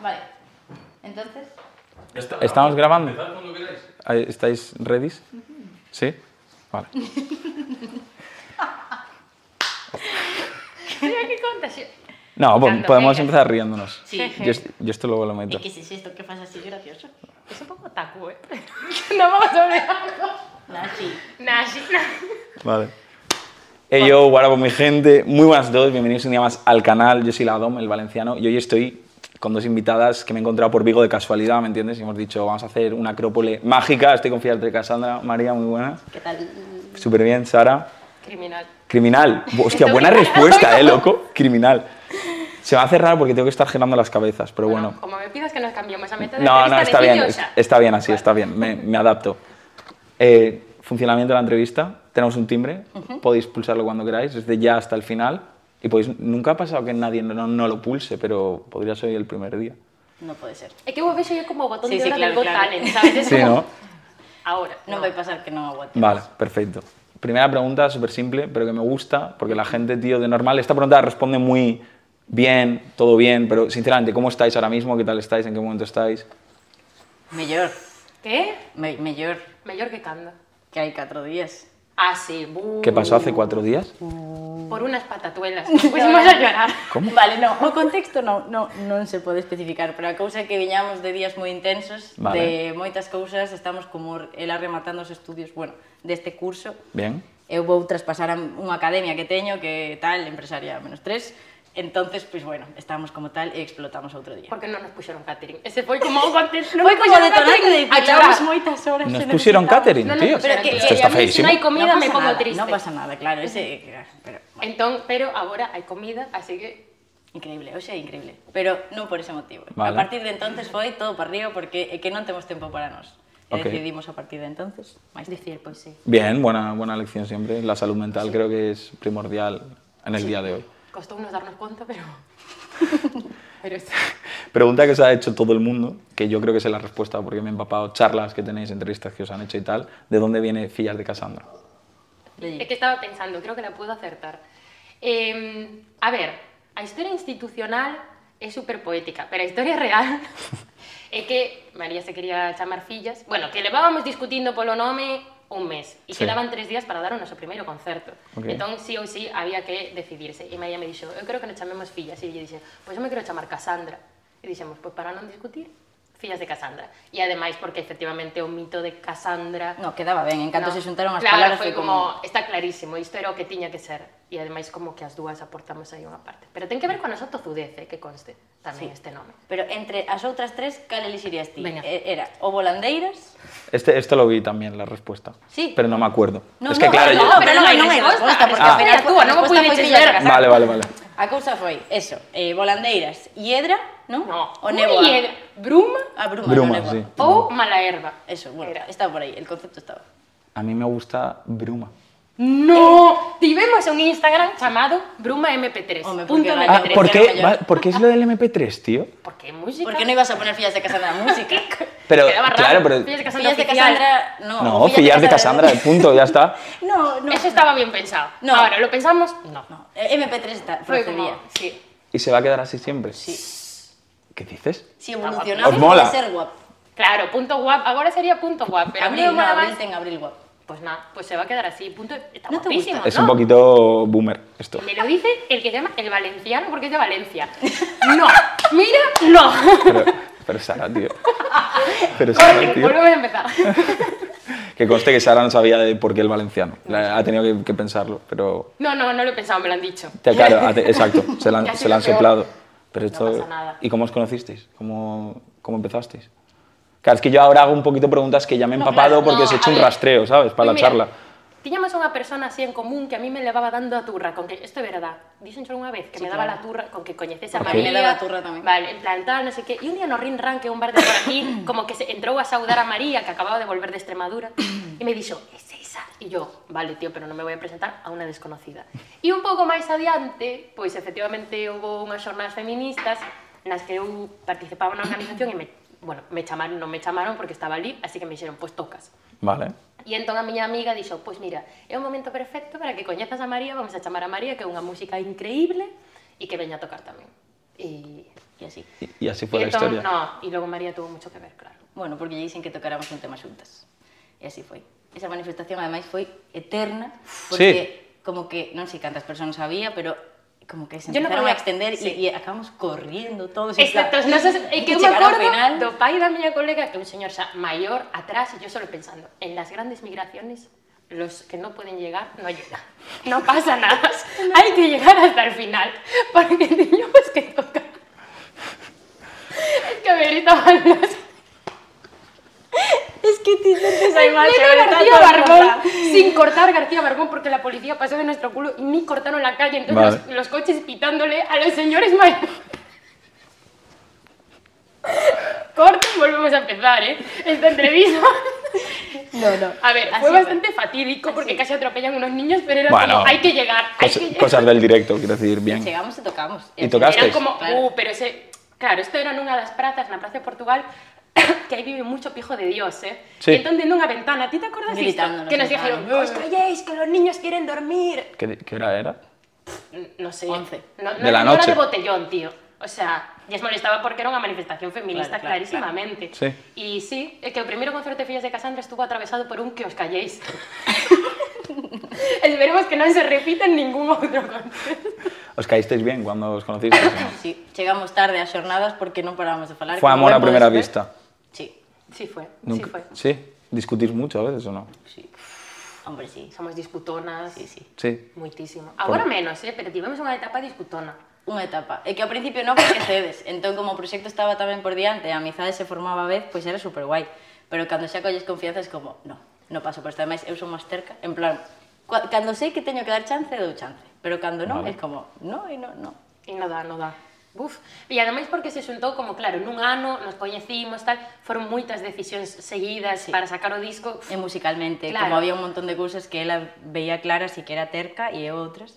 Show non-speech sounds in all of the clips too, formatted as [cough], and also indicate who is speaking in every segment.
Speaker 1: Vale. Entonces,
Speaker 2: Ya está.
Speaker 3: ¿Estamos grabando?
Speaker 2: Empezad cuando queráis.
Speaker 3: Ahí, ¿Estáis ready? ¿Sí? Vale.
Speaker 1: mira qué contagios.
Speaker 3: No, po-
Speaker 4: Cantando,
Speaker 3: podemos
Speaker 4: venga.
Speaker 3: empezar riéndonos.
Speaker 1: Sí.
Speaker 3: Yo, est- yo esto luego lo meto.
Speaker 1: ¿Y qué es esto? ¿Qué pasa así gracioso?
Speaker 4: Es un poco
Speaker 1: [laughs]
Speaker 4: tacu, ¿eh? no vamos a olvidar.
Speaker 1: Nada, sí.
Speaker 4: Nah, sí, nah.
Speaker 3: Vale. Hey yo, guarapo mi gente. Muy buenas a todos, bienvenidos un día más al canal. Yo soy la Dom, el valenciano, y hoy estoy con dos invitadas que me he encontrado por Vigo de casualidad, ¿me entiendes? Y hemos dicho, vamos a hacer una acrópole mágica. Estoy confiada entre Cassandra, María, muy buena.
Speaker 1: ¿Qué tal?
Speaker 3: Súper bien, Sara.
Speaker 4: Criminal.
Speaker 3: Criminal. Bu- Hostia, buena respuesta, ¿eh, loco? Criminal. Se me hace raro porque tengo que estar girando las cabezas, pero bueno.
Speaker 4: Como me pidas que nos cambiemos a meta de
Speaker 3: No, no,
Speaker 4: entrevista de
Speaker 3: está bien,
Speaker 4: vídeo, o
Speaker 3: es-
Speaker 4: sea,
Speaker 3: está bien así,
Speaker 4: vale.
Speaker 3: está bien, me, me adapto. Eh, funcionamiento de la entrevista, tenemos un timbre, podéis pulsarlo cuando queráis, desde ya hasta el final. Y podéis, nunca ha pasado que nadie no, no lo pulse, pero podría ser hoy el primer día.
Speaker 1: No puede ser.
Speaker 4: Es que vos veis yo como botón
Speaker 1: Sí,
Speaker 4: de
Speaker 1: sí,
Speaker 4: oro
Speaker 1: claro,
Speaker 4: del Got
Speaker 1: claro.
Speaker 4: Talent, ¿sabes? Es
Speaker 3: Sí,
Speaker 4: como,
Speaker 3: ¿no?
Speaker 4: Ahora.
Speaker 1: No va a pasar que no aguante.
Speaker 3: Vale, perfecto. Primera pregunta, súper simple, pero que me gusta, porque la gente, tío, de normal, esta pregunta responde muy bien, todo bien, pero sinceramente, ¿cómo estáis ahora mismo? ¿Qué tal estáis? ¿En qué momento estáis?
Speaker 1: Mellor.
Speaker 4: ¿Qué?
Speaker 1: Me- mellor
Speaker 4: Mejor que Canda.
Speaker 1: que hay cuatro días.
Speaker 4: Ah, sí. buh.
Speaker 3: ¿Qué pasó hace cuatro días?
Speaker 4: Por unas
Speaker 1: [laughs]
Speaker 4: patatuelas. Nos pusimos a llorar.
Speaker 3: ¿Cómo?
Speaker 1: Vale, no, o contexto non, non, non se pode especificar, pero a cousa é que viñamos de días moi intensos,
Speaker 3: Vale.
Speaker 1: de moitas cousas, estamos como ela rematando os estudios, bueno, deste curso,
Speaker 3: Bien.
Speaker 1: eu vou traspasar a unha academia que teño que tal, empresaria menos tres, entonces, pois pues, bueno, estamos como tal e explotamos outro día.
Speaker 4: Porque no nos pusieron catering. Ese fue como un contexto.
Speaker 1: Foi como detonante de
Speaker 4: a llorar.
Speaker 1: echamos moitas horas.
Speaker 3: Nos
Speaker 1: e
Speaker 3: pusieron
Speaker 1: necesitamos-
Speaker 3: catering,
Speaker 4: No, no,
Speaker 3: tío.
Speaker 4: pero que-
Speaker 3: Esto
Speaker 4: que
Speaker 3: está
Speaker 4: a mí si
Speaker 3: feísimo.
Speaker 4: no hay
Speaker 1: no
Speaker 4: comida
Speaker 1: pasa
Speaker 4: me pongo
Speaker 1: nada,
Speaker 4: triste.
Speaker 1: No pasa nada, claro, ese... Pero, bueno,
Speaker 4: Entonces, pero ahora hay comida, así que
Speaker 1: Increíble, oxe, increíble. Pero non por ese motivo.
Speaker 3: Vale.
Speaker 1: A partir de entonces foi todo para arriba porque é que non temos tempo para nós. E
Speaker 3: Ok.
Speaker 1: decidimos a partir de entonces máis tempo.
Speaker 4: decir, pues sí.
Speaker 3: Bien, buena, buena lección siempre. La salud mental creo que es primordial en el día de hoy.
Speaker 4: Costó unos darnos cuenta, pero. pero sí.
Speaker 3: Pregunta que se ha hecho todo el mundo, que yo creo que sé la respuesta porque me he empapado charlas que tenéis, entrevistas que os han hecho y tal. ¿De dónde viene Fillas de Cassandra?
Speaker 4: Es que estaba pensando, creo que la puedo acertar. Eh, a ver, a historia institucional es súper poética, pero a
Speaker 3: [laughs]
Speaker 4: historia real é que María se quería chamar fillas, bueno, que levábamos discutindo polo nome un mes e
Speaker 3: Sí.
Speaker 4: quedaban tres días para dar o noso primeiro concerto.
Speaker 3: Ok.
Speaker 4: Entón, sí ou sí, había que decidirse. E María me dixo, eu creo que nos chamemos fillas. E lle dixen, pois eu me quero chamar Cassandra. E dixemos, pois para non discutir, fillas de Cassandra. E ademais, porque efectivamente o mito de Cassandra
Speaker 1: No, quedaba ben, en canto
Speaker 4: No.
Speaker 1: se xuntaron as
Speaker 4: claro,
Speaker 1: palabras
Speaker 4: foi como, está clarísimo, isto era o que tiña que ser. E ademais como que as dúas aportamos aí unha parte. Pero ten que ver con a nosa tozudez, eh, que conste
Speaker 1: Sí.
Speaker 4: tamén este nome.
Speaker 1: Pero entre as outras tres, cal elixirías ti?
Speaker 4: Veña.
Speaker 1: E- Era o Volandeiras,
Speaker 3: Este, esto lo vi también, la respuesta.
Speaker 1: Sí.
Speaker 3: Pero no me acuerdo.
Speaker 1: No,
Speaker 3: es que
Speaker 1: no,
Speaker 3: claro,
Speaker 1: no,
Speaker 3: yo-
Speaker 1: no, pero non hai resposta, porque
Speaker 3: Ah.
Speaker 4: porque
Speaker 1: apenas
Speaker 4: ah. tú, non
Speaker 1: resposta
Speaker 4: me puides
Speaker 1: foi
Speaker 4: ver.
Speaker 1: fillas de
Speaker 3: Vale, vale, vale.
Speaker 1: a cousa foi, eso, eh, Volandeiras, Hiedra, non?
Speaker 4: No,
Speaker 1: O Neboa.
Speaker 4: hiedra, bruma
Speaker 1: A Bruma,
Speaker 3: Bruma,
Speaker 1: no Neboa.
Speaker 3: sí.
Speaker 4: ou mala erva.
Speaker 1: Eso, bueno,
Speaker 4: Era.
Speaker 1: estaba por aí, el concepto estaba.
Speaker 3: A mí me gusta Bruma.
Speaker 4: No, tivemos un Instagram chamado Bruma MP3.
Speaker 1: Eh. Home, porque
Speaker 4: punto
Speaker 1: vaya-
Speaker 3: Ah,
Speaker 4: MP3.
Speaker 3: ¿por
Speaker 1: porque
Speaker 3: qué,
Speaker 1: era mayor.
Speaker 3: va- por qué es lo del MP3, tío?
Speaker 4: Porque é música.
Speaker 1: Porque non ibas a poner fillas de casa da
Speaker 4: [laughs]
Speaker 1: música.
Speaker 3: Pero,
Speaker 4: Quedaba raro.
Speaker 3: claro, pero-
Speaker 4: Fillas de Cassandra
Speaker 1: Fillas de
Speaker 4: oficial.
Speaker 1: Cassandra, no.
Speaker 3: No, Fillas de Cassandra, punto, ya está.
Speaker 1: [laughs] No, no.
Speaker 4: Eso estaba bien pensado.
Speaker 1: No.
Speaker 4: Ahora, ¿lo pensamos? No.
Speaker 1: No, eh, MP3 está,
Speaker 4: Foi como,
Speaker 1: procedía.
Speaker 4: sí.
Speaker 3: ¿Y se va a quedar así siempre?
Speaker 1: Sí.
Speaker 3: ¿Qué dices?
Speaker 1: Si
Speaker 3: Os
Speaker 1: evolucionamos,
Speaker 3: mola.
Speaker 1: puede ser guap.
Speaker 4: Claro, punto guap. Ahora sería punto guap, pero a mí
Speaker 1: Abril, no,
Speaker 4: me molaba
Speaker 1: abril ten abril guap.
Speaker 4: Pues nada, pues se va a quedar así, punto. Está
Speaker 1: ¿No te
Speaker 4: guapísimo,
Speaker 1: gusta?
Speaker 3: Es
Speaker 4: ¿no?
Speaker 3: un poquito boomer
Speaker 4: [laughs]
Speaker 3: esto.
Speaker 4: Me lo dice el que se llama el valenciano porque es de Valencia. No, mira,
Speaker 3: [laughs]
Speaker 4: no.
Speaker 3: Pero, pero Sara, tío. Pero Sara,
Speaker 4: Corre,
Speaker 3: tío.
Speaker 4: volvemos a empezar.
Speaker 3: Que conste que Sara no sabía de por qué el valenciano. La- ha tenido que, que pensarlo, pero...
Speaker 4: No, no, no lo he pensado, me lo han dicho.
Speaker 3: Te,
Speaker 4: [laughs]
Speaker 3: claro, ha te- exacto, se la,
Speaker 4: Que ha
Speaker 3: han-
Speaker 4: sido
Speaker 3: se la han
Speaker 4: peor.
Speaker 3: soplado. Pero esto,
Speaker 4: pasa nada.
Speaker 3: ¿Y cómo os conocisteis? ¿Cómo, cómo empezasteis? Claro, es que yo ahora hago un poquito preguntas que ya me he empapado
Speaker 4: claro,
Speaker 3: porque
Speaker 4: no,
Speaker 3: os he hecho
Speaker 4: a
Speaker 3: un
Speaker 4: ver.
Speaker 3: rastreo, ¿sabes? Para la
Speaker 4: Pues mira,
Speaker 3: charla.
Speaker 4: Teníamos una persona así en común que a mí me le daba dando a turra, con que, esto es verdad, dicen solo una vez que
Speaker 1: Sí,
Speaker 4: me daba
Speaker 1: claro.
Speaker 4: la turra, con que coñeces a
Speaker 3: Porque-
Speaker 4: María.
Speaker 1: Me daba turra también.
Speaker 4: Vale, en plan tal, no sé qué. Y un día nos rin ran que un bar de por
Speaker 1: [coughs]
Speaker 4: aquí, como que se entró a saludar a María, que acababa de volver de Extremadura, y me dijo, es esa. Y yo, vale, tío, pero no me voy a presentar a una desconocida. Y un pouco máis adiante, pois efectivamente houve unhas xornadas feministas nas que eu participaba na organización e me, bueno, me chamaron, non me chamaron porque estaba ali, así que me dixeron, pois tocas.
Speaker 3: Vale.
Speaker 4: E entón a miña amiga dixo, pois mira, é un momento perfecto para que coñezas a María, vamos a chamar a María, que é unha música increíble, e que veña a tocar tamén. E, e
Speaker 1: y así.
Speaker 3: Y, y así
Speaker 4: Y
Speaker 3: fue la
Speaker 4: entonces-
Speaker 3: historia.
Speaker 4: No, y luego María tuvo mucho que ver, claro.
Speaker 1: Bueno, porque ya dicen que tocáramos un tema xuntas. E así foi. Esa manifestación, ademais, foi eterna, porque sí. como que, non sei cantas persoas había, pero como que se
Speaker 4: Yo no
Speaker 1: empezaron
Speaker 4: podía-
Speaker 1: a extender e, e
Speaker 4: sí.
Speaker 1: acabamos corriendo todos. en plan,
Speaker 4: Exacto, no sé,
Speaker 1: "Hai
Speaker 4: e que, que me
Speaker 1: chegar ao
Speaker 4: acuerdo
Speaker 1: final.
Speaker 4: do pai da miña colega que un señor xa maior atrás e yo solo pensando, en las grandes migraciones los que no pueden llegar no llegan. No pasa nada. [laughs] Hay que llegar hasta el final porque teníamos que tocar. Es que a ver, estaban los
Speaker 1: Es que te
Speaker 4: Pues
Speaker 1: inventes a imaxe.
Speaker 4: Negro
Speaker 1: me
Speaker 4: García
Speaker 1: está
Speaker 4: Barbón,
Speaker 1: cortando.
Speaker 4: sin cortar García Barbón, porque la policía pasó de nuestro culo y ni cortaron la calle. Entonces
Speaker 3: Vale.
Speaker 4: los, los coches pitándole a los señores mayores. Corta y volvemos a empezar, ¿eh? Esta entrevista.
Speaker 1: No, no.
Speaker 4: A ver,
Speaker 1: Así
Speaker 4: fue
Speaker 1: fue.
Speaker 4: bastante fatídico porque casi atropellan unos niños, pero era
Speaker 3: Bueno, pues,
Speaker 4: como, hay que llegar, hay
Speaker 3: Cosa-
Speaker 4: que llegar.
Speaker 3: cosas del directo, quiero decir, bien.
Speaker 1: Chegamos e tocamos.
Speaker 3: E
Speaker 1: así,
Speaker 3: tocasteis.
Speaker 4: Eran
Speaker 3: Gastes.
Speaker 4: como,
Speaker 1: Claro.
Speaker 4: uh, pero ese... Claro, esto era nunha das pratas na Praza de Portugal [coughs] que aí vive mucho pijo de Dios, eh?
Speaker 3: Sí.
Speaker 4: Sí. Entón, dentro dunha ventana, ti te acordas disto?
Speaker 1: Gritándonos
Speaker 4: Que nos
Speaker 1: en
Speaker 4: dijeron,
Speaker 1: plan,
Speaker 4: os calléis, que los niños quieren dormir.
Speaker 3: ¿Qué, qué hora era?
Speaker 4: N- No sé.
Speaker 1: Once.
Speaker 4: No, no,
Speaker 3: De la
Speaker 4: no
Speaker 3: noche.
Speaker 4: era de botellón, tío. O sea, lles molestaba porque era unha manifestación feminista
Speaker 1: Claro, claro,
Speaker 4: clarísimamente.
Speaker 3: claro. Sí.
Speaker 4: Y sí, é que o primeiro concerto de Fillas de Casandra estuvo atravesado por un que os
Speaker 1: [laughs]
Speaker 4: calléis. Esperemos que non se repita en ningún outro concerto.
Speaker 3: ¿Os caísteis bien cuando os
Speaker 4: [laughs]
Speaker 3: conocisteis?
Speaker 1: Sí, chegamos tarde ás xornadas porque non parábamos de falar.
Speaker 3: ¿Fue
Speaker 1: como
Speaker 3: amor a
Speaker 1: hemos-
Speaker 3: primera vista?
Speaker 1: Sí,
Speaker 4: Sí fue, sí
Speaker 3: Nunca-
Speaker 4: fue.
Speaker 3: ¿Sí? ¿Discutís mucho a veces o no?
Speaker 1: sí. Hombre, sí.
Speaker 4: Somos discutonas. Sí, sí.
Speaker 3: Sí.
Speaker 4: Muitísimo. Agora menos, eh, pero tivemos unha etapa discutona.
Speaker 1: Unha etapa. E que ao principio non porque cedes. Entón, como o proxecto estaba tamén por diante, a amizade se formaba a vez, pois era super guai. Pero cando xa colles confianza é como, no, no paso por isto. Ademais, eu son máis terca. En plan, cua- cando sei que teño que dar chance, dou chance. Pero cando non,
Speaker 3: Vale.
Speaker 1: é como, no e no, no.
Speaker 4: E non dá, non dá. Buf. E ademais porque se xuntou como, claro, nun ano nos coñecimos, tal, foron moitas decisións seguidas sí. para sacar o disco.
Speaker 1: E eh, musicalmente,
Speaker 4: Claro.
Speaker 1: como había un montón de cousas que ela veía claras e que era terca e eu outras.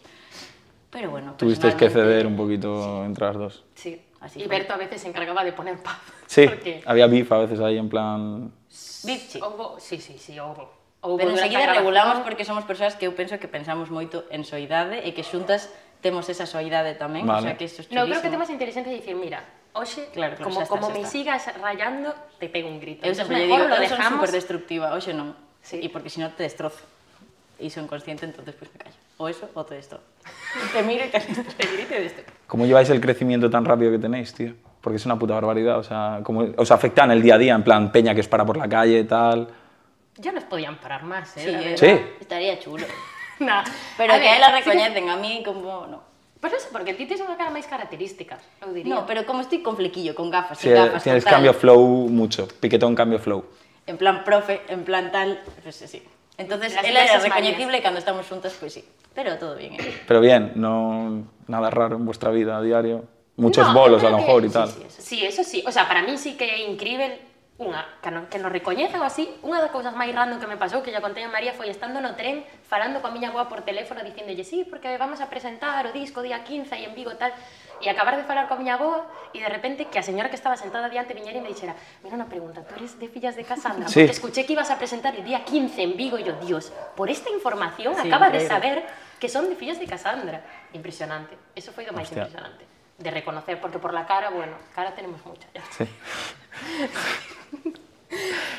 Speaker 1: Pero bueno,
Speaker 3: Tuvisteis que
Speaker 1: personalmente-
Speaker 3: ceder un poquito entre las dos.
Speaker 4: Sí.
Speaker 1: Así Ah.
Speaker 4: Así e
Speaker 1: foi.
Speaker 4: Berto a veces se encargaba de poner paz.
Speaker 3: Sí,
Speaker 4: [laughs] Porque
Speaker 3: había beef a veces ahí en plan...
Speaker 1: Bichi.
Speaker 4: houbo, sí, sí, sí, houbo. houbo
Speaker 1: Pero
Speaker 4: durante a
Speaker 1: enseguida
Speaker 4: grabación.
Speaker 1: regulamos porque somos persoas que eu penso que pensamos moito en soidade e que xuntas temos esa soidade tamén, o
Speaker 3: Vale.
Speaker 1: sea que isto é
Speaker 4: No, creo que
Speaker 1: chulísimo.
Speaker 4: o tema é interesante de dicir, mira, hoxe,
Speaker 1: Claro,
Speaker 4: claro,
Speaker 1: claro,
Speaker 4: como,
Speaker 1: xa está,
Speaker 4: como
Speaker 1: xa
Speaker 4: me
Speaker 1: está.
Speaker 4: sigas rayando, te pego un grito.
Speaker 1: Eu
Speaker 4: Entonces,
Speaker 1: sempre lle digo,
Speaker 4: mejor
Speaker 1: eu son superdestructiva, hoxe non.
Speaker 4: Sí.
Speaker 1: E porque senón te destrozo. E son consciente, entonces pois me callo. O eso, ou te
Speaker 4: [laughs]
Speaker 1: destrozo. te miro e te, te grito e destrozo.
Speaker 3: ¿Cómo lleváis el crecimiento tan rápido que tenéis, tío? Porque es una puta barbaridad, o sea, ¿cómo os afecta en el día a día, en plan peña que os para por la calle y tal.
Speaker 4: Ya nos podían parar más, eh?
Speaker 1: Sí,
Speaker 4: la [laughs]
Speaker 1: eh,
Speaker 4: verdad.
Speaker 3: Sí.
Speaker 1: estaría chulo.
Speaker 4: Nah.
Speaker 1: Pero
Speaker 4: A
Speaker 1: que
Speaker 4: ver,
Speaker 1: a ela
Speaker 4: sí que-
Speaker 1: recoñecen, a mí como... No.
Speaker 4: Pois non sei, porque ti tes unha cara máis característica, eu diría.
Speaker 1: No, pero como estoy con flequillo, con gafas,
Speaker 3: Sí,
Speaker 1: sin gafas,
Speaker 3: tienes
Speaker 1: con tal,
Speaker 3: cambio flow mucho, piquetón cambio flow.
Speaker 1: en plan profe, en plan tal, pues sí. Entonces,
Speaker 4: Las
Speaker 1: él era
Speaker 4: diversas
Speaker 1: recoñecible e cando estamos juntas, pues sí. Pero todo bien, eh.
Speaker 3: Pero bien, no nada raro en vuestra vida a diario. Muchos
Speaker 4: No, eu
Speaker 3: bolos a
Speaker 4: creo
Speaker 3: lo
Speaker 4: que-
Speaker 3: mejor y
Speaker 4: sí,
Speaker 3: tal.
Speaker 4: Sí, eso, sí, eso sí. O sea, para mí sí que é incrível unha, que, no, que nos recoñezan así, unha das cousas máis random que me pasou, que ya contei a María, foi estando no tren, falando coa miña boa por teléfono, dicindolle, sí, porque vamos a presentar o disco día 15 e en Vigo tal, e acabar de falar coa miña boa, e de repente que a señora que estaba sentada diante viñera e me dixera, mira unha pregunta, tú eres de Fillas de Casandra,
Speaker 3: Sí.
Speaker 4: porque escuché que ibas a presentar el día 15 en Vigo, e yo, Dios, por esta información
Speaker 1: Sí,
Speaker 4: acaba de
Speaker 1: increíble.
Speaker 4: saber que son de Fillas de Casandra. Impresionante, eso foi do máis
Speaker 3: Hostia.
Speaker 4: impresionante importante de reconocer, porque por la cara, bueno, cara tenemos mucha ya.
Speaker 3: Sí.
Speaker 4: [laughs]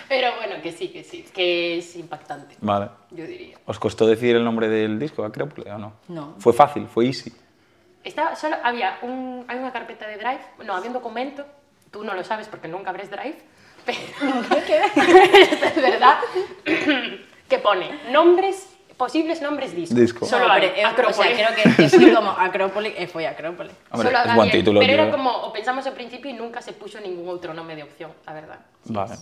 Speaker 4: Pero bueno, que sí, que sí, que es impactante,
Speaker 3: Vale.
Speaker 4: yo diría.
Speaker 3: ¿Os costó decir el nombre del disco, Acrópole, o no?
Speaker 1: No.
Speaker 3: Fue fácil, fue easy.
Speaker 4: Estaba, solo había un, hay una carpeta de Drive, no, había un documento, tú no lo sabes porque nunca abres Drive, [laughs] pero [laughs] Esto es verdad, [clears throat] que pone nombres, posibles nombres discos.
Speaker 3: Disco.
Speaker 4: Solo
Speaker 1: No,
Speaker 4: hay
Speaker 1: pero eu- Ah, eh, O sea,
Speaker 4: Acrópolis.
Speaker 1: creo que, que foi
Speaker 3: [laughs]
Speaker 1: como Acrópole e foi Acrópole.
Speaker 3: Hombre,
Speaker 4: Solo
Speaker 3: es
Speaker 4: había-
Speaker 3: buen título.
Speaker 4: Pero era
Speaker 3: tío.
Speaker 4: como, o pensamos al principio y nunca se puso ningún otro nombre de opción, la verdad.
Speaker 3: Vale.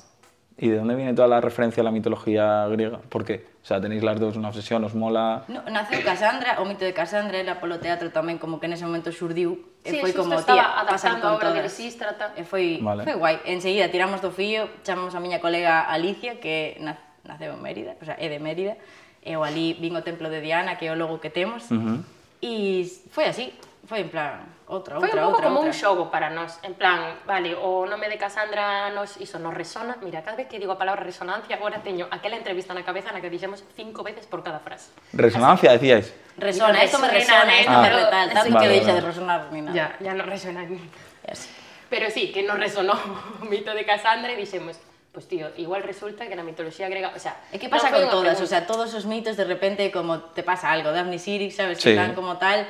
Speaker 3: ¿Y de dónde viene toda la referencia a la mitología griega? ¿Por qué? O sea, tenéis las dos una obsesión, os mola.
Speaker 1: No, naceu Casandra, o mito de Casandra era polo teatro tamén como que nese momento xurdiu e
Speaker 4: Sí,
Speaker 1: foi
Speaker 4: xusto
Speaker 1: como
Speaker 4: estaba
Speaker 1: tía, pasan
Speaker 4: adaptando a
Speaker 1: con
Speaker 4: obra de
Speaker 1: todas".
Speaker 4: Lisístrata.
Speaker 1: E foi,
Speaker 3: Vale.
Speaker 1: foi guai. Enseguida tiramos do fío, chamamos a miña colega Alicia que na- naceu en Mérida, o sea, é de Mérida, e eu ali vin o templo de Diana, que é o logo que temos. Uh -huh. E foi así, foi en plan outra,
Speaker 4: Foi
Speaker 1: outra,
Speaker 4: un pouco
Speaker 1: outra,
Speaker 4: como
Speaker 1: outra.
Speaker 4: un xogo para nós, en plan, vale, o nome de Cassandra nos iso nos resona. Mira, cada vez que digo a palabra resonancia, agora teño aquela entrevista na cabeza na que dixemos cinco veces por cada frase.
Speaker 3: Resonancia, decíais.
Speaker 1: Resona, isto me
Speaker 4: Resona,
Speaker 1: resona, isto me
Speaker 3: Ah.
Speaker 1: retal, tanto
Speaker 3: Vale,
Speaker 1: que deixa
Speaker 3: vale.
Speaker 1: de resonar ni nada.
Speaker 4: Ya, ya non resona.
Speaker 1: É así.
Speaker 4: Pero sí, que nos resonó o mito de Cassandra e dixemos, pues tío, igual resulta que na mitoloxía grega, o sea,
Speaker 1: E que pasa
Speaker 4: non foi
Speaker 1: con
Speaker 4: unha
Speaker 1: todas? O sea,
Speaker 4: pregunta.
Speaker 1: todos os mitos de repente como te pasa algo, Daphne Siri, sabes,
Speaker 3: Sí.
Speaker 1: que tan como tal.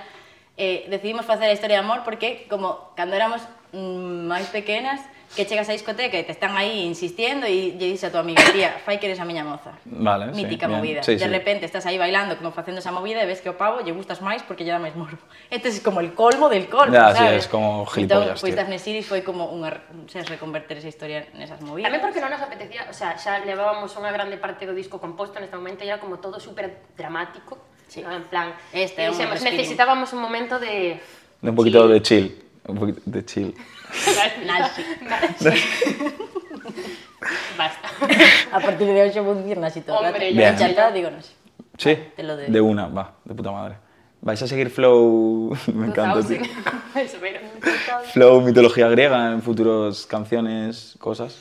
Speaker 1: Eh, decidimos facer a historia de amor porque como cando éramos mm, máis pequenas, que chegas á discoteca e te están aí insistiendo e lle dices a tua amiga, tía, fai que eres a miña moza.
Speaker 3: Vale, sí,
Speaker 1: Mítica
Speaker 3: bien.
Speaker 1: movida.
Speaker 3: Sí,
Speaker 1: de
Speaker 3: sí.
Speaker 1: repente estás aí bailando, como facendo esa movida e ves que o pavo lle gustas máis porque lle dá máis morbo. Entonces é como el colmo del colmo,
Speaker 3: Ya, sí,
Speaker 1: sabes?
Speaker 3: es como
Speaker 1: Entón,
Speaker 3: gilipollas,
Speaker 1: pois
Speaker 3: tío.
Speaker 1: Daphne Siri foi como unha, se reconverter esa historia nesas movidas.
Speaker 4: Tamén porque non nos apetecía, o sea, xa levábamos unha grande parte do disco composto neste momento e era como todo super dramático,
Speaker 1: Sí.
Speaker 4: ¿no? en plan,
Speaker 1: Este
Speaker 4: e
Speaker 1: é un
Speaker 4: dixemos,
Speaker 1: respiro.
Speaker 4: necesitábamos un momento
Speaker 1: [laughs]
Speaker 4: de...
Speaker 3: De un poquito de chill. Un poquito de chill.
Speaker 1: Nazi.
Speaker 4: [laughs] Basta.
Speaker 1: A partir de hoxe vou dicir naxi todo o rato.
Speaker 4: Hombre,
Speaker 3: ya. Bien.
Speaker 1: Xa está, digo naxi.
Speaker 3: ¿Sí?
Speaker 1: Ah, te lo doy.
Speaker 3: de una, va, de puta madre. ¿Vais a seguir Flow? [laughs] Me encanta, tío.
Speaker 4: [laughs] Eso, pero...
Speaker 3: Flow, mitología griega en futuros canciones, cosas.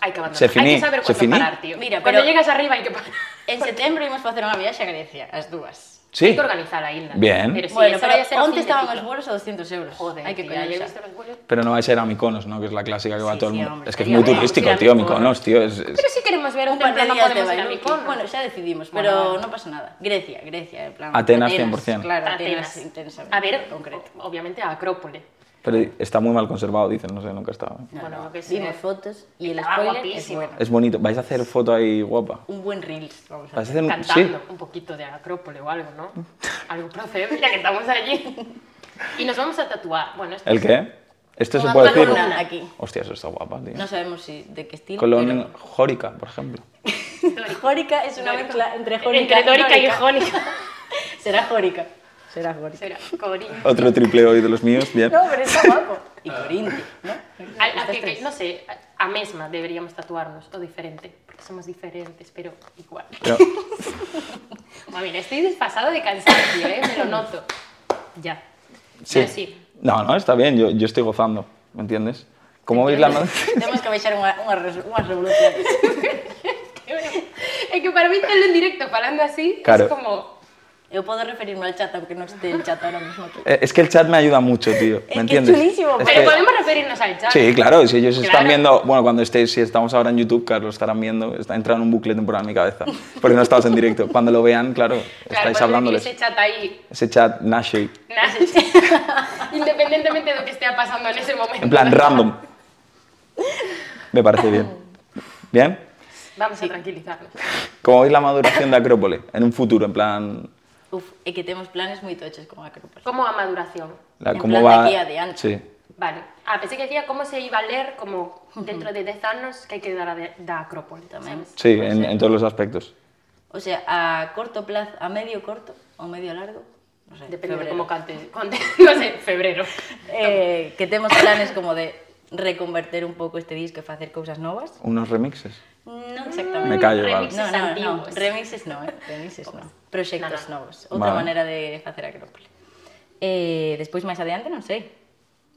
Speaker 4: Hai que abandonar.
Speaker 3: Se
Speaker 4: Hai
Speaker 3: finí,
Speaker 4: que saber
Speaker 3: se
Speaker 4: cuándo
Speaker 3: finí.
Speaker 4: parar, tío.
Speaker 1: Mira,
Speaker 4: Cuando
Speaker 1: pero-
Speaker 4: llegas arriba hai que parar.
Speaker 1: En setembro imos facer unha viaxe a Grecia, as dúas.
Speaker 3: Sí.
Speaker 4: Hay que organizar a isla.
Speaker 3: Bien.
Speaker 4: Pero sí,
Speaker 1: bueno,
Speaker 4: eso
Speaker 1: pero
Speaker 4: vaya a ser a
Speaker 1: onte
Speaker 4: fin de
Speaker 1: estaban os
Speaker 4: ciclo.
Speaker 1: vuelos a 200 euros.
Speaker 4: Joder,
Speaker 1: Hai que
Speaker 4: tía,
Speaker 1: coñer
Speaker 4: yo he
Speaker 1: xa.
Speaker 4: visto los vuelos.
Speaker 3: Pero no vais a ir a Mykonos, ¿no? Que es la clásica que va
Speaker 1: Sí,
Speaker 3: todo el
Speaker 1: sí,
Speaker 3: mundo.
Speaker 1: hombre,
Speaker 3: es que es
Speaker 1: sí,
Speaker 3: muy
Speaker 1: hombre,
Speaker 3: turístico,
Speaker 4: ir a
Speaker 3: tío,
Speaker 4: Mykonos.
Speaker 3: Mykonos, tío. es- es-
Speaker 4: Pero si queremos ver
Speaker 1: Un par de
Speaker 4: templo, no
Speaker 1: días de
Speaker 4: podemos ir a
Speaker 1: Bailuki.
Speaker 4: Mykonos.
Speaker 1: Bueno, xa decidimos,
Speaker 4: Bueno,
Speaker 1: pero
Speaker 4: vale.
Speaker 1: non pasa nada. Grecia, Grecia, en plan...
Speaker 3: Atenas, 100%.
Speaker 1: Claro, Atenas,
Speaker 4: Atenas.
Speaker 1: intensamente.
Speaker 4: A ver,
Speaker 1: concreto.
Speaker 4: o- obviamente a Acrópole.
Speaker 3: Pero está muy mal conservado, dicen, no sé, nunca estaba.
Speaker 4: Bueno, lo que
Speaker 1: Vimos
Speaker 4: sea.
Speaker 1: fotos y el
Speaker 4: Estaba
Speaker 1: spoiler es
Speaker 4: guapísimo.
Speaker 1: bueno.
Speaker 3: Es bonito. ¿Vais a hacer foto ahí guapa?
Speaker 1: Un buen reels, vamos a
Speaker 3: ¿Vais a
Speaker 1: hacer.
Speaker 3: hacer un... Sí.
Speaker 4: Cantando un poquito de Acrópole o algo,
Speaker 3: [laughs]
Speaker 4: ¿no? Algo procede, ya que estamos allí. Y nos vamos a tatuar. Bueno, esto
Speaker 3: ¿El
Speaker 4: es-
Speaker 3: qué? ¿Esto se
Speaker 1: Una
Speaker 3: puede decir?
Speaker 1: columna aquí.
Speaker 3: Hostia, eso está guapa, tío.
Speaker 1: No sabemos si, de qué estilo,
Speaker 3: Colón Jórica, por ejemplo.
Speaker 1: pero... Jórica es una mezcla entre jórica
Speaker 4: Entre dórica y
Speaker 1: jórica.
Speaker 4: jónica.
Speaker 1: Será jórica. Será jórica.
Speaker 4: Espera, Corín.
Speaker 3: Otro triple hoy de los míos, bien.
Speaker 1: No, pero está guapo. Y Corinti, ¿no?
Speaker 4: A- a
Speaker 1: Estas
Speaker 4: que- que-
Speaker 1: tres.
Speaker 4: no sé, a, a mesma deberíamos tatuarnos, o diferente, porque somos diferentes, pero igual.
Speaker 1: [laughs]
Speaker 3: Pero-
Speaker 4: Bueno, mira, estoy desfasado de cansancio, ¿eh? me lo noto. Ya.
Speaker 3: sí.
Speaker 4: Pero sí.
Speaker 3: No, no, está bien, yo, yo estoy gozando, ¿me entiendes? ¿Cómo veis la no-
Speaker 1: Temos que baixar unha, unha, res- unha revolución.
Speaker 4: Es que para mí estarlo en directo hablando así
Speaker 3: Claro.
Speaker 4: es como...
Speaker 1: Eu podo referirme ao chat, aunque non este el chat ahora mismo aquí.
Speaker 3: [laughs] Eh, Es que el chat me ayuda mucho, tío.
Speaker 1: que
Speaker 3: ¿Me
Speaker 1: es
Speaker 3: entiendes?
Speaker 1: chulísimo,
Speaker 4: Pero
Speaker 3: que-
Speaker 4: podemos referirnos al chat.
Speaker 3: Sí, claro, si ellos están
Speaker 4: Claro.
Speaker 3: viendo, bueno, cuando estéis, si estamos ahora en YouTube, claro, lo estarán viendo, está entrando un bucle temporal en mi cabeza, porque no estamos en directo. Cuando lo vean, claro,
Speaker 4: Claro,
Speaker 3: estáis
Speaker 4: poner
Speaker 3: hablándoles.
Speaker 4: Ese chat ahí,
Speaker 3: Ese chat nashe,
Speaker 4: nada, este. [laughs] independientemente de lo que esté pasando en ese momento.
Speaker 3: en plan random. Me parece bien. ¿Bien?
Speaker 4: Vamos a tranquilizarnos.
Speaker 3: Como veis la maduración de Acrópole, en un futuro, en plan,
Speaker 1: Uf, e que temos planes moi tochos con Acrópolis.
Speaker 4: Como a maduración.
Speaker 3: la,
Speaker 1: En
Speaker 3: cómo
Speaker 1: plan
Speaker 3: va...
Speaker 1: de aquí a de antes.
Speaker 3: sí.
Speaker 4: Vale. Ah, pensé que decía cómo se iba a leer como dentro de 10 años que hay que dar a de, da Acrópole
Speaker 1: Tamén.
Speaker 4: también.
Speaker 3: Sí, en, en todos los aspectos.
Speaker 1: O sea, a corto plazo, a medio corto ou medio largo, non sei,
Speaker 4: Depende de
Speaker 1: febrero.
Speaker 4: cómo cante. [laughs] conte- no sé, febrero.
Speaker 1: Eh, que temos planes como de reconverter un pouco este disco e facer cousas novas.
Speaker 3: Unos remixes.
Speaker 1: Non
Speaker 4: Mm.
Speaker 1: exactamente.
Speaker 3: Me callo, vale.
Speaker 4: Remixes
Speaker 1: No, no, no,
Speaker 4: antiguos.
Speaker 1: remixes no, eh? remixes no. Proxectos
Speaker 4: No, no.
Speaker 1: novos, outra
Speaker 3: Vale.
Speaker 1: maneira de facer Acrópole. Eh, despois máis adiante non sei.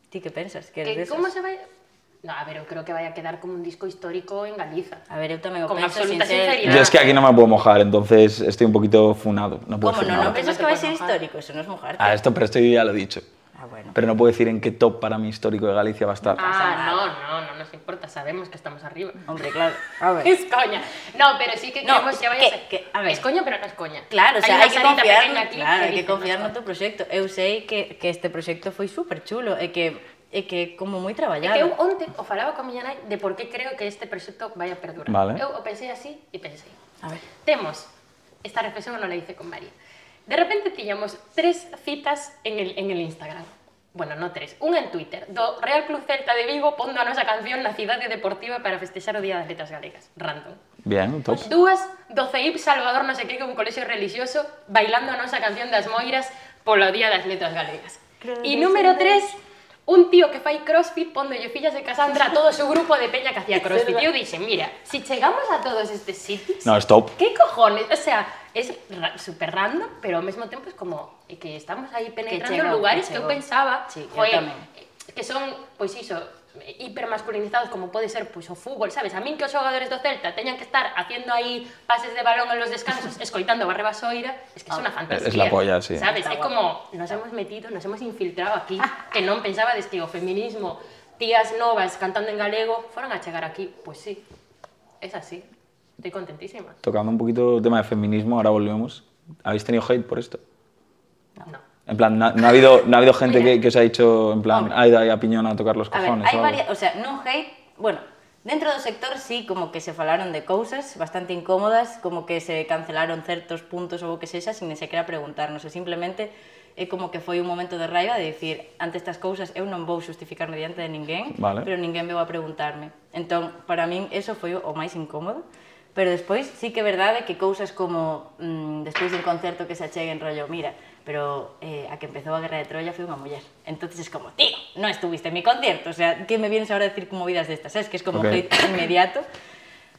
Speaker 1: Ti que pensas? Que eres
Speaker 4: Que,
Speaker 1: desas?
Speaker 4: ¿Cómo se va a- No, a ver, yo creo que vaya a quedar como un disco histórico en Galiza.
Speaker 1: A ver, eu tamén o
Speaker 4: Con
Speaker 1: penso sin
Speaker 4: absoluta
Speaker 1: ser...
Speaker 4: sinceridad.
Speaker 3: Yo es que aquí no me puedo mojar, entonces estoy un poquito funado. No puedo
Speaker 1: Como
Speaker 3: decir
Speaker 1: no, no
Speaker 3: nada.
Speaker 1: pensas
Speaker 4: No te
Speaker 1: que vai
Speaker 4: puedes
Speaker 1: ser
Speaker 4: mojar.
Speaker 1: histórico, eso non es mojar.
Speaker 3: Ah, esto, pero esto yo ya lo he dicho.
Speaker 1: Ah, bueno.
Speaker 3: Pero no puedo decir en qué top para mí histórico de Galicia va a estar.
Speaker 4: Ah, no, no, no nos importa, sabemos que estamos arriba.
Speaker 1: Hombre, claro. A
Speaker 4: [laughs]
Speaker 1: ver.
Speaker 4: Es coña. No, pero sí que
Speaker 1: No,
Speaker 4: queremos que vaya a
Speaker 1: que-
Speaker 4: ser-
Speaker 1: que- a ver.
Speaker 4: Es coña, pero no es coña.
Speaker 1: Claro, o sea,
Speaker 4: una
Speaker 1: hai que
Speaker 4: salita
Speaker 1: confiar,
Speaker 4: pequeña aquí
Speaker 1: claro, hai
Speaker 4: dice,
Speaker 1: que confiar no
Speaker 4: es
Speaker 1: teu proxecto. Eu sei que, que este proxecto foi super chulo e que é que é como moi
Speaker 4: É que eu
Speaker 1: traballado.
Speaker 4: onte o falaba con miña nai de por que creo que este proxecto vai a perdurar.
Speaker 3: Vale.
Speaker 4: Eu o pensei así e pensei,
Speaker 1: A ver.
Speaker 4: temos, esta reflexión non la hice con María, de repente tiñamos tres citas en el, en el Instagram. Bueno, no tres, unha en Twitter, do Real Club Celta de Vigo pondo a nosa canción na cidade deportiva para festexar o Día das Letras Galegas. Random.
Speaker 3: Bien, top.
Speaker 4: Dúas do CEIP Salvador non sei que que é un colexio relixioso bailando a nosa canción das Moiras polo Día das Letras Galegas. E número 3, un tío que fai crossfit pondolle fillas de Cassandra a todo o seu grupo de
Speaker 3: [laughs]
Speaker 4: peña que hacía crossfit. E eu dixe, mira, se si chegamos a todos estes sitios,
Speaker 3: No, es top.
Speaker 4: que cojones? O sea, es ra- super random, pero ao mesmo tempo es como eh, que estamos aí penetrando
Speaker 1: chegou,
Speaker 4: en lugares
Speaker 1: que
Speaker 4: que eu
Speaker 1: chegou.
Speaker 4: pensaba,
Speaker 1: Sí, eu
Speaker 4: joe,
Speaker 1: tamén.
Speaker 4: eh, que son, pois iso, eh, hipermasculinizados como pode ser pois o fútbol, sabes? A min que os xogadores do Celta teñan que estar haciendo aí pases de balón en los
Speaker 1: [laughs]
Speaker 4: descansos, escoitando Barre Basoira, es que é unha fantasía.
Speaker 3: Es la polla, sí.
Speaker 4: Sabes?
Speaker 1: Ah, Está
Speaker 4: É como nos hemos metido, nos hemos infiltrado aquí, que non pensaba des que o feminismo tías novas cantando en galego foron a chegar aquí. Pois sí, es así. Estoy contentísima.
Speaker 3: Tocando un poquito el tema de feminismo, ahora volvemos. ¿Habéis tenido hate por esto?
Speaker 4: No.
Speaker 3: En plan, no, no ha, habido, no ha habido gente
Speaker 4: Mira.
Speaker 3: que, que os ha dicho, en plan,
Speaker 1: Hombre.
Speaker 3: ha ido ahí a piñón a tocar los
Speaker 1: A ver,
Speaker 3: cojones.
Speaker 1: hai
Speaker 3: o algo"?
Speaker 1: varias, o sea, non hate, bueno, dentro do sector sí como que se falaron de cousas bastante incómodas, como que se cancelaron certos puntos ou o que sexa sin nem sequera preguntarnos, e simplemente é como que foi un momento de raiva de dicir, ante estas cousas eu non vou justificarme diante de ninguén,
Speaker 3: Vale.
Speaker 1: pero ninguén veu a preguntarme. Entón, para min, eso foi o máis incómodo. Pero despois sí que é verdade que cousas como mm, despois dun concerto que se acheguen rollo, mira, pero eh, a que empezou a Guerra de Troya foi unha muller. Entonces es como, tío, no estuviste en mi concierto. O sea, ¿qué me vienes ahora a decir como vidas destas? ¿Sabes? Que es como
Speaker 3: Ok.
Speaker 1: hate
Speaker 4: [coughs]
Speaker 1: inmediato.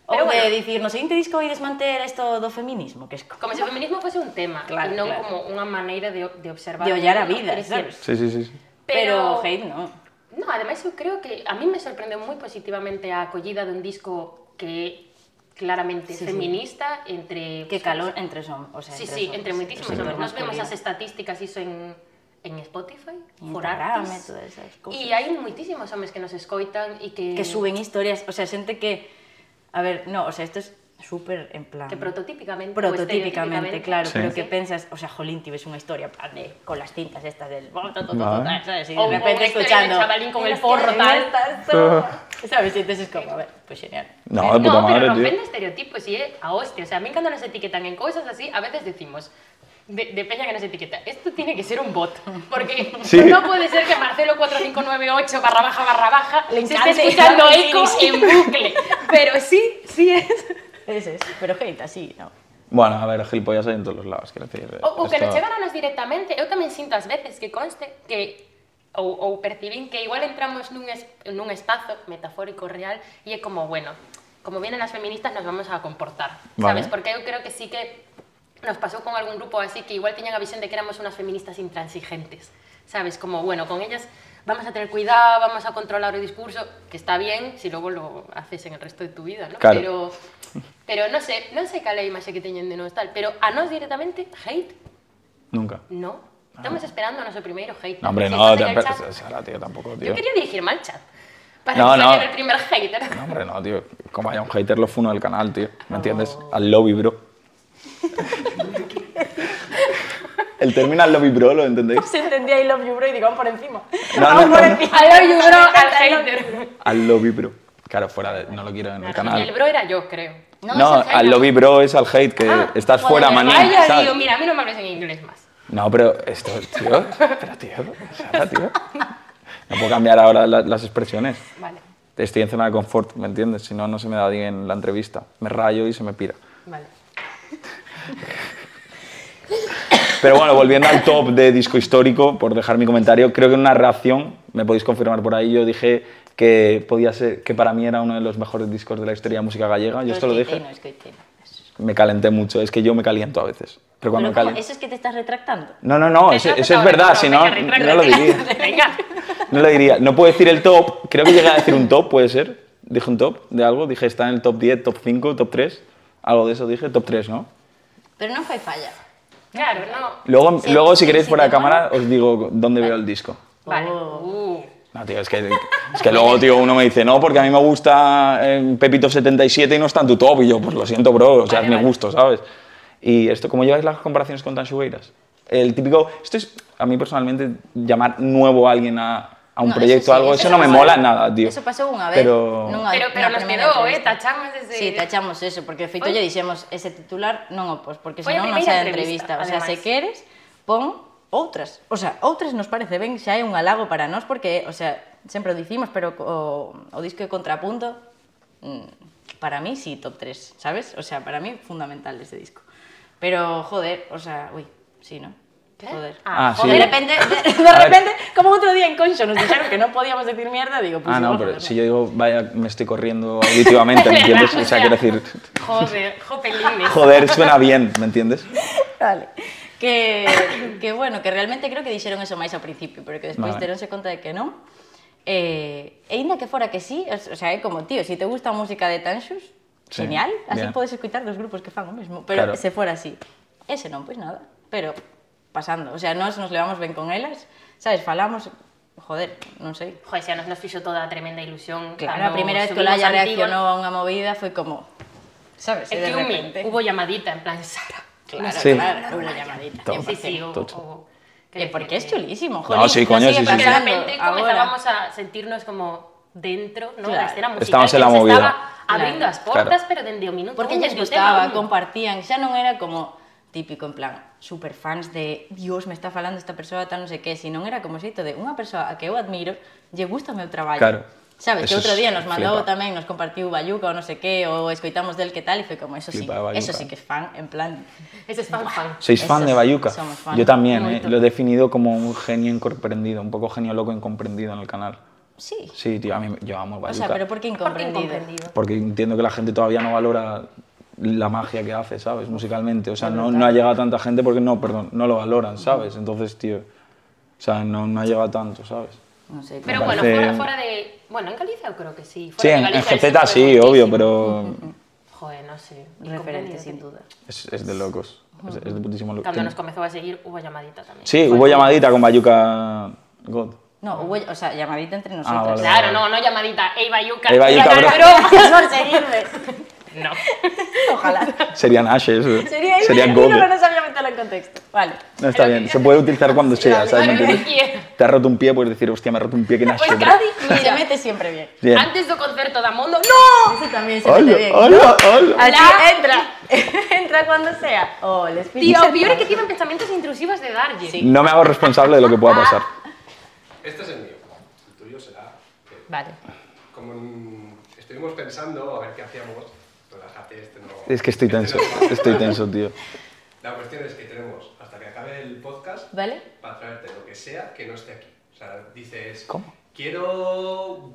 Speaker 4: Pero
Speaker 1: Pero de
Speaker 4: bueno.
Speaker 1: dicir, no seguinte disco vai desmanter isto do feminismo, que es como...
Speaker 4: Como se o feminismo fose un tema,
Speaker 1: Claro,
Speaker 4: e non
Speaker 1: claro.
Speaker 4: como unha maneira de, de observar...
Speaker 1: De ollar a
Speaker 4: ¿no?
Speaker 1: vida,
Speaker 4: Quer decir,
Speaker 1: sabes?
Speaker 3: Sí, sí, sí. sí.
Speaker 1: Pero, hate no.
Speaker 4: No, ademais eu creo que a mí me sorprendeu moi positivamente a acollida dun disco que é claramente
Speaker 1: Sí, sí.
Speaker 4: feminista entre...
Speaker 1: Que calor entre son, o sea, entre
Speaker 4: Sí, sí,
Speaker 1: os
Speaker 4: entre
Speaker 1: homes.
Speaker 4: moitísimos
Speaker 1: O sector
Speaker 4: hombres. Nos vemos
Speaker 1: masculino.
Speaker 4: as estatísticas iso en, en Spotify, por
Speaker 1: Instagram e
Speaker 4: artes.
Speaker 1: todas esas cousas.
Speaker 4: E hai moitísimos homes que nos escoitan e que...
Speaker 1: que suben historias, o sea, xente que a ver, no, o sea, esto es súper en plan
Speaker 4: Que prototípicamente... ou
Speaker 1: prototípicamente,
Speaker 4: estereotípicamente-
Speaker 1: claro,
Speaker 3: Sí.
Speaker 1: pero que
Speaker 4: Sí.
Speaker 1: pensas, o sea, jolín, ves una historia en plan de, con las cintas estas del bom, to, to, to, to,
Speaker 3: Vale.
Speaker 1: tal, ¿sabes? Y
Speaker 4: O- o
Speaker 1: de repente
Speaker 4: una historia del
Speaker 1: escuchando
Speaker 4: chavalín con el forro, tal.
Speaker 1: "Estas
Speaker 3: [laughs]
Speaker 1: son", ¿Sabes? Y entonces es como, a ver, pues genial.
Speaker 3: No, de puta
Speaker 4: Eh, no,
Speaker 3: madre,
Speaker 4: pero
Speaker 3: tío.
Speaker 4: rompen estereotipos y es a hostia. O sea, a mí cuando nos etiquetan en cosas así, a veces decimos, de, de peña que nos etiqueta, esto tiene que ser un bot. Porque
Speaker 3: [laughs] Sí.
Speaker 4: no puede ser que Marcelo 4598 barra baja barra baja
Speaker 1: Le
Speaker 4: se
Speaker 1: encanta
Speaker 4: esté escuchando
Speaker 1: el
Speaker 4: eco
Speaker 1: sí.
Speaker 4: en bucle. Pero sí, sí es.
Speaker 3: [laughs]
Speaker 1: Ese es, pero gente así, no.
Speaker 3: Bueno, a ver, gilipollas hay en todos los lados, quiero decir.
Speaker 4: O, o que nos
Speaker 3: esto-
Speaker 4: chegarános directamente, eu tamén sinto ás veces que conste que ou, ou percibín que igual entramos nun, es, nun espazo metafórico real e é como, bueno, como vienen as feministas nos vamos a comportar,
Speaker 3: Vale.
Speaker 4: sabes? Porque eu creo que sí que nos pasou con algún grupo así que igual tiñan a visión de que éramos unas feministas intransigentes, sabes? Como, bueno, con ellas vamos a tener cuidado, vamos a controlar o discurso, que está bien si logo lo haces en el resto de tu vida, ¿no?
Speaker 3: Claro.
Speaker 4: Pero Pero non sei, non sei cal é a imaxe que teñen de nós tal, pero a nós directamente, hate,
Speaker 3: Nunca.
Speaker 4: no. Estamos esperando o noso primeiro hate.
Speaker 3: Ah. No, hombre, no,
Speaker 4: Si estás en
Speaker 3: te...
Speaker 4: el chat-
Speaker 3: Sara, tío, tampoco, tío.
Speaker 4: Yo quería dirigirme al chat. Para
Speaker 3: No, no.
Speaker 4: que saliera el primer hater.
Speaker 3: No, hombre, no, tío. Como haya un hater, lo funo del canal, tío. ¿Me entiendes? Al lobby, bro. El término al lobby, bro, ¿lo entendéis?
Speaker 1: Se entendía I love you, bro, y digo, "Aún por encima.
Speaker 3: No,
Speaker 1: Aún
Speaker 3: no,
Speaker 1: por
Speaker 3: no, no.
Speaker 1: encima.
Speaker 4: I love you, bro, [laughs] al
Speaker 1: I love you.
Speaker 4: hater.
Speaker 3: Al lobby, bro. Claro, fuera de... No lo quiero en el
Speaker 4: El
Speaker 3: canal.
Speaker 4: bro era yo, creo.
Speaker 3: No,
Speaker 1: es el
Speaker 3: al
Speaker 1: hater.
Speaker 3: lobby, bro, es al hate, que
Speaker 4: Ah,
Speaker 3: estás
Speaker 1: joder,
Speaker 3: fuera,
Speaker 1: me
Speaker 3: manín.
Speaker 4: Vaya,
Speaker 3: ¿sabes?
Speaker 4: digo, mira, a mí no me hables en inglés más.
Speaker 3: No, pero esto, tío. Pero, tío. Sara, tío. No puedo cambiar ahora la- las expresiones.
Speaker 4: Vale,
Speaker 3: Estoy en zona de confort, ¿me entiendes? Si no, no se me da bien la entrevista. Me rayo y se me pira.
Speaker 4: vale.
Speaker 3: Pero bueno, volviendo al top de disco histórico, por dejar mi comentario, creo que en una reacción, me podéis confirmar por ahí, yo dije que podía ser, que para mí era uno de los mejores discos de la historia de música gallega. Yo esto lo dije,
Speaker 1: No, es que, no, es que-
Speaker 3: me calenté mucho, es que yo me caliento a veces. Pero cuando
Speaker 1: Pero, ¿cómo?
Speaker 3: me caliento...
Speaker 1: Eso es que te estás retractando.
Speaker 3: No, no, no, eso, eso es verdad, si no, no
Speaker 1: [laughs]
Speaker 3: lo
Speaker 4: [laughs]
Speaker 3: diría.
Speaker 4: Venga.
Speaker 3: No lo diría. No puedo decir el top, creo que llegué a decir un top, puede ser. Dije un top de algo, dije está en el top 10, top 5, top 3. Algo de eso dije, top 3, ¿no?
Speaker 1: Pero non fai falla.
Speaker 4: Claro, no.
Speaker 3: Luego,
Speaker 1: Sí,
Speaker 3: luego
Speaker 1: sí,
Speaker 3: si queréis
Speaker 1: sí,
Speaker 3: fuera de
Speaker 1: te mola.
Speaker 3: cámara, os digo dónde veo el disco.
Speaker 4: Vale.
Speaker 1: Oh.
Speaker 4: Uh.
Speaker 3: No, tío, es que, es que luego, tío, uno me dice, no, porque a mí me gusta eh, Pepito 77 y no está en tu top. Y yo, pues lo siento, bro, o sea,
Speaker 4: Vale,
Speaker 3: es mi
Speaker 4: vale.
Speaker 3: gusto, ¿sabes? Y esto, ¿cómo lleváis las comparaciones con Tansugueiras? El típico, esto es, a mí personalmente, llamar nuevo a alguien a, a un
Speaker 1: No, eso
Speaker 3: proyecto o
Speaker 1: sí,
Speaker 3: algo,
Speaker 1: eso
Speaker 3: eso, no me
Speaker 1: pasou.
Speaker 3: mola nada, tío.
Speaker 1: Eso pasou unha vez.
Speaker 3: Pero...
Speaker 1: nunha-
Speaker 4: Pero, pero
Speaker 1: na
Speaker 4: nos
Speaker 1: primeira
Speaker 4: quedou, eh,
Speaker 1: entrevista.
Speaker 4: tachamos ese...
Speaker 1: Sí, tachamos eso, porque de feito
Speaker 4: Foi-
Speaker 1: lle dixemos ese titular non o pos, porque
Speaker 4: Foi a
Speaker 1: senón non sai
Speaker 4: primeira
Speaker 1: a entrevista. O
Speaker 4: entrevista,
Speaker 1: sea, se
Speaker 4: ademais.
Speaker 1: queres, pon outras. O sea, outras nos parece ben, xa é un halago para nós, porque, o sea, sempre o dicimos, pero o, o disco de contrapunto, mm, para mí sí, top 3, sabes? O sea, para mí fundamental ese disco. Pero, joder, o sea, uy, sí, ¿no?
Speaker 4: ¿Qué?
Speaker 1: Joder.
Speaker 3: Ah, sí.
Speaker 1: De repente, de, de
Speaker 3: [laughs] A ver.
Speaker 1: repente, como outro día en Concho nos dixeron que non podíamos decir mierda, digo, pues
Speaker 3: Ah, no,
Speaker 1: vamos a
Speaker 3: pero
Speaker 1: ver,
Speaker 3: si yo digo, vaya, me estoy corriendo auditivamente,
Speaker 1: [laughs]
Speaker 3: ¿me entiendes? O sea, quiero decir,
Speaker 4: Joder, jopelines.
Speaker 3: joder, suena bien, ¿me entiendes?
Speaker 1: Vale. Que, que bueno, que realmente creo que dixeron eso máis ao principio, pero que despois
Speaker 3: Vale.
Speaker 1: vale. deronse conta de que non. Eh, e ainda que fora que sí, o o sea, é como, tío, se si te gusta a música de Tanxus,
Speaker 3: Sí,
Speaker 1: sí, genial, así
Speaker 3: bien.
Speaker 1: podes escutar dos grupos que fan o mesmo, pero
Speaker 3: Claro.
Speaker 1: claro. se fora así. Ese pues non, pois nada, pero pasando, o sea, nós nos levamos ben con elas, sabes, falamos, joder, non sei.
Speaker 4: Joder, xa nos, nos fixo toda a tremenda ilusión.
Speaker 1: Claro,
Speaker 4: cando
Speaker 1: a primeira vez que o
Speaker 4: subimos
Speaker 1: Laia
Speaker 4: a Antígona.
Speaker 1: reaccionou a unha movida foi como, sabes,
Speaker 4: Es
Speaker 1: de
Speaker 4: que humi-
Speaker 1: repente.
Speaker 4: hubo llamadita, en plan, Sara.
Speaker 1: Claro,
Speaker 3: Sí.
Speaker 1: claro, una llamadita.
Speaker 3: Toma.
Speaker 4: Sí, sí, o-
Speaker 3: Tocho.
Speaker 4: o-
Speaker 1: Eh, porque es chulísimo,
Speaker 3: No, sí, coño,
Speaker 1: sigue
Speaker 3: sí, sí, sí.
Speaker 4: Que de
Speaker 1: pasando
Speaker 4: repente
Speaker 1: ahora.
Speaker 4: comenzábamos a sentirnos como dentro, ¿no?
Speaker 1: Claro.
Speaker 4: La escena musical
Speaker 3: Estábamos en
Speaker 4: que
Speaker 3: la
Speaker 4: nos
Speaker 3: movida.
Speaker 4: estaba abrindo
Speaker 1: Claro.
Speaker 4: as portas,
Speaker 3: Claro.
Speaker 4: pero dende o minuto
Speaker 1: Porque
Speaker 4: uno,
Speaker 1: lles
Speaker 4: dende o tema
Speaker 1: gustaba,
Speaker 4: uno.
Speaker 1: compartían, xa non era como típico, en plan, super fans de Dios, me está falando esta persoa tal non sei que, sino era como xeito de unha persoa a que eu admiro, lle gusta o meu traballo.
Speaker 3: Claro.
Speaker 1: Sabes, que
Speaker 3: Eso
Speaker 1: outro
Speaker 3: es
Speaker 1: día nos mandou
Speaker 3: flipa.
Speaker 1: tamén, nos compartiu Bayuca ou non sei que, ou escoitamos del que tal, e foi como, eso sí,
Speaker 3: Flipa Bayuca.
Speaker 1: eso sí que es fan, en plan,
Speaker 4: Ese es fan fan.
Speaker 3: ¿Sois
Speaker 1: Eso
Speaker 3: fan de
Speaker 1: es,
Speaker 3: Bayuca?
Speaker 1: somos fan.
Speaker 3: Yo también,
Speaker 4: Muy
Speaker 3: eh,
Speaker 4: top.
Speaker 3: lo he definido como un genio incomprendido, un poco genio loco incomprendido en el canal.
Speaker 1: sí.
Speaker 3: Sí, tío, a mí yo amo
Speaker 1: O
Speaker 3: Bayuca.
Speaker 1: sea, pero por que
Speaker 4: Porque
Speaker 1: incomprendido?
Speaker 4: incomprendido.
Speaker 3: Porque entiendo que la gente todavía no valora la magia que hace, ¿sabes? Musicalmente. O sea, no, no ha llegado a tanta gente porque no, perdón, no lo valoran, ¿sabes? Entonces, tío, o sea, no, no ha llegado a tanto, ¿sabes?
Speaker 1: Non sei.
Speaker 4: Pero
Speaker 3: Me
Speaker 4: bueno,
Speaker 3: parece-
Speaker 4: fuera, fuera de... Bueno, en Galicia yo creo que sí. Fuera
Speaker 3: Sí,
Speaker 4: de
Speaker 3: en, en
Speaker 4: Galicia el
Speaker 3: GZ
Speaker 4: sitio
Speaker 3: sí,
Speaker 4: es
Speaker 3: obvio,
Speaker 4: muchísimo.
Speaker 3: pero
Speaker 4: Joder, no sé.
Speaker 1: referente, sin
Speaker 4: incomprendido.
Speaker 1: duda.
Speaker 3: es, es de locos. Es, es de putísimo locos.
Speaker 4: Cuando nos comenzó a seguir hubo llamadita también.
Speaker 3: Sí,
Speaker 1: Pues
Speaker 3: hubo llamadita con Bayuca God.
Speaker 1: No, hubo, o sea, llamadita entre nosotras.
Speaker 3: Ah, vale.
Speaker 4: Claro, no, no llamadita. Ey, Bayuca.
Speaker 3: Ey, Bayuca,
Speaker 4: mira,
Speaker 3: bro.
Speaker 4: cabrón.
Speaker 1: [laughs] Gracias por seguirme.
Speaker 4: No.
Speaker 1: Ojalá.
Speaker 3: Serían Ashes, eh.
Speaker 1: [laughs] Sería,
Speaker 3: serían
Speaker 1: No,
Speaker 3: God.
Speaker 1: no sabía meterlo en contexto. Vale.
Speaker 3: No está bien, se puede utilizar cuando sea, ¿sabes? ¿Me
Speaker 4: Claro,
Speaker 3: entiendes?
Speaker 4: cualquiera.
Speaker 3: Te has roto un pie, puedes decir, hostia, me he roto un pie que nace.
Speaker 4: Pois
Speaker 1: [laughs]
Speaker 3: bro.
Speaker 4: Cádiz,
Speaker 1: Se
Speaker 4: mira,
Speaker 1: mete siempre bien.
Speaker 3: Bien.
Speaker 4: antes do concerto da Mondo, no!
Speaker 1: Eso también se mete
Speaker 3: Hola,
Speaker 1: bien.
Speaker 3: hola, hola.
Speaker 1: Así,
Speaker 4: Hola.
Speaker 1: entra. [laughs] entra cuando sea. Oh, el espíritu.
Speaker 4: Tío,
Speaker 1: santo.
Speaker 4: peor é que tiven pensamentos intrusivos de darlle.
Speaker 1: Sí.
Speaker 3: No me hago responsable de lo que pueda pasar.
Speaker 2: Este es el mío. El tuyo será. eh,
Speaker 4: Vale.
Speaker 2: Como en- estuvimos pensando a ver qué hacíamos. Relájate, este no.
Speaker 3: Es que estoy
Speaker 2: este
Speaker 3: tenso,
Speaker 2: no va.
Speaker 3: estoy tenso, tío.
Speaker 2: La cuestión es que tenemos hasta que acabe el podcast
Speaker 1: ¿Vale?
Speaker 2: para traerte lo que sea que no esté aquí. O sea, dices.
Speaker 3: ¿Cómo?
Speaker 2: Quiero.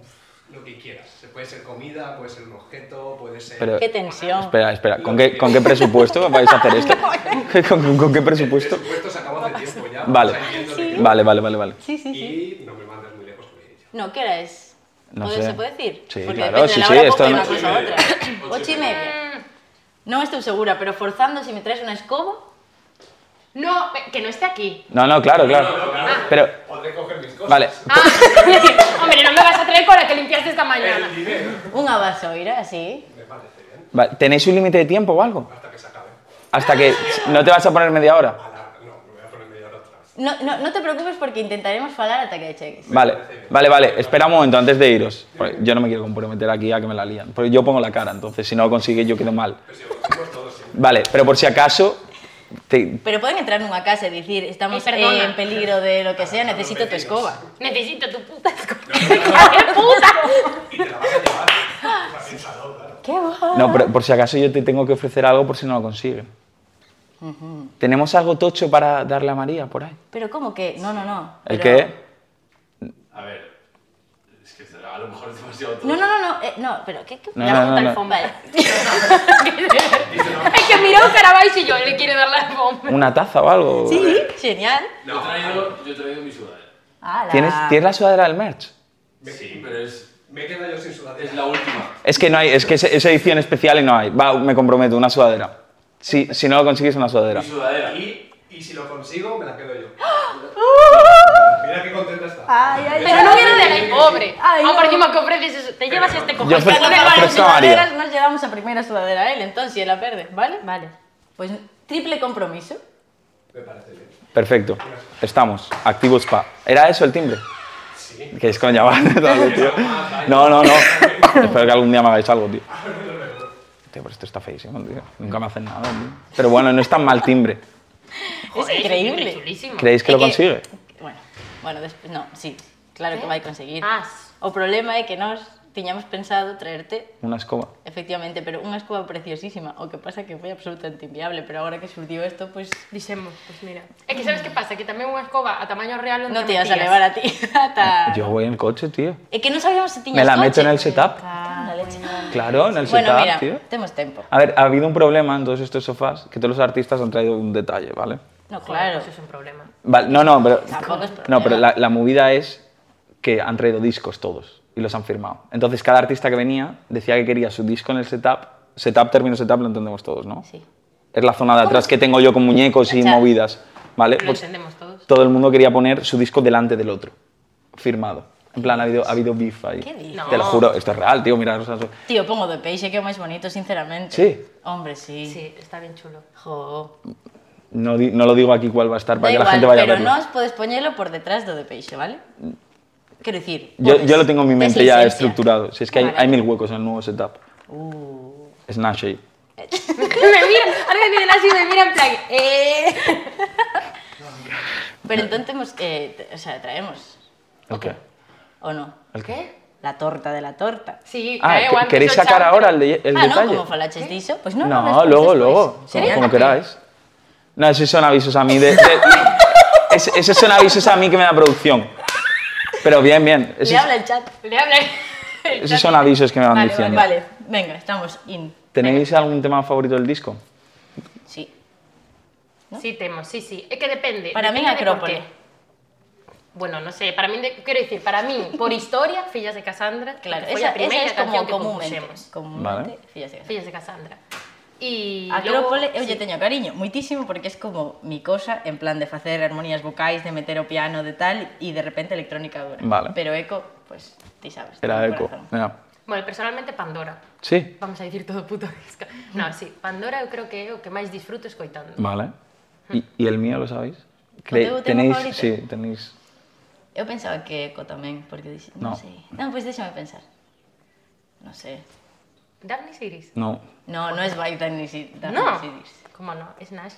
Speaker 2: lo que quieras. Se puede ser comida, puede ser un objeto, puede ser.
Speaker 3: Pero-
Speaker 1: Qué tensión.
Speaker 3: Espera, espera, ¿con qué, ¿con qué presupuesto vais a hacer esto? ¿Con, con- con qué presupuesto?
Speaker 2: Presupuesto se acabó hace tiempo ya.
Speaker 3: Vale,
Speaker 2: vamos a ir viendo de qué-
Speaker 3: vale, vale, vale. vale.
Speaker 1: Sí, sí, sí.
Speaker 2: Y no me mandes muy lejos con ella.
Speaker 1: No, ¿qué hora es?
Speaker 3: No
Speaker 1: ¿Puede-
Speaker 3: sé.
Speaker 1: ¿Se puede decir?
Speaker 3: Sí,
Speaker 1: Porque
Speaker 3: claro,
Speaker 1: depende
Speaker 3: sí,
Speaker 1: de la
Speaker 3: sí,
Speaker 1: hora
Speaker 3: esto
Speaker 1: puedo
Speaker 3: no-
Speaker 1: hacer una cosa u
Speaker 3: [laughs]
Speaker 1: otra.
Speaker 2: Ocho y
Speaker 1: Ocho y
Speaker 2: media.
Speaker 1: media. No estoy segura, pero forzando si me traes una escoba.
Speaker 4: No, eh, que no esté aquí.
Speaker 3: No, no, claro, claro. Pero,
Speaker 2: Podré coger mis cosas.
Speaker 3: vale,
Speaker 4: Ah, [laughs] hombre, no me vas a traer con la que limpiaste esta
Speaker 2: El
Speaker 4: mañana.
Speaker 2: dinero.
Speaker 1: Una vasoira, así.
Speaker 2: Me parece bien.
Speaker 3: va- ¿tenéis un límite de tiempo o algo?
Speaker 2: Hasta que se acabe.
Speaker 3: Hasta que no te vas a poner media hora.
Speaker 2: A la- No, me voy a poner media hora atrás.
Speaker 1: No, no, no te preocupes porque intentaremos falar hasta que chegues.
Speaker 3: Vale, vale, vale, espera un momento antes de iros. Porque Yo no me quiero comprometer aquí a que me la lían. Porque yo pongo la cara, entonces si no lo consigue yo quedo mal.
Speaker 2: Pero si lo hacemos todos siempre.
Speaker 3: Vale, pero por si acaso, te-
Speaker 1: Pero pueden entrar nunha casa e dicir, estamos
Speaker 4: Eh, perdona.
Speaker 1: eh, en peligro de lo que sea, necesito tu escoba.
Speaker 4: Necesito tu puta [laughs] escoba.
Speaker 2: Y te la vas a llevar. Pues así, salón, claro.
Speaker 1: Qué guapo.
Speaker 3: no, pero por si acaso yo te tengo que ofrecer algo por si no lo consigue. ¿Tenemos algo tocho para darle a María por ahí?
Speaker 1: Pero como que, no, no, no.
Speaker 3: ¿El
Speaker 1: pero-
Speaker 3: qué?
Speaker 5: A ver, es que será a lo mejor [laughs] demasiado todo.
Speaker 1: No, no, no, no, eh, no, pero ¿qué? qué
Speaker 3: No,
Speaker 1: la
Speaker 3: no,
Speaker 1: puta
Speaker 3: no, no.
Speaker 1: alfombra. Vale. [laughs]
Speaker 4: [laughs] Es que miró Carabais y yo, le quiere dar la bomba.
Speaker 3: ¿Una taza o algo?
Speaker 1: Sí, genial.
Speaker 5: Yo, he traído, yo he traído mi sudadera.
Speaker 1: Ala.
Speaker 3: ¿Tienes, ¿Tienes la sudadera del merch?
Speaker 5: Sí, pero es,
Speaker 2: Me he quedado yo sin sudadera.
Speaker 5: es la última.
Speaker 3: Es que no hay, es que es, es edición especial y no hay. Va, me comprometo, una sudadera. Si, si no lo consigues, una sudadera.
Speaker 5: Mi sudadera.
Speaker 2: Y, y si lo consigo, me la quedo yo. Mira qué contenta está.
Speaker 1: Ay, ay,
Speaker 4: Pero no viene de ahí, pobre.
Speaker 1: Ay,
Speaker 4: Aún
Speaker 1: no.
Speaker 4: por encima que ofreces eso. Te llevas este cojón.
Speaker 3: Yo ofre-
Speaker 4: con el
Speaker 1: Para
Speaker 4: balón.
Speaker 1: las
Speaker 3: ofrezco a María.
Speaker 1: sudaderas nos llevamos a primera sudadera a él, entonces, y él la pierde, ¿vale? Vale. Pues triple compromiso.
Speaker 2: Me parece bien.
Speaker 3: Perfecto. Estamos. Activo spa. ¿Era eso el timbre?
Speaker 2: Sí.
Speaker 3: Que es coña, vale, [laughs] dale, tío. No, no, no. Espero que algún día me hagáis algo, tío. Tío, pero esto está feísimo, tío. Nunca me hacen nada, tío. Pero bueno, no es tan mal timbre.
Speaker 4: Joder,
Speaker 1: es
Speaker 4: Es
Speaker 1: increíble.
Speaker 4: chulísimo.
Speaker 3: ¿Creéis que
Speaker 1: É
Speaker 3: lo consigue?
Speaker 1: Bueno, bueno, despois, no, sí, claro que
Speaker 4: ¿Qué?
Speaker 1: vai conseguir.
Speaker 4: Ah,
Speaker 1: O problema é que nós tiñamos pensado traerte
Speaker 3: Una escoba.
Speaker 1: Efectivamente, pero unha escoba preciosísima, o que pasa que foi absolutamente inviable, pero agora que surdiu isto, pois pues,
Speaker 4: Dixemos, pues mira. Es que sabes qué pasa, que también unha escoba a tamaño real
Speaker 1: non te ibas a levar a ti [laughs] ata...
Speaker 3: Ah, Yo voy en coche, tío.
Speaker 1: É que non sabíamos se tiñas
Speaker 3: Me la
Speaker 1: coche.
Speaker 3: meto en el setup.
Speaker 1: Ah, bueno.
Speaker 3: Claro, en el
Speaker 1: Bueno,
Speaker 3: setup,
Speaker 1: mira,
Speaker 3: tío.
Speaker 1: temos tempo.
Speaker 3: A ver, ha habido un problema en todos estos sofás que todos los artistas han traído un detalle, ¿vale?
Speaker 1: No, claro.
Speaker 4: Claro. pues Eso es un problema.
Speaker 3: Vale, no, no, pero,
Speaker 1: Tampoco es problema.
Speaker 3: no, pero la, la movida es que han traído discos todos y los han firmado. Entonces cada artista que venía decía que quería su disco en el setup. Setup, término setup, lo entendemos todos, ¿no?
Speaker 1: Sí.
Speaker 3: Es la zona de atrás que tengo yo con muñecos
Speaker 1: [laughs]
Speaker 3: y
Speaker 1: Claro.
Speaker 3: movidas, ¿vale?
Speaker 4: Lo
Speaker 3: Pues
Speaker 4: entendemos todos.
Speaker 3: todo el mundo quería poner su disco delante del otro. firmado. En plan, ha habido, ha habido beef ahí.
Speaker 1: ¿Qué dices?
Speaker 4: No.
Speaker 3: Te lo juro, esto es real, tío, mira. o sea, so-
Speaker 1: Tío, pongo de peixe que é o máis bonito, sinceramente.
Speaker 3: Sí.
Speaker 1: Hombre, sí.
Speaker 4: Sí, está bien chulo.
Speaker 1: Jo.
Speaker 3: no, di- no lo digo aquí cuál va a estar
Speaker 1: Da
Speaker 3: para que la
Speaker 1: igual,
Speaker 3: gente vaya a
Speaker 1: pero
Speaker 3: verlo.
Speaker 1: no os podes poñelo por detrás do de peixe, vale? Quero dicir,
Speaker 3: yo,
Speaker 1: podes,
Speaker 3: yo lo tengo en mi
Speaker 1: tes
Speaker 3: mente ya
Speaker 1: esencia.
Speaker 3: estructurado. Si es que hay,
Speaker 1: Vale.
Speaker 3: hay mil huecos en el nuevo setup.
Speaker 1: Uh.
Speaker 3: Es Nashay.
Speaker 4: me mira, ahora me viene el ácido y me mira en plan, eh.
Speaker 1: [laughs] Pero entonces, hemos, eh, t- o sea, traemos,
Speaker 3: Ok.
Speaker 1: ¿o no?
Speaker 3: ¿El qué?
Speaker 1: La torta de la torta.
Speaker 4: Sí,
Speaker 3: Ah,
Speaker 4: eh,
Speaker 3: ¿que-
Speaker 4: guante,
Speaker 3: ¿queréis
Speaker 4: yo,
Speaker 3: sacar
Speaker 4: chao.
Speaker 3: ahora el, de- el
Speaker 1: ah,
Speaker 3: detalle?
Speaker 1: no, como falaches diso, pues no.
Speaker 3: No,
Speaker 1: después,
Speaker 3: luego,
Speaker 1: despois.
Speaker 3: luego,
Speaker 1: Sería
Speaker 3: como
Speaker 1: el [laughs]
Speaker 3: queráis. No, esos son avisos a mí de... de- es- esos son avisos a mí que me da producción. Pero bien, bien.
Speaker 1: café.
Speaker 3: Esos,
Speaker 1: Le habla el chat.
Speaker 4: Le habla.
Speaker 3: [laughs] esos son avisos que me van
Speaker 4: Vale,
Speaker 3: diciendo.
Speaker 1: Vale, venga, estamos in.
Speaker 3: ¿Tenéis algún tema favorito del disco?
Speaker 1: Sí.
Speaker 4: Sí, Temo, sí, sí. Es que depende.
Speaker 1: Para mí,
Speaker 4: depende de por
Speaker 1: Acrópole.
Speaker 4: qué. Bueno, no sé, para mí, de- quiero decir, para mí, por historia, Fillas de Cassandra,
Speaker 1: Claro,
Speaker 4: que fue
Speaker 1: esa,
Speaker 4: la primera
Speaker 1: esa es
Speaker 4: canción
Speaker 1: como
Speaker 4: que
Speaker 1: comúnmente.
Speaker 4: compusemos.
Speaker 1: Comúnmente,
Speaker 3: Vale.
Speaker 1: fíjate.
Speaker 4: Fillas de Cassandra. Y
Speaker 1: Ah, Acrópole,
Speaker 4: luego-
Speaker 1: eu lle
Speaker 4: sí.
Speaker 1: teño cariño, moitísimo, porque es como mi cosa, en plan de facer armonías vocais, de meter o piano, de tal, e de repente electrónica dura.
Speaker 3: Vale.
Speaker 1: Pero eco, pues, ti sabes.
Speaker 3: Era
Speaker 1: ten
Speaker 3: Eco.
Speaker 1: corazón.
Speaker 3: Venga.
Speaker 4: Bueno, personalmente, Pandora.
Speaker 3: Sí,
Speaker 4: Vamos a dicir todo o puto disco. No, sí, Pandora eu creo que é o que máis disfruto escoitando.
Speaker 3: vale. ¿Y, y el mío lo sabéis?
Speaker 1: teu tema
Speaker 3: ¿Tenéis?
Speaker 1: favorito?
Speaker 3: Sí, tenéis...
Speaker 1: Eu pensaba que eco tamén, porque dixe,
Speaker 3: No.
Speaker 1: non sei. Non, pois pues déxame pensar. Non sé.
Speaker 4: Darnis Iris.
Speaker 3: No.
Speaker 1: No, no es Vibe Tiny City.
Speaker 4: No, como no, es Nash.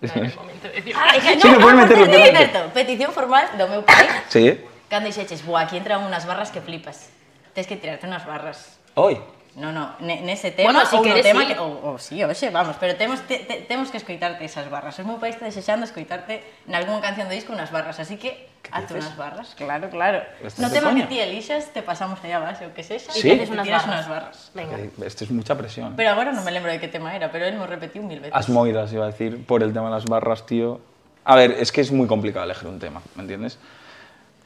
Speaker 4: No era el momento de decir.
Speaker 1: Ah,
Speaker 3: [laughs] Sí, no, puedes meterlo, puedes meterlo.
Speaker 1: Certo, petición formal do meu pai.
Speaker 3: ¿Sí?
Speaker 1: Cando dixeches, buah, aquí entran unas barras que flipas. Tens que tirarte unas barras.
Speaker 3: Hoy.
Speaker 1: No, no, ne- nese tema,
Speaker 4: Bueno, si
Speaker 1: ou no
Speaker 4: queres,
Speaker 1: tema
Speaker 4: sí.
Speaker 1: que... Ou, ou sí, oxe, vamos, pero temos, te, te, temos que escoitarte esas barras. O meu pai está desexando escoitarte nalgúna canción do disco unas barras, así que hazte
Speaker 3: dices?
Speaker 1: unas barras, claro, claro.
Speaker 3: Estás
Speaker 1: No
Speaker 3: de
Speaker 1: tema que
Speaker 3: coña.
Speaker 1: ti elixas, te pasamos allá abajo, o que sexa,
Speaker 3: Sí?
Speaker 1: e te haces
Speaker 4: Te
Speaker 1: unas barras.
Speaker 4: tiras unas
Speaker 1: unas barras.
Speaker 4: Venga.
Speaker 3: Esto este es mucha presión.
Speaker 1: Pero agora non me lembro de que tema era, pero él mo repetiu mil veces.
Speaker 3: Asmoidas, iba a decir, por el tema de las barras, tío. A ver, es que es muy complicado elegir un tema, ¿me entiendes?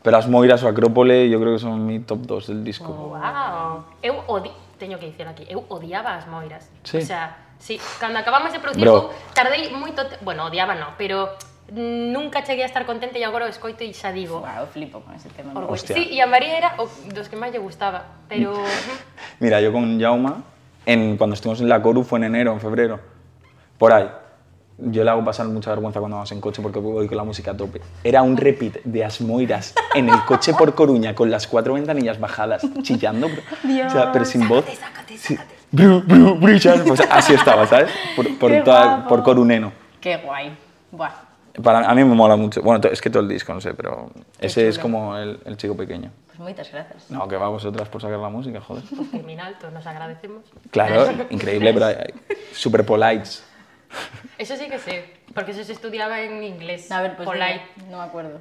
Speaker 3: Pero Asmoiras o Acrópole yo creo que son mi top 2 del disco.
Speaker 4: Wow. Eu odi... Teño que dicir aquí, eu odiaba as moiras.
Speaker 3: Sí.
Speaker 4: O sea, sí, cando acabamos de producir,
Speaker 3: Bro.
Speaker 4: eu tardei moito... te- Bueno, odiaba no, pero nunca cheguei a estar contenta e agora o escoito e xa digo...
Speaker 1: Guau, flipo con ese tema.
Speaker 4: Orgullo.
Speaker 3: Hostia.
Speaker 4: Sí, e a María era o dos que máis lle gustaba, pero... [laughs]
Speaker 3: Mira, yo con Jauma, en, cuando estuvimos en la Coru fue en enero, en febrero, por ahí. Yo le hago pasar mucha vergüenza cuando vamos en coche porque voy con la música a tope. Era un repeat de Asmoiras en el coche por Coruña con las cuatro ventanillas bajadas, chillando, bro. O sea, pero sin voz.
Speaker 4: Sácate,
Speaker 3: Sí. Bru, bru, bru, chas. Pues así estaba, ¿sabes? Por, por
Speaker 1: Qué
Speaker 3: toda-
Speaker 1: guapo.
Speaker 3: por Coruneno.
Speaker 1: Qué guai. Buah,
Speaker 3: Para, a mí me mola mucho. Bueno, to- es que todo el disco, no sé, pero ese es
Speaker 1: chulo.
Speaker 3: como el, el chico pequeño.
Speaker 1: pues moitas grazas.
Speaker 3: No, que va a vosotras por sacar la música, joder.
Speaker 4: Criminal, todos nos agradecemos.
Speaker 3: Claro, increíble, pero super polites.
Speaker 4: Eso sí que sé, porque eso se estudiaba en inglés.
Speaker 1: A ver, pues
Speaker 4: polite. [laughs]
Speaker 1: dime, no me acuerdo.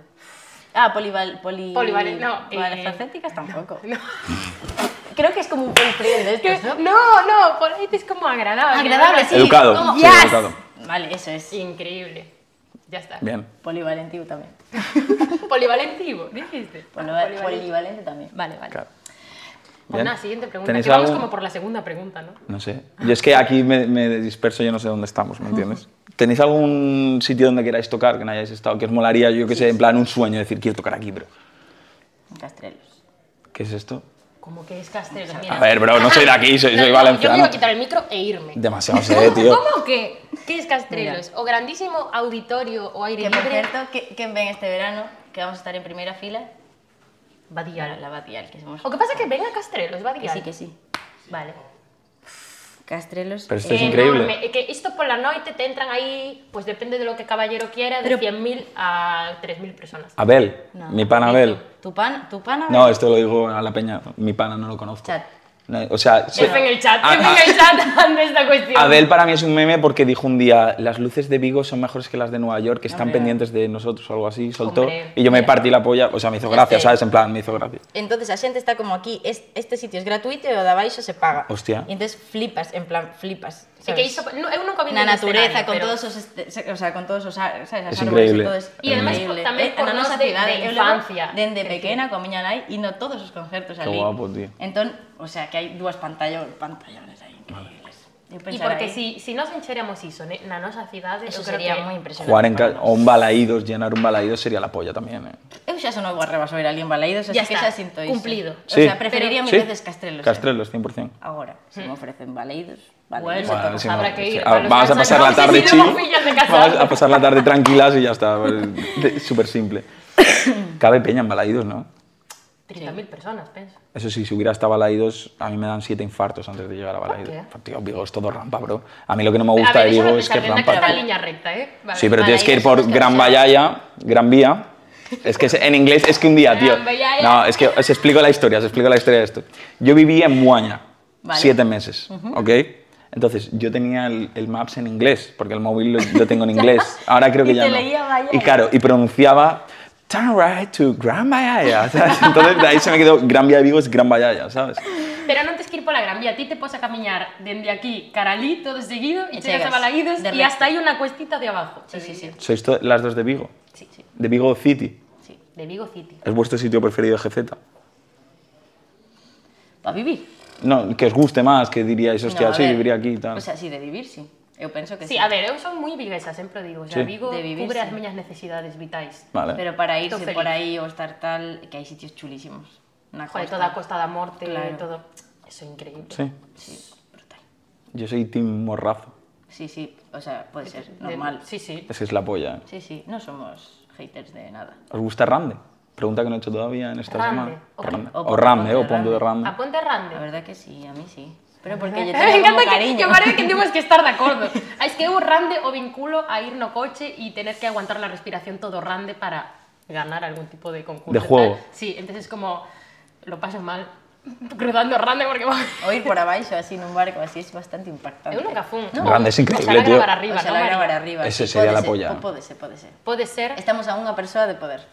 Speaker 1: Ah, polival, poli...
Speaker 4: Polivalen- no, eh,
Speaker 1: polifacéticas tampoco. Creo que es como un boyfriend de
Speaker 4: [laughs]
Speaker 1: estos, ¿no?
Speaker 4: No, no, polite es como agradable.
Speaker 1: Ah, Agradable, sí.
Speaker 3: Educado,
Speaker 1: como-
Speaker 3: sí,
Speaker 1: Yes.
Speaker 3: educado.
Speaker 1: Vale, eso es.
Speaker 4: Increíble. Ya está.
Speaker 3: Bien.
Speaker 1: Polivalentivo también.
Speaker 4: [laughs] Polivalentivo, dijiste.
Speaker 1: Polo-
Speaker 4: Ah, polivalente.
Speaker 1: polivalente también. Vale, vale.
Speaker 3: Claro.
Speaker 4: Pues
Speaker 3: Bien.
Speaker 4: nada, siguiente pregunta.
Speaker 3: ¿Tenéis
Speaker 4: Que vamos
Speaker 3: algún-
Speaker 4: como por la segunda pregunta, ¿no?
Speaker 3: No sé. Yo es que aquí me, me disperso, yo no sé dónde estamos, ¿me entiendes? ¿Tenéis algún sitio donde queráis tocar que no hayáis estado? Que os molaría, yo que sé, en plan un sueño, decir, quiero tocar aquí, bro.
Speaker 1: Castrelos.
Speaker 3: ¿Qué es esto?
Speaker 4: Como que es Castelo. Mira.
Speaker 3: A ver, bro, no soy de aquí, soy, soy
Speaker 4: No, no, Yo me
Speaker 3: valenciano.
Speaker 4: iba a quitar el micro e irme.
Speaker 3: Demasiado
Speaker 4: [laughs]
Speaker 3: sé, tío.
Speaker 4: ¿Cómo que? ¿Qué es Castrelos? O grandísimo auditorio o aire
Speaker 1: Que por
Speaker 4: libre.
Speaker 1: cierto, que, que ven este verano, que vamos a estar en primera fila, para
Speaker 4: Badial.
Speaker 1: la Batial, que somos...
Speaker 4: O que pasa que venga Castrelos,
Speaker 1: Que
Speaker 4: Badial.
Speaker 1: sí, que sí.
Speaker 4: Vale.
Speaker 1: Castrelos.
Speaker 3: Pero esto es
Speaker 4: Enorme.
Speaker 3: increíble.
Speaker 4: Eh, Que esto por la noche te entran ahí, pues depende de lo que caballero quiera, de
Speaker 1: Pero-
Speaker 4: 100.000 a 3.000 personas.
Speaker 3: Abel,
Speaker 1: No. Eh,
Speaker 3: mi pana Abel.
Speaker 1: ¿Tu pan? ¿Tu pana?
Speaker 3: No, esto lo digo a la peña, mi pana no lo conozco.
Speaker 1: Chat.
Speaker 3: No, o sea, sí.
Speaker 4: Jefe en el chat,
Speaker 3: A-
Speaker 4: jefe
Speaker 3: a-
Speaker 4: en el chat [laughs] ante esta cuestión.
Speaker 3: Abel para mí es un meme porque dijo un día, las luces de Vigo son mejores que las de Nueva York, que están
Speaker 1: Hombre.
Speaker 3: pendientes de nosotros o algo así, soltó.
Speaker 4: Hombre,
Speaker 3: y yo me
Speaker 4: mira.
Speaker 3: partí la polla, o sea, me hizo gracia,
Speaker 1: Este.
Speaker 3: ¿sabes? En plan, me hizo gracia.
Speaker 1: Entonces a xente está como aquí, es, este sitio es gratuito e o de abaixo se paga.
Speaker 3: Hostia.
Speaker 1: E entonces flipas, en plan, flipas.
Speaker 4: É que iso, no, eu nunca vi
Speaker 1: na
Speaker 4: ningún
Speaker 1: natureza,
Speaker 4: escenario,
Speaker 1: con
Speaker 4: este pero-
Speaker 1: todos os, este, se- o sea, con todos os, ar- sabes, as árboles
Speaker 3: Es increíble.
Speaker 1: e todo es
Speaker 3: Y además,
Speaker 1: increíble.
Speaker 4: tamén
Speaker 1: Eh,
Speaker 4: por
Speaker 1: na
Speaker 4: nós
Speaker 1: nosa
Speaker 4: de-
Speaker 1: cidade,
Speaker 4: de
Speaker 1: eu levo
Speaker 4: infancia.
Speaker 1: Dende
Speaker 4: Crecí.
Speaker 1: pequena coa miña nai e no todos os concertos
Speaker 3: Qué
Speaker 1: ali.
Speaker 3: guapo, tío.
Speaker 1: Entón, o sea, que hai dúas pantallones, pantallones aí increíbles. Eu
Speaker 4: E
Speaker 1: pensar
Speaker 4: porque
Speaker 1: aí,
Speaker 4: si, si nos encheramos iso ne- na nosa cidade,
Speaker 1: eso
Speaker 4: eu creo
Speaker 1: sería
Speaker 4: que...
Speaker 1: moi impresionante.
Speaker 3: Jugar en
Speaker 1: para nós.
Speaker 3: ca- o un balaídos, llenar un balaídos sería la polla también. ¿eh?
Speaker 1: Eu xa son o Barrabás ou Iralín Baleidos, así
Speaker 4: Ya
Speaker 1: que xa
Speaker 4: está,
Speaker 1: sinto iso.
Speaker 4: cumplido.
Speaker 1: O
Speaker 3: Sí.
Speaker 1: sea, preferiría mil
Speaker 3: Sí.
Speaker 1: veces Castrelos. eh.
Speaker 3: Castrelos, 100%.
Speaker 1: Agora, se me ofrecen Baleidos,
Speaker 4: Bueno,
Speaker 1: Baleidos.
Speaker 4: Mm. Bueno,
Speaker 3: Bueno,
Speaker 4: todos
Speaker 3: sí,
Speaker 4: habrá
Speaker 3: no,
Speaker 4: que
Speaker 3: sí.
Speaker 4: ir
Speaker 3: Ah,
Speaker 4: a
Speaker 3: Vamos
Speaker 4: los
Speaker 3: a
Speaker 4: Balsas,
Speaker 3: pasar
Speaker 4: ¿no?
Speaker 3: la tarde
Speaker 4: Sí, sí,
Speaker 3: chill.
Speaker 4: no, fillas de casa.
Speaker 3: Vamos a pasar la tarde tranquilas y ya está. De- Súper
Speaker 4: [coughs]
Speaker 3: simple. Cabe peña en Balaídos, ¿no?
Speaker 4: 30.000 personas, pienso.
Speaker 3: Eso sí, si hubiera estado Balaídos, a mí me dan siete infartos antes de llegar a Balaídos.
Speaker 4: qué?
Speaker 3: Tío, Vigo es todo rampa, bro. A mí lo que no me
Speaker 4: A
Speaker 3: gusta
Speaker 4: ver,
Speaker 3: de
Speaker 4: eso
Speaker 3: Vigo
Speaker 4: no
Speaker 3: es que es
Speaker 4: que está en
Speaker 3: rampa.
Speaker 4: línea recta, ¿eh? Vale.
Speaker 3: Sí, pero tienes que ir
Speaker 1: Balaídos
Speaker 3: por
Speaker 1: son los que
Speaker 3: Gran
Speaker 1: no se-
Speaker 3: Vallaya, Gran Vía. Es que es- en inglés es que un día, tío.
Speaker 4: Gran Vallaya.
Speaker 3: No, es que os explico la historia, os explico la historia de esto. Yo vivía en Muaña,
Speaker 1: Vale.
Speaker 3: siete meses, ¿ok? Entonces yo tenía el, el Maps en inglés, porque el móvil lo, lo tengo en inglés. Ahora creo que
Speaker 1: Y
Speaker 3: ya
Speaker 1: te
Speaker 3: no.
Speaker 1: leía Vallaya.
Speaker 3: Y claro, y pronunciaba turn right to Gran Vallaya, [laughs] ¿sabes? Entonces de ahí se me quedó Gran Vía de Vigo es Gran Vallaya, ¿sabes?
Speaker 4: Pero no antes que ir por la Gran Vía, a ti te pones a caminar desde aquí, Caralí, todo seguido, y,
Speaker 1: Y
Speaker 4: llegas a
Speaker 1: llegas,
Speaker 4: Balaídos,
Speaker 1: de
Speaker 4: y
Speaker 1: recto.
Speaker 4: hasta hay una cuestita de abajo.
Speaker 1: Sí, sí, sí.
Speaker 3: Sois to- las dos de Vigo,
Speaker 4: Sí, sí,
Speaker 3: de Vigo City.
Speaker 4: sí. De Vigo City.
Speaker 3: ¿Es vuestro sitio preferido de GZ?
Speaker 1: Para vivir.
Speaker 3: No, que os guste más, que diríais, hostia,
Speaker 1: No, a
Speaker 3: sí,
Speaker 1: ver,
Speaker 3: viviría aquí y tal.
Speaker 1: O sea, sí, de vivir, sí. Eu penso que sí.
Speaker 4: Sí, a ver, eu son moi vivesa, sempre o digo. O sea,
Speaker 3: Sí.
Speaker 4: Vigo
Speaker 1: De vivir,
Speaker 4: cubre
Speaker 1: sí.
Speaker 4: as miñas necesidades vitais.
Speaker 3: vale.
Speaker 1: Pero para irse
Speaker 4: Estou
Speaker 1: por
Speaker 4: feliz.
Speaker 1: aí ou estar tal, que hai sitios chulísimos. Na
Speaker 4: Joder,
Speaker 1: costa.
Speaker 4: toda a Costa da Morte,
Speaker 1: Claro.
Speaker 4: todo. Eso é increíble.
Speaker 3: Sí,
Speaker 1: Sí, brutal.
Speaker 3: yo soy Team Morrazo.
Speaker 1: Sí, sí, o sea, puede ser
Speaker 4: De-
Speaker 1: normal.
Speaker 4: Sí, sí.
Speaker 3: Es que es la polla. ¿eh?
Speaker 1: Sí, sí, no somos haters de nada.
Speaker 3: ¿Os gusta Rande? Pregunta que no he hecho todavía en esta
Speaker 4: Rande.
Speaker 3: semana.
Speaker 4: O-
Speaker 3: Rande.
Speaker 1: o
Speaker 3: O,
Speaker 1: Ponte Ah,
Speaker 3: Rande,
Speaker 1: de
Speaker 3: o Ponte de Rande.
Speaker 4: A
Speaker 1: pues-
Speaker 4: Ponte Rande. [laughs]
Speaker 1: La verdad que sí, a mí sí. Pero porque yo
Speaker 4: Me
Speaker 1: tengo como
Speaker 4: encanta que,
Speaker 1: cariño.
Speaker 4: que parece que temos que estar de acordo.
Speaker 1: [laughs]
Speaker 4: Ah, Es que eu rande o vinculo a ir no coche y tener que aguantar la respiración todo rande para ganar algún tipo de concurso.
Speaker 3: De
Speaker 4: y tal.
Speaker 3: juego.
Speaker 4: Sí, entonces como lo paso mal cruzando rande
Speaker 1: [laughs]
Speaker 4: porque voy...
Speaker 1: O ir por abaixo así nun barco, así es bastante impactante.
Speaker 4: Eu nunca fun.
Speaker 3: Rande es increíble,
Speaker 4: Oxalá
Speaker 3: tío.
Speaker 4: gravar arriba,
Speaker 1: Oxalá
Speaker 4: ¿no, María?
Speaker 1: gravar arriba.
Speaker 3: Ese
Speaker 1: sí,
Speaker 3: sería
Speaker 1: pode
Speaker 3: la
Speaker 1: ser,
Speaker 3: polla.
Speaker 1: po- Pode ser, pode ser.
Speaker 4: Pode ser
Speaker 1: Estamos a unha persoa de poder.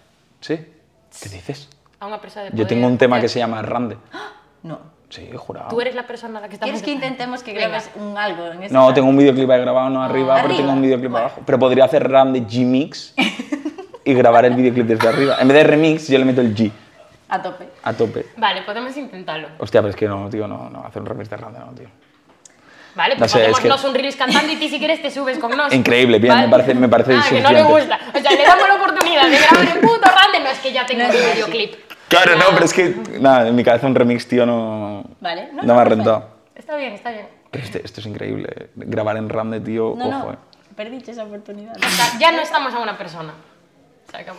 Speaker 3: ¿Sí? ¿Qué dices?
Speaker 1: Pues
Speaker 4: a una persona de
Speaker 3: Yo
Speaker 4: poder.
Speaker 3: tengo un tema que se
Speaker 1: [gasps]
Speaker 3: llama Rande.
Speaker 1: ¿Ah? No.
Speaker 3: Sí, jurado.
Speaker 4: Tú eres la persona a la que estamos...
Speaker 1: ¿Quieres que intentemos que
Speaker 4: Venga.
Speaker 1: grabes un algo en este
Speaker 3: No, tengo un videoclip ahí grabado, no arriba, pero
Speaker 1: Ah, Arriba.
Speaker 3: tengo un videoclip
Speaker 1: Bueno.
Speaker 3: abajo. Pero podría hacer
Speaker 1: [laughs]
Speaker 3: Rande G-Mix y grabar el videoclip desde arriba. En vez de remix, yo le meto el G
Speaker 1: A tope.
Speaker 3: a tope.
Speaker 4: Vale, podemos intentarlo.
Speaker 3: Hostia, pero es que no, tío, no, no, hacer un remix de Rande, no, tío.
Speaker 4: Vale,
Speaker 3: No
Speaker 4: pues
Speaker 3: sé, es
Speaker 4: hacemos nos
Speaker 3: que-
Speaker 4: un reels cantando y ti si quieres te subes con nos.
Speaker 3: Increíble, bien, me parece- me parece
Speaker 4: Ah, que no le
Speaker 3: suficiente.
Speaker 4: gusta. O sea, le damos la oportunidad de grabar un puto rande. No, es que ya tengo
Speaker 1: No
Speaker 4: un
Speaker 1: es así.
Speaker 4: videoclip.
Speaker 3: Claro, no,
Speaker 4: Nada.
Speaker 3: pero es que, nada, en mi cabeza un remix, tío, no,
Speaker 1: Vale, no,
Speaker 3: no,
Speaker 1: no,
Speaker 3: me ha
Speaker 1: perfecto.
Speaker 3: rentado.
Speaker 4: Está bien, está bien.
Speaker 3: Pero este- esto es increíble. eh. Grabar en Rande, tío,
Speaker 1: No,
Speaker 3: ojo, eh.
Speaker 1: no. Perdiche esa oportunidade.
Speaker 4: O sea, ya no estamos a una persona. Se acabó.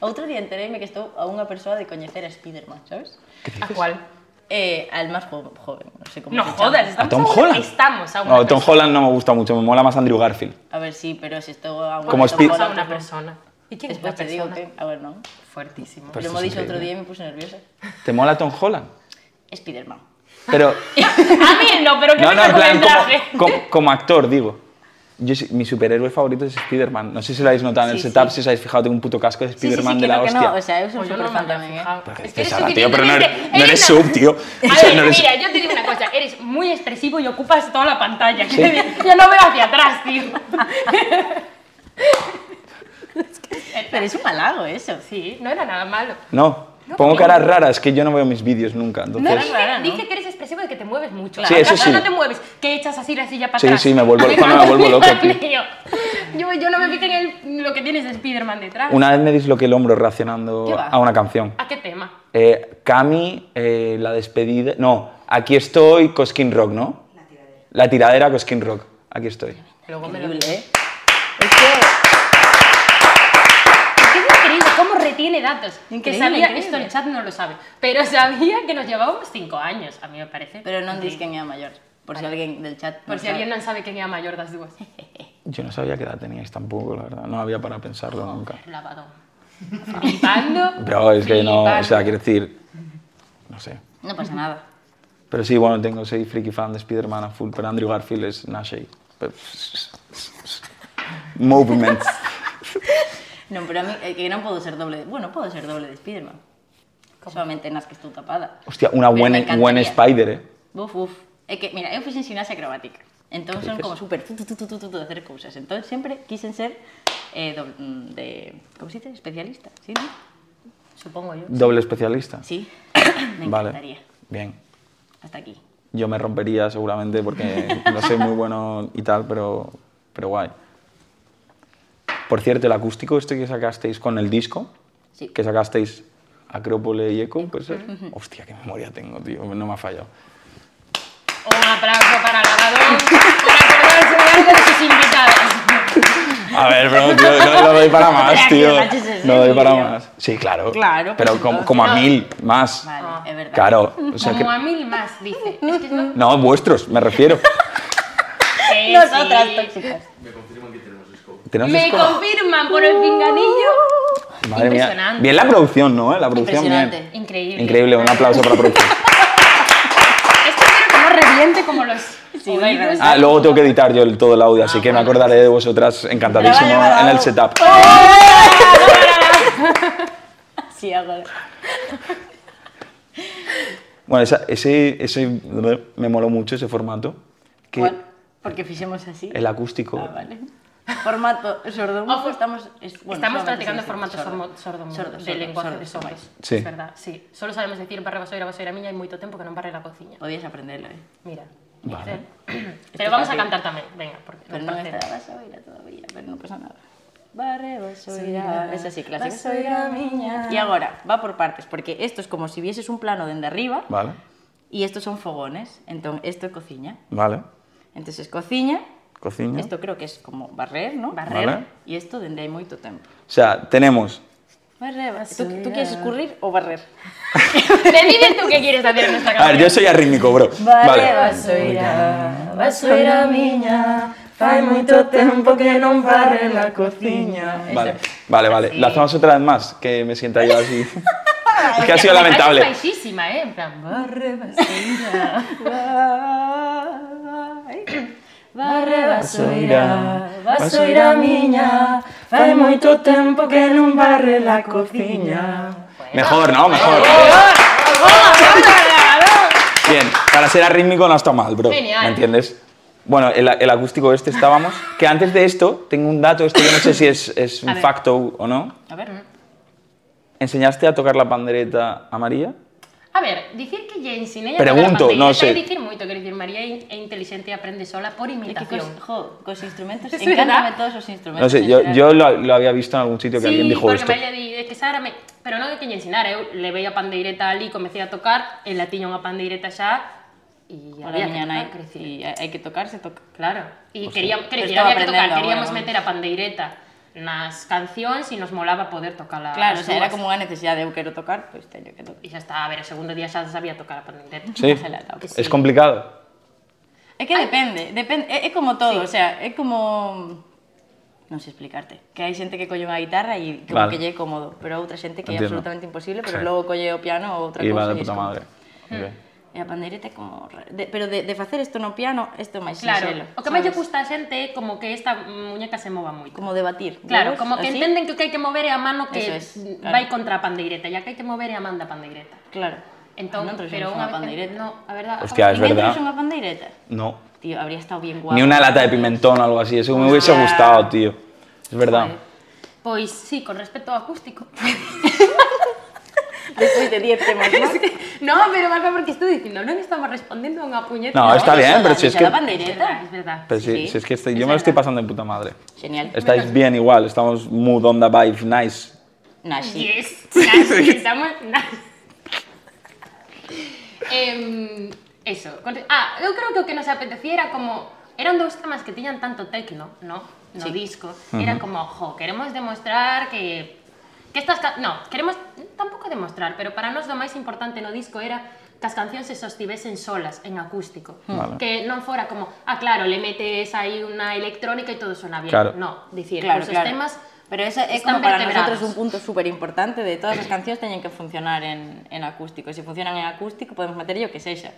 Speaker 1: Outro día entereime que estou a unha persoa de coñecer a Spiderman, sabes?
Speaker 4: ¿A cuál?
Speaker 1: Eh, al más jo- joven, non sei como
Speaker 4: No
Speaker 1: se chama.
Speaker 4: jodas,
Speaker 3: ¿A
Speaker 4: estamos
Speaker 3: Tom
Speaker 4: a una-
Speaker 3: Holland?
Speaker 4: Estamos a una
Speaker 3: No, Tom
Speaker 4: persona.
Speaker 3: Holland no me gusta mucho, me mola más Andrew Garfield.
Speaker 1: A ver, sí, pero si estou a unha
Speaker 3: Como
Speaker 1: persoa-
Speaker 3: Spider-
Speaker 4: Estamos a una persona. ¿Y quién es la
Speaker 1: Despois te digo
Speaker 4: persona?
Speaker 1: que... A ver, non.
Speaker 4: Fuertísimo.
Speaker 3: Pues
Speaker 1: Pero
Speaker 3: esto
Speaker 1: mo
Speaker 3: es
Speaker 1: dixo outro día e
Speaker 3: increíble.
Speaker 1: me puse nerviosa.
Speaker 3: ¿Te mola Tom Holland?
Speaker 1: Spiderman. [laughs]
Speaker 3: Pero.
Speaker 4: [laughs] A mí no, pero que
Speaker 3: no,
Speaker 4: no,
Speaker 3: no, en
Speaker 4: con
Speaker 3: plan,
Speaker 4: el traje.
Speaker 3: como, como- como actor, digo. Yo, sí- mi superhéroe favorito es Spider-Man. No sé si lo habéis notado en el
Speaker 1: Sí,
Speaker 3: setup,
Speaker 1: sí.
Speaker 3: si os habéis fijado, tengo un puto casco de
Speaker 1: Sí, sí,
Speaker 3: Spider-Man
Speaker 1: sí,
Speaker 3: de
Speaker 1: que
Speaker 3: la
Speaker 1: no, que
Speaker 3: hostia.
Speaker 1: no. O sea, eu son
Speaker 4: Pues yo no
Speaker 1: superfan
Speaker 4: me
Speaker 1: también,
Speaker 4: había
Speaker 1: eh.
Speaker 4: fijado.
Speaker 3: Pero
Speaker 4: Es
Speaker 3: que
Speaker 4: que eres
Speaker 3: Sara, tío, pero no eres-
Speaker 4: suficientemente-
Speaker 3: no eres sub, tío.
Speaker 4: A
Speaker 3: O sea,
Speaker 4: ver,
Speaker 3: no eres-
Speaker 4: mira, yo te digo una cosa. Eres muy expresivo y ocupas toda la pantalla. que [laughs] Yo no veo hacia atrás, tío.
Speaker 1: Pero es un halago eso.
Speaker 4: Sí, no era nada malo.
Speaker 3: No,
Speaker 4: No,
Speaker 3: pongo
Speaker 4: no.
Speaker 3: caras raras, que yo no veo mis vídeos nunca.
Speaker 4: No,
Speaker 3: Entonces,
Speaker 4: dije,
Speaker 1: rara, ¿no?
Speaker 4: dije que eres expresivo y que te mueves mucho.
Speaker 3: Sí,
Speaker 4: Atrás
Speaker 3: eso sí.
Speaker 4: No te mueves, que echas así la silla para
Speaker 3: Sí,
Speaker 4: atrás.
Speaker 3: sí, me
Speaker 4: [laughs]
Speaker 3: vuelvo- cuando me vuelvo loco,
Speaker 4: Dios
Speaker 3: tío.
Speaker 4: mío. Yo, yo no me fijo en el- lo que tienes de Spiderman detrás.
Speaker 3: una vez me disloqué el hombro
Speaker 1: ¿Qué
Speaker 3: reaccionando
Speaker 1: va?
Speaker 3: a una canción.
Speaker 4: ¿A qué tema?
Speaker 3: Eh, Cami, eh, la despedida. No, aquí estoy, Cosquín Rock, ¿no? La tiradera. La tiradera, Cosquín Rock. Aquí estoy.
Speaker 4: Luego me lo...
Speaker 1: Increíble, eh.
Speaker 4: Es que es increíble cómo retiene datos. que
Speaker 1: Increíble,
Speaker 4: sabía,
Speaker 1: increíble.
Speaker 4: esto el chat no lo sabe, pero sabía que nos llevábamos cinco años, a mí me parece.
Speaker 1: Pero non dis quen é
Speaker 4: Increíble.
Speaker 1: a maior. Por si alguén del chat non
Speaker 4: Por si
Speaker 1: sabe.
Speaker 4: alguien no sabe quién era mayor das
Speaker 1: [laughs]
Speaker 4: dúas.
Speaker 3: Yo no sabía qué edad teníais tampoco, la verdad. No había para pensarlo nunca.
Speaker 4: Lavado. Flipando.
Speaker 3: [laughs] Pero es que no, o
Speaker 4: flipando.
Speaker 3: sea, quiero decir. No sé.
Speaker 1: Non pasa nada.
Speaker 3: Pero sí, bueno, tengo, soy friki fan de Spider-Man a full, pero Andrew Garfield es Nashay. Pero-
Speaker 1: [laughs]
Speaker 3: Movements.
Speaker 1: Non, pero a mí, eh, que non podo ser doble de... Bueno, podo ser doble de Spiderman. Solamente nas que estou tapada.
Speaker 3: Hostia, una
Speaker 1: Pero me
Speaker 3: buena, buena
Speaker 1: encantaría.
Speaker 3: Spider, ¿eh?
Speaker 1: Buf, buf. É que, mira, eu fixen xinasia acrobática. Entón son
Speaker 3: dices?
Speaker 1: como super tu, tu, tu, tu, tu, tu, de hacer cousas. Entón sempre quixen ser eh, do, mm, de... Como se dice? Especialista, sí, non? Supongo yo.
Speaker 3: Doble especialista.
Speaker 1: Sí, me encantaría.
Speaker 3: Vale. Bien.
Speaker 1: Hasta aquí.
Speaker 3: Yo me rompería seguramente porque no soy muy bueno y tal, pero, pero guay. Por cierto, el acústico este que sacasteis con el disco,
Speaker 1: Sí.
Speaker 3: que sacasteis Acrópole y Eco, ¿puede ser? Hostia, qué memoria tengo, tío, no me ha fallado.
Speaker 4: Un aplauso para Lavadón por acordarse de algo de sus invitadas.
Speaker 3: A ver, pero tío, no, no doy para más,
Speaker 1: Gracias,
Speaker 3: tío.
Speaker 1: macho, ese es
Speaker 3: No doy
Speaker 1: el
Speaker 3: para
Speaker 1: vídeo.
Speaker 3: más. Sí, claro.
Speaker 1: Claro, pues
Speaker 3: Pero como,
Speaker 1: entonces
Speaker 3: como a
Speaker 4: no.
Speaker 3: mil más.
Speaker 1: Vale, es verdad.
Speaker 3: Claro. O sea que,
Speaker 4: Como a mil más, dice. Es que
Speaker 1: [laughs]
Speaker 4: no-
Speaker 3: no, vuestros, me refiero.
Speaker 1: Eh,
Speaker 4: Sí,
Speaker 1: Nosotras pues.
Speaker 4: sí.
Speaker 1: [laughs] tóxicas.
Speaker 5: Me confirman que tenemos disco.
Speaker 3: Tenemos
Speaker 4: Me
Speaker 3: disco.
Speaker 4: confirman por el pinganillo.
Speaker 3: Madre mía.
Speaker 4: Impresionante.
Speaker 3: Bien la producción, ¿no? La producción bien.
Speaker 1: Uh, Impresionante.
Speaker 4: Increíble.
Speaker 3: Increíble, un aplauso para la producción.
Speaker 4: Esto quiero que no reviente como los
Speaker 1: Sí, va a ir
Speaker 4: oídos.
Speaker 3: Ah, luego tengo que editar yo el- todo el audio, así que me acordaré de vosotras encantadísimo
Speaker 1: Ah, Pero vale, vale,
Speaker 3: en el
Speaker 1: vale.
Speaker 3: setup.
Speaker 1: Sí, hago.
Speaker 3: Bueno, esa- ese, ese me moló mucho ese formato. Que
Speaker 1: ¿Cuál? Porque fixemos así.
Speaker 3: El acústico.
Speaker 1: Ah, vale. Formato sordomudo.
Speaker 4: Ojo.
Speaker 1: Estamos, es- bueno,
Speaker 4: Estamos
Speaker 1: solamente
Speaker 4: practicando
Speaker 1: se dice
Speaker 4: formatos
Speaker 1: sordo.
Speaker 4: sordo, sordo,
Speaker 1: Sordo,
Speaker 4: de
Speaker 1: sordo,
Speaker 4: lenguaje
Speaker 1: sordo,
Speaker 4: de
Speaker 1: sordo.
Speaker 4: sordos.
Speaker 3: Sí.
Speaker 4: Es verdad, sí. Solo sabemos decir barra basoira, basoira miña y muy tempo que no barre la cociña.
Speaker 1: Podías aprenderlo, ¿eh?
Speaker 4: Mira.
Speaker 3: [clears throat] Vale. Este
Speaker 4: Pero vamos a cantar también, venga, porque
Speaker 1: Pero
Speaker 4: nos
Speaker 1: no
Speaker 4: parece-
Speaker 1: está basoira todavía, pero no pasa nada. Barre, basoira, esa sí, clásica. Y ahora, va por partes, porque esto es como si vieses un plano desde arriba
Speaker 3: Vale,
Speaker 1: y estos son fogones, entonces esto es cociña.
Speaker 3: vale.
Speaker 1: Entonces cociña,
Speaker 3: Cocina.
Speaker 1: esto creo que es como barrer, ¿no?
Speaker 4: Barrer.
Speaker 3: Vale.
Speaker 1: Y esto donde hay mucho tiempo.
Speaker 3: O sea, tenemos
Speaker 1: Barre, ¿Tú, ¿Tú quieres escurrir o barrer?
Speaker 4: Decide tú qué quieres hacer en esta
Speaker 3: A ver,
Speaker 4: canción.
Speaker 3: yo soy
Speaker 1: [laughs]
Speaker 3: arrítmico, bro. Vale.
Speaker 6: Basoira, basoira miña, fai moito tempo que non barren a cociña.
Speaker 3: Vale, vale, vale. La hacemos otra vez más, que me sienta yo
Speaker 1: [laughs]
Speaker 3: así. [laughs] es que ha sido
Speaker 4: Es
Speaker 3: lamentable.
Speaker 4: baixísima, ¿eh? En plan, barre
Speaker 6: Barre basoira, basoira miña, fai moito tempo que non barren a cociña.
Speaker 3: Mejor, ¿no? Mejor. Bien, para ser arrítmico no está mal, bro.
Speaker 4: Genial.
Speaker 3: ¿Me entiendes? Bueno, el, el acústico este estábamos. Que antes de esto, tengo un dato, esto yo no sé si es, es
Speaker 4: A
Speaker 3: un
Speaker 4: ver.
Speaker 3: facto o no.
Speaker 1: A ver.
Speaker 3: ¿Enseñaste a tocar la pandereta a María?
Speaker 4: A ver, dicir que lle ensinei a
Speaker 3: Pregunto,
Speaker 4: tocar a
Speaker 3: no
Speaker 4: pandereta
Speaker 3: sé.
Speaker 4: é dicir moito, quero dicir, María é in- é inteligente e aprende sola por
Speaker 1: Es que
Speaker 4: imitación.
Speaker 1: cos, jo, cos instrumentos,
Speaker 4: [laughs] Es
Speaker 1: encántame
Speaker 4: verdad.
Speaker 1: todos los instrumentos.
Speaker 3: No sé, yo,
Speaker 1: en
Speaker 3: yo lo, lo había visto en algún sitio que alguien
Speaker 4: Sí,
Speaker 3: dijo
Speaker 4: porque
Speaker 3: esto.
Speaker 4: María di, é que Sara me... Pero non é que lle ensinara, eu levei a ¿eh? pandeireta ali, comecei a tocar, e la tiña unha pandeireta xa, e
Speaker 1: general.
Speaker 4: había
Speaker 1: Ahora
Speaker 4: que
Speaker 1: miña
Speaker 4: tocar,
Speaker 1: nai,
Speaker 4: quero dicir.
Speaker 1: y hay hay que tocar, se toca.
Speaker 4: Claro, e
Speaker 3: Hostia.
Speaker 4: queríamos,
Speaker 1: Pero
Speaker 4: quero dicir,
Speaker 1: estaba
Speaker 4: había que tocar,
Speaker 1: aprendendo
Speaker 4: queríamos
Speaker 1: agora,
Speaker 4: meter a pandeireta nas cancións e nos molaba poder tocala.
Speaker 1: Claro, o
Speaker 4: as
Speaker 1: sea, era
Speaker 4: dúas.
Speaker 1: como una necesidad de eu quero tocar, pues teño que tocar.
Speaker 4: E xa está, a ver, o segundo día xa sabía tocar a pandeireta.
Speaker 3: Sí,
Speaker 1: Ojalá, pues
Speaker 3: es complicado.
Speaker 1: É que depende, depende, é, é como todo, o sea, é como non sei explicarte, que hai xente que colle unha guitarra e como
Speaker 3: Vale.
Speaker 1: que lle é cómodo, pero outra xente que é
Speaker 3: Entiendo.
Speaker 1: absolutamente imposible, pero
Speaker 3: Sí.
Speaker 1: logo colle o piano ou outra
Speaker 3: Y
Speaker 1: cousa e
Speaker 3: va de
Speaker 1: es
Speaker 3: puta
Speaker 1: como-
Speaker 3: madre. Ok.
Speaker 1: E a pandeireta é como raro. de, pero de, de facer isto no piano, isto é máis
Speaker 4: Claro,
Speaker 1: sinxelo.
Speaker 4: o que máis lle
Speaker 1: sabes?
Speaker 4: gusta a xente é como que esta muñeca se mova moito.
Speaker 1: como debatir.
Speaker 4: Claro,
Speaker 1: ¿sabes?
Speaker 4: como que
Speaker 1: Así.
Speaker 4: entenden que o que hai que mover é a mano que
Speaker 1: ¿ah, Eso es,
Speaker 4: mm,
Speaker 1: claro.
Speaker 4: vai contra a pandeireta, e a que hai que mover é a man da pandeireta.
Speaker 1: Claro.
Speaker 4: Entón,
Speaker 1: non, Ah, pero,
Speaker 4: pero
Speaker 1: unha
Speaker 4: vez que-
Speaker 1: pandeireta.
Speaker 4: No, a verdad.
Speaker 3: Hostia, es
Speaker 1: Ninguén
Speaker 3: verdad.
Speaker 1: trouxo unha pandeireta.
Speaker 3: No.
Speaker 1: Tío, habría estado bien guapo.
Speaker 3: Ni una lata de pimentón o algo así. Eso me hubiese
Speaker 1: Ah.
Speaker 3: gustado, tío. Es verdad.
Speaker 4: Pois Pues sí, con respecto ao acústico.
Speaker 1: [laughs]
Speaker 4: [laughs]
Speaker 1: Despois de 10 temas, ¿no?
Speaker 4: no, pero Marta, porque estou dicindo, non estamos respondendo a unha puñeta.
Speaker 3: No, está
Speaker 1: Oye,
Speaker 3: bien,
Speaker 1: sola,
Speaker 3: pero si es
Speaker 1: mira
Speaker 3: que-
Speaker 1: La
Speaker 4: É
Speaker 1: pandereta.
Speaker 4: verdad, es verdad.
Speaker 3: Pero
Speaker 1: Sí,
Speaker 3: Pues
Speaker 1: sí.
Speaker 3: sí, si es que estoy-
Speaker 4: Es
Speaker 3: yo me lo estoy
Speaker 4: verdad.
Speaker 3: pasando de puta madre.
Speaker 1: Genial.
Speaker 3: Estáis bien igual, estamos mood, onda, vibe, nice.
Speaker 1: Nashi.
Speaker 3: [laughs]
Speaker 4: Yes, nice, estamos... nice. Em, eso. con- Ah, eu creo que o que nos apetecía era como... Eran dous temas que tiñan tanto tecno, no? No
Speaker 1: Sí.
Speaker 4: disco. Era como, jo, queremos demostrar que... Que estas... ca- No, queremos... Tampouco demostrar, pero para nós o máis importante no disco era que as cancións se sostivesen solas, en acústico.
Speaker 3: Vale.
Speaker 4: Que non fora como, ah, claro, le metes aí unha electrónica e todo sona bien.
Speaker 3: Claro.
Speaker 4: No, dicir,
Speaker 1: Claro,
Speaker 4: os
Speaker 1: claro.
Speaker 4: temas...
Speaker 1: Pero eso es
Speaker 4: están
Speaker 1: como para
Speaker 4: vertebrados.
Speaker 1: nosotros un punto súper importante de todas las canciones teñen que funcionar en, en acústico. Si funcionan en acústico podemos meter yo que sexa.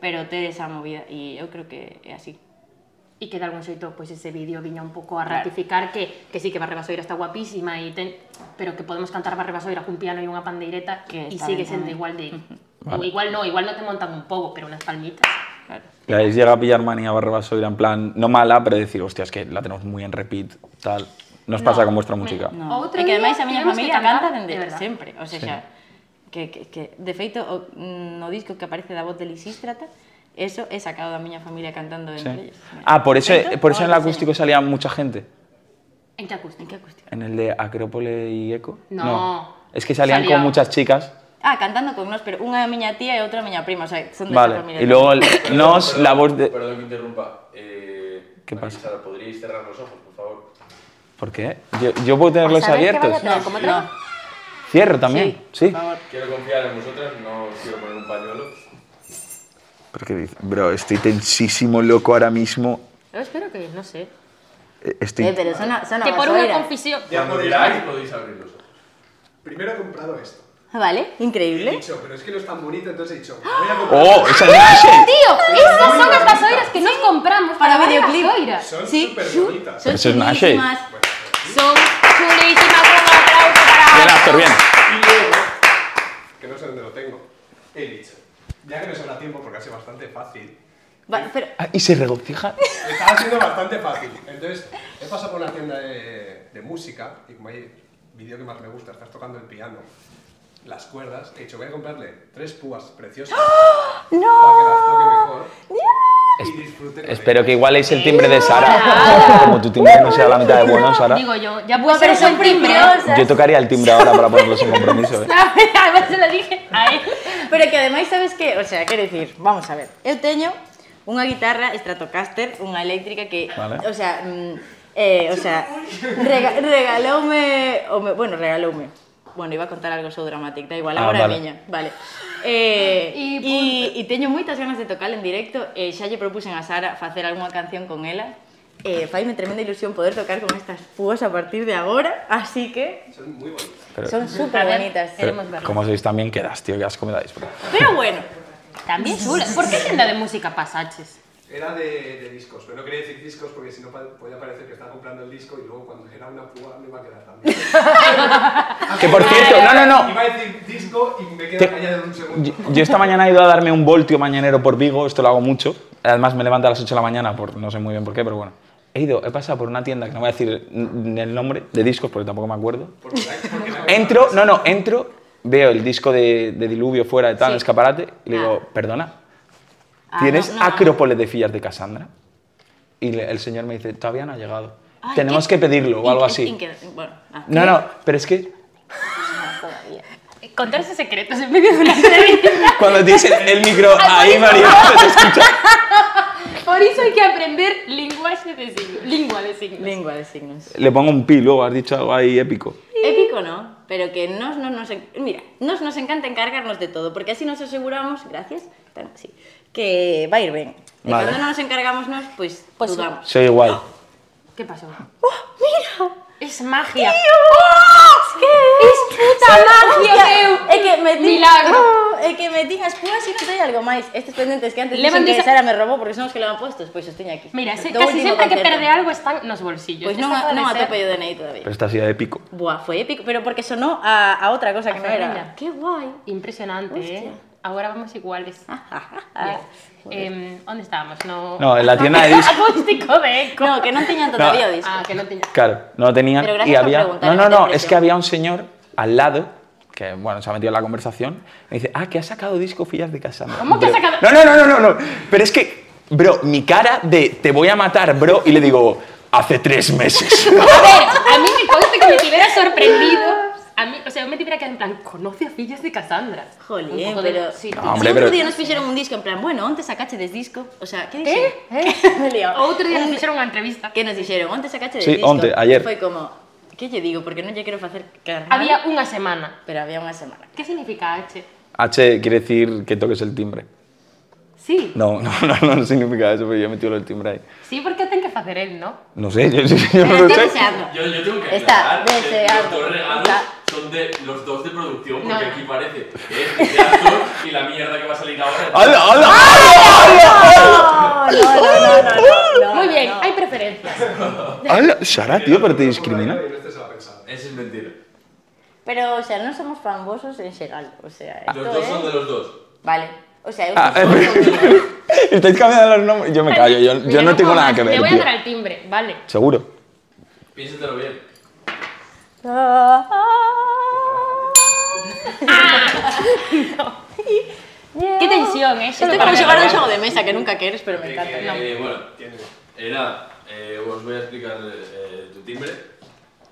Speaker 1: Pero te esa movida e eu creo que é así.
Speaker 4: E que de algún xeito pois ese vídeo viña un pouco a
Speaker 1: Claro.
Speaker 4: ratificar que, que sí que Barre Basoira está guapísima e ten, pero que podemos cantar Barre Basoira cun piano e unha pandeireta
Speaker 1: Que
Speaker 4: e
Speaker 1: está
Speaker 4: sigue
Speaker 1: ben
Speaker 4: sendo
Speaker 1: tamén.
Speaker 4: igual de
Speaker 3: [laughs] Vale.
Speaker 4: o igual no, igual no te montan un pouco, pero unas palmitas.
Speaker 1: Claro.
Speaker 3: Le habéis llegado a pillar manía barra basoira en plan, no mala, pero decir, hostia, es que la tenemos muy en repeat, tal. Nos pasa
Speaker 4: No,
Speaker 3: con vuestra
Speaker 4: me-
Speaker 3: música.
Speaker 1: No. é
Speaker 4: Outro
Speaker 1: que
Speaker 4: día
Speaker 1: ademais a miña
Speaker 4: tivemos que
Speaker 1: familia
Speaker 4: cantar,
Speaker 1: canta
Speaker 4: de
Speaker 1: dende
Speaker 4: verdad.
Speaker 1: sempre, o sea,
Speaker 3: Sí.
Speaker 1: xa, que, que, que de feito o, mm, no disco que aparece da voz de Lisístrata, eso é sacado da miña familia cantando
Speaker 3: Sí.
Speaker 1: entre ellos.
Speaker 3: Ah, por eso,
Speaker 1: Perfecto,
Speaker 3: por eso en el
Speaker 1: ahora sí.
Speaker 3: acústico salía mucha gente.
Speaker 4: En qué acústica.
Speaker 1: ¿En qué cuestión?
Speaker 3: ¿En el de Acrópole y Eco?
Speaker 4: No.
Speaker 3: Es que salían
Speaker 4: Salía-
Speaker 3: con muchas chicas.
Speaker 1: Ah, cantando con nos, pero unha é miña tía e outra é miña prima, o sea, son de esa
Speaker 3: Vale.
Speaker 1: familia.
Speaker 3: Y luego el- nos, la voz de.
Speaker 7: Perdón que interrumpa. Eh,
Speaker 3: ¿Qué pasa?
Speaker 7: Marisara, ¿Podríais cerrar los ojos, por favor?
Speaker 3: ¿Por qué? Yo, yo puedo tenerlos
Speaker 4: saber qué vaya Pues a
Speaker 3: abiertos.
Speaker 4: traer. ¿Cómo
Speaker 1: no.
Speaker 3: Cierro también. Sí.
Speaker 1: Por favor.
Speaker 7: Quiero confiar en vosotras, no os quiero poner un pañuelo.
Speaker 3: ¿Pero qué dice? Bro, estoy tensísimo, loco ahora mismo.
Speaker 4: Yo espero que, no sé.
Speaker 3: Eh, Estoy.
Speaker 1: Eh, pero sona, sona
Speaker 4: que por una
Speaker 1: gasoera.
Speaker 4: confesión.
Speaker 7: Cuando diráis, podéis abrir los ojos.
Speaker 2: Primero he comprado esto.
Speaker 1: Vale,
Speaker 2: Y he
Speaker 1: increíble.
Speaker 2: dicho, pero es que no es tan bonito, entonces he dicho, voy a comprar.
Speaker 3: ¡Oh! ¡Esa es la
Speaker 4: Tío, esas son las gasoiras que nos compramos para,
Speaker 1: Para
Speaker 4: ver
Speaker 1: videoclip.
Speaker 4: gasoiras.
Speaker 2: Son
Speaker 1: Sí,
Speaker 2: súper bonitas.
Speaker 1: Son
Speaker 3: Eso es una shade.
Speaker 1: chulísimas.
Speaker 4: Son chulísimas. Un aplauso para
Speaker 3: Bien, Astor, bien.
Speaker 2: Y luego, que no sé dónde lo tengo, he dicho, ya que me sobra tiempo porque ha sido bastante fácil,
Speaker 1: Va, pero,
Speaker 3: Ah, y se regocija.
Speaker 2: estaba siendo bastante fácil. Entonces, he pasado por una tienda de, de música y como hay vídeo que más me gusta, estás tocando el piano, las cuerdas, he dicho, voy a comprarle tres púas preciosas
Speaker 3: ¡Ah!
Speaker 2: para que las toque mejor y disfrute con
Speaker 3: Espero
Speaker 2: ellas.
Speaker 3: que igual es el timbre de Sara. Como tu timbre no sea la mitad de bueno, Sara.
Speaker 4: Digo yo, ya
Speaker 1: Buah,
Speaker 4: puedo
Speaker 1: pero
Speaker 4: ser
Speaker 1: son
Speaker 4: un timbre. [laughs]
Speaker 1: preciosas.
Speaker 3: Yo tocaría el timbre ahora para ponerlos en
Speaker 1: [laughs]
Speaker 3: compromiso. ¿eh?
Speaker 1: Ah.
Speaker 4: Además se lo dije a él.
Speaker 1: Pero que ademais sabes que, o sea, quero dicir, vamos a ver. Eu teño unha guitarra Stratocaster, unha eléctrica que,
Speaker 3: Vale.
Speaker 1: o sea, mm, eh, o sea, rega, regaloume, o me, bueno, regaloume. Bueno, iba a contar algo so dramático, da igual,
Speaker 3: Ah,
Speaker 1: agora
Speaker 3: vale.
Speaker 1: vale. miña. Vale. Eh, e,
Speaker 4: E
Speaker 1: e teño moitas ganas de tocar en directo e xa lle propuxen a Sara facer algunha canción con ela. Eh, faime tremenda ilusión poder tocar con estas púas a partir de agora, así que
Speaker 2: Son muy bonitas.
Speaker 3: Pero-
Speaker 1: son super bonitas.
Speaker 3: Pero, como sois también, quedas, tío, que asco me dais. bro.
Speaker 1: Pero bueno,
Speaker 4: También chulas. ¿Por qué tienda de música pasaches?
Speaker 2: Era de, de discos, pero no quería decir discos porque si no pa- podía parecer que estaba comprando el disco y luego cuando era una púa me iba a quedar también.
Speaker 3: [laughs] Que por cierto, no, no, no.
Speaker 2: Iba a decir disco y me quedo
Speaker 3: Te-
Speaker 2: callado en un segundo.
Speaker 3: Yo, yo esta mañana he ido a darme un voltio mañanero por Vigo, esto lo hago mucho. Además, me levanto a las 8 de la mañana, por, no sé muy bien por qué, pero bueno. He ido, he pasado por una tienda, que no voy a decir n- el nombre, de discos, porque tampoco me acuerdo.
Speaker 2: Porque la- porque la-
Speaker 3: Entro, no, no, entro, veo el disco de, de Diluvio fuera de tal, en el escaparate, y le digo, perdona,
Speaker 1: Ah,
Speaker 3: ¿tienes
Speaker 1: no, no, no.
Speaker 3: Acrópolis de Fillas de Cassandra? Y le- el señor me dice, todavía no ha llegado. Tenemos que pedirlo o algo
Speaker 1: inque-
Speaker 3: así.
Speaker 1: inque- bueno, ah.
Speaker 3: No, no, pero es que
Speaker 4: Contarse secretos en medio de una entrevista.
Speaker 3: cuando tienes el, el
Speaker 1: [laughs]
Speaker 3: micro ahí,
Speaker 4: Ay,
Speaker 3: María, [laughs] se escucha.
Speaker 4: [laughs] Por eso hay que aprender lenguaje de signos. Lengua de signos.
Speaker 1: Lengua de signos.
Speaker 3: Le pongo un pi luego, has dicho algo ahí épico.
Speaker 1: Épico no, pero que nos, nos, nos en- mira, nos, nos encanta encargarnos de todo, porque así nos aseguramos, gracias, tan- sí, que va a ir bien. Y
Speaker 3: Vale.
Speaker 1: cuando no nos encargamos, nos, pues,
Speaker 4: Pues sí.
Speaker 1: dudamos.
Speaker 3: Soy igual.
Speaker 4: ¿Qué pasó? ¡Oh, mira! Es magia.
Speaker 1: ¿Qué?
Speaker 4: ¡Puta magia, meu!
Speaker 1: É que me [laughs]
Speaker 4: Milagro.
Speaker 1: Oh, é que me as púas e non teño algo máis. Estes pendentes que antes
Speaker 4: Levan
Speaker 1: dixen que
Speaker 4: desa-
Speaker 1: Sara me robou porque son os que levan puestos, pois os teño pues aquí.
Speaker 4: Mira, se-
Speaker 1: Do
Speaker 4: casi
Speaker 1: último Pues
Speaker 4: siempre que
Speaker 1: concerto.
Speaker 4: perde algo están los bolsillos.
Speaker 1: Pois non,
Speaker 4: Esta
Speaker 1: a-
Speaker 4: puede
Speaker 1: non
Speaker 4: ser-
Speaker 1: atope o DNI todavía.
Speaker 3: Pero esta ha sido épico.
Speaker 1: Buah, foi épico, pero porque sonó a, a outra cosa que non era.
Speaker 4: ferrilla.
Speaker 1: Que guai.
Speaker 4: Impresionante, ¿eh? Ahora vamos iguales. Ah, Yes. Em, ¿Dónde estábamos? No.
Speaker 3: No, en la tienda
Speaker 4: [laughs]
Speaker 3: de discos.
Speaker 4: Acústico de eco.
Speaker 1: No, que non teñan todavía
Speaker 3: No.
Speaker 1: o disco.
Speaker 4: Ah, que no tenía.
Speaker 3: Claro, no lo tenían
Speaker 1: Pero gracias
Speaker 3: y
Speaker 1: por
Speaker 3: había.
Speaker 1: preguntar,
Speaker 3: No, no,
Speaker 1: no te
Speaker 3: no,
Speaker 1: aprecio.
Speaker 3: es que había un señor al lado que, bueno, se ha metido en la conversación y dice, ah, que ha sacado disco Fillas de Cassandra.
Speaker 4: ¿Cómo que ha
Speaker 3: Bro,
Speaker 4: sacado-
Speaker 3: No, no, no, no, no, no. Pero es que, bro, mi cara de te voy a matar, bro, y le digo, hace tres [laughs] meses.
Speaker 4: A ver, a mí me consta que me te hubiera sorprendido. A mí, o sea, yo me te hubiera quedado en plan, conoce a Fillas de Cassandra. Un
Speaker 1: Jolín,
Speaker 4: poco de-
Speaker 1: pero...
Speaker 4: Sí,
Speaker 1: Si
Speaker 4: tío.
Speaker 3: No, hombre,
Speaker 1: outro
Speaker 3: pero-
Speaker 1: día nos fixeron un disco en plan, bueno, onte sacache des disco. O sea, que
Speaker 4: ¿Eh?
Speaker 1: dixeron? [laughs] Me lio.
Speaker 4: Outro día nos
Speaker 1: Un-
Speaker 4: fixeron unha entrevista.
Speaker 1: Que nos dixeron, onte sacache des
Speaker 3: Sí,
Speaker 1: disco.
Speaker 3: onte, ayer.
Speaker 1: Foi como, que lle digo? Porque non lle quero facer carnal.
Speaker 4: Había unha semana.
Speaker 1: Pero había unha semana.
Speaker 4: ¿Qué significa H?
Speaker 3: H quiere decir que toques el timbre.
Speaker 4: Sí.
Speaker 3: No, no, no, no significa eso, pero yo he metido el timbre ahí.
Speaker 4: Sí, porque ten que facer él, ¿no?
Speaker 3: No sé, yo, yo- yo no
Speaker 1: Pero
Speaker 3: lo
Speaker 1: estoy
Speaker 3: sé.
Speaker 1: deseando.
Speaker 5: Yo, yo tengo que
Speaker 1: Está
Speaker 5: aclarar que los
Speaker 1: deseado.
Speaker 5: dos regalos
Speaker 1: Está-
Speaker 5: son de los dos de producción, porque
Speaker 4: No.
Speaker 5: aquí parece que es de actor y la mierda que va a salir ahora.
Speaker 3: ¡Hala, hala,
Speaker 1: ¡Ah!
Speaker 3: hala,
Speaker 1: No, no, no, no, no, no,
Speaker 4: Muy bien,
Speaker 1: no.
Speaker 4: hay preferencias.
Speaker 3: hala! ¡Hala! Sara, tío, pero te discrimina.
Speaker 2: Y no estés a la pensada.
Speaker 5: Ese es mentira.
Speaker 1: Pero, o sea, non somos fangosos en xeral. O sea,
Speaker 5: Los
Speaker 1: esto
Speaker 5: dos son de
Speaker 1: é...
Speaker 5: los dos.
Speaker 1: Vale. O sea, eu
Speaker 3: Ah, [laughs]
Speaker 4: eh,
Speaker 1: sou fangoso.
Speaker 3: Estáis cambiando los nombres. Yo me callo, yo, yo
Speaker 4: Mira,
Speaker 3: no tengo
Speaker 4: puedo
Speaker 3: nada
Speaker 4: más,
Speaker 3: que ver.
Speaker 4: Le voy a
Speaker 3: tío.
Speaker 4: dar al timbre, vale. [laughs]
Speaker 3: Seguro.
Speaker 5: Piénsatelo bien.
Speaker 1: Ah,
Speaker 4: Qué tensión, ¿eh? Solo
Speaker 1: Esto é
Speaker 4: para
Speaker 1: como xogar a un
Speaker 4: regalar.
Speaker 1: xogo de mesa que nunca queres, pero me encanta.
Speaker 5: Eh, bueno, era, eh, os voy a explicar eh, tu timbre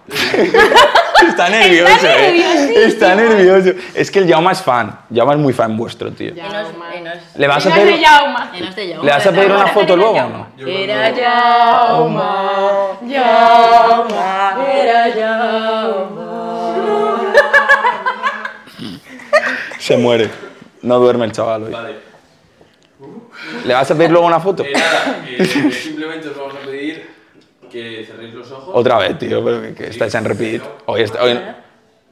Speaker 3: Está nervioso, eh. Está nervioso. Es que el Jaume es fan. Jaume es muy fan vuestro, tío.
Speaker 1: Y nos, y nos-
Speaker 3: ¿Le vas a
Speaker 8: Mira de
Speaker 3: pedir,
Speaker 8: Jaume.
Speaker 1: y nos te llevó.
Speaker 3: ¿le vas a pedir una
Speaker 4: Ahora
Speaker 3: foto
Speaker 4: te digo
Speaker 3: luego o
Speaker 4: Jaume.
Speaker 3: no?
Speaker 7: Yo
Speaker 1: Era
Speaker 7: cuando-
Speaker 1: Yauma, Yauma, era Yauma.
Speaker 3: Se muere. No duerme el chaval hoy.
Speaker 7: Vale.
Speaker 3: ¿Le vas a pedir luego una foto?
Speaker 7: Eh, nada, que simplemente os vamos a pedir que cerréis los ojos.
Speaker 3: Otra vez, tío, pero que, que estáis en repeat. Hoy está, hoy no.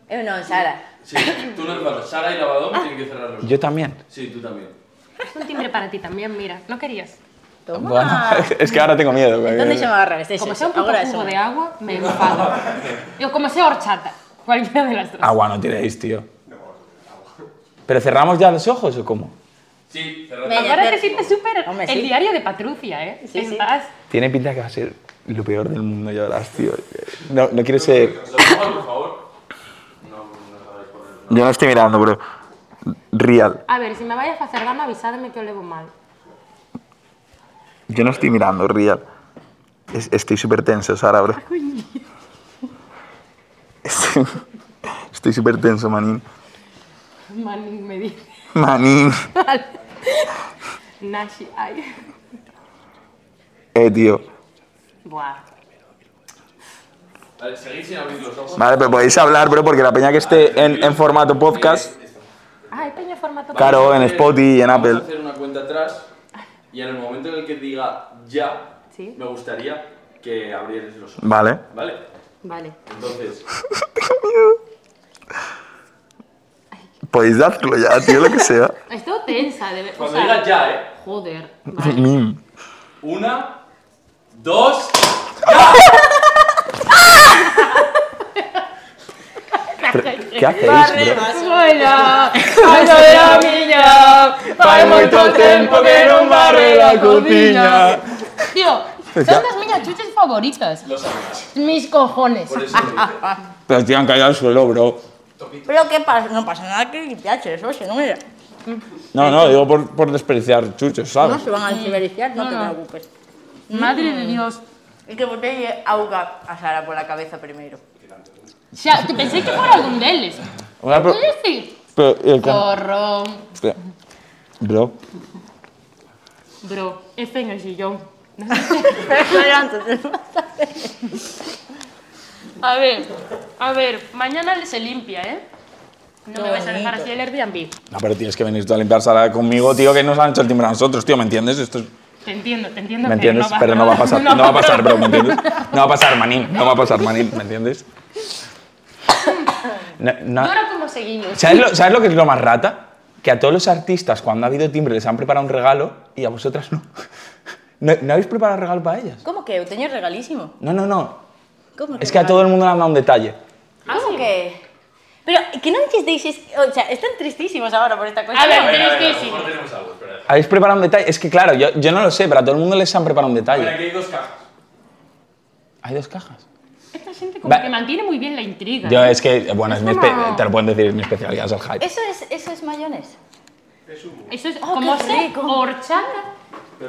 Speaker 1: Eh, no, Sara.
Speaker 7: Sí, tú no vas. Sara y Lavadón
Speaker 1: Ah.
Speaker 7: tienen que cerrar los ojos.
Speaker 3: Yo también.
Speaker 7: Sí, tú también.
Speaker 4: Es un timbre para ti también, mira. No querías.
Speaker 3: [laughs] Bueno,
Speaker 1: Toma.
Speaker 3: es que ahora tengo miedo. porque-
Speaker 1: ¿Dónde se me agarra este?
Speaker 4: Como
Speaker 1: Sí,
Speaker 4: sea un
Speaker 1: sí,
Speaker 4: poco
Speaker 1: ahora
Speaker 4: cubo
Speaker 1: eso.
Speaker 4: de agua, me enfado. Yo, como sea horchata. Cualquiera de las dos.
Speaker 3: Agua no tiréis, tío. ¿Pero cerramos ya los ojos o cómo?
Speaker 7: Sí, cerrad
Speaker 1: Me
Speaker 7: los ojos.
Speaker 1: llama-
Speaker 4: Ahora te sientes súper...
Speaker 1: Hombre, sí.
Speaker 4: El diario de Patrucia, ¿eh?
Speaker 1: Sí, sí.
Speaker 4: Estás...
Speaker 3: Tiene pinta que va a ser lo peor del mundo, ya verás, tío. No, no quiero ser...
Speaker 7: Los ojos, por favor. No, no sabéis poner.
Speaker 3: Yo no estoy mirando, bro. Real.
Speaker 4: A ver, si me vayas a hacer daño, avisadme que olevo mal. [laughs]
Speaker 3: Yo no estoy mirando, real. Es- estoy súper tenso, Sara, bro. Estoy- Estoy súper tenso, manín.
Speaker 4: Manin me dice.
Speaker 3: Manín.
Speaker 4: Nashi, ay.
Speaker 3: Eh, tío.
Speaker 4: Buah.
Speaker 7: Vale, seguid sin abrir los ojos. Eh,
Speaker 3: Vale, pero podéis hablar, bro, porque la peña que esté en, en formato podcast,
Speaker 4: Ay, peña formato...
Speaker 3: claro, en Spotify y en
Speaker 7: Vamos
Speaker 3: Apple.
Speaker 7: a hacer una cuenta atrás y en el momento en el que diga ya,
Speaker 4: Sí.
Speaker 7: me gustaría que abrierais los ojos.
Speaker 3: Vale.
Speaker 7: ¿Vale?
Speaker 4: Vale.
Speaker 7: Entonces,
Speaker 3: Podéis hacerlo ya, tío, lo que sea.
Speaker 4: Estoy tensa, de verdad. O
Speaker 7: cuando
Speaker 4: sea,
Speaker 7: diga ya, ¿eh?
Speaker 4: joder.
Speaker 3: [laughs]
Speaker 4: Vale.
Speaker 3: Mim.
Speaker 7: Una, dos.
Speaker 3: Pero, ¿Qué hacéis, bro?
Speaker 4: Hola.
Speaker 3: Fai mucho tiempo que no barre la cocina.
Speaker 8: Tío, son las miñas chuches favoritas.
Speaker 7: Lo sabéis.
Speaker 8: Mis cojones.
Speaker 7: Por eso lo digo.
Speaker 3: Pero te han caído al suelo, bro.
Speaker 1: Pero qué pasa, no pasa nada que limpiarse, eso se no mira.
Speaker 3: No, no, digo por, por despreciar chuchos,
Speaker 1: No
Speaker 3: ¿sabes?
Speaker 1: se van a cibericiar, Mm. no, te preocupes.
Speaker 8: Madre de Dios.
Speaker 1: Y que botelle auga a Sara por la cabeza [laughs] primero.
Speaker 8: O sea, que pensé que fuera algún deles.
Speaker 3: Una pro-
Speaker 8: ¿Qué decir?
Speaker 3: pero, el can-
Speaker 8: Corro.
Speaker 3: pero- Bro,
Speaker 4: Bro, es en el sillón.
Speaker 8: A ver, a ver, mañana se limpia, ¿eh?
Speaker 4: No me vais a dejar así el Airbnb.
Speaker 3: no, pero tienes que venir tú a limpiar sala conmigo, tío, que nos han hecho el timbre a nosotros, tío, ¿me entiendes? Esto es-
Speaker 4: Te entiendo, te entiendo.
Speaker 3: ¿Me entiendes? Pero no va a
Speaker 4: [laughs]
Speaker 3: pasar, no va a pasar, bro, ¿me entiendes? No va a pasar, manín, no va a pasar, manín, ¿me entiendes? No- no-
Speaker 8: ¿Y ahora cómo seguimos?
Speaker 3: ¿Sabes lo, sabes lo que es lo más rata? Que a todos los artistas, cuando ha habido timbre, les han preparado un regalo y a vosotras no. [laughs] ¿No, no habéis preparado regalo para ellas?
Speaker 1: ¿Cómo que? Tenía regalísimo.
Speaker 3: No, no, no.
Speaker 1: ¿Cómo
Speaker 3: Es que a todo el mundo le han dado un detalle.
Speaker 1: ¿Cómo que? Pero que no enchisteis, es- o sea, están tristísimos ahora por esta cosa.
Speaker 8: A
Speaker 5: A
Speaker 8: ver.
Speaker 5: ver, a ver, a lo
Speaker 8: Tristísimo.
Speaker 5: mejor tenemos algo, espera.
Speaker 3: ¿Habéis preparado un detalle? Es que claro, yo, yo no lo sé, pero a todo el mundo les han preparado un
Speaker 7: A ver,
Speaker 3: detalle.
Speaker 7: aquí hay dos cajas.
Speaker 3: Hay dos cajas.
Speaker 4: Esta gente como
Speaker 3: Va-
Speaker 4: que mantiene muy bien la intriga. ¿eh?
Speaker 3: Yo es que, bueno, es mi espe-
Speaker 4: no.
Speaker 3: te lo pueden decir, es mi especialidad es el hype.
Speaker 1: Eso es, eso es mayones.
Speaker 4: Eso es
Speaker 1: Oh,
Speaker 4: como
Speaker 1: qué
Speaker 4: ser
Speaker 1: rico.
Speaker 4: horchata.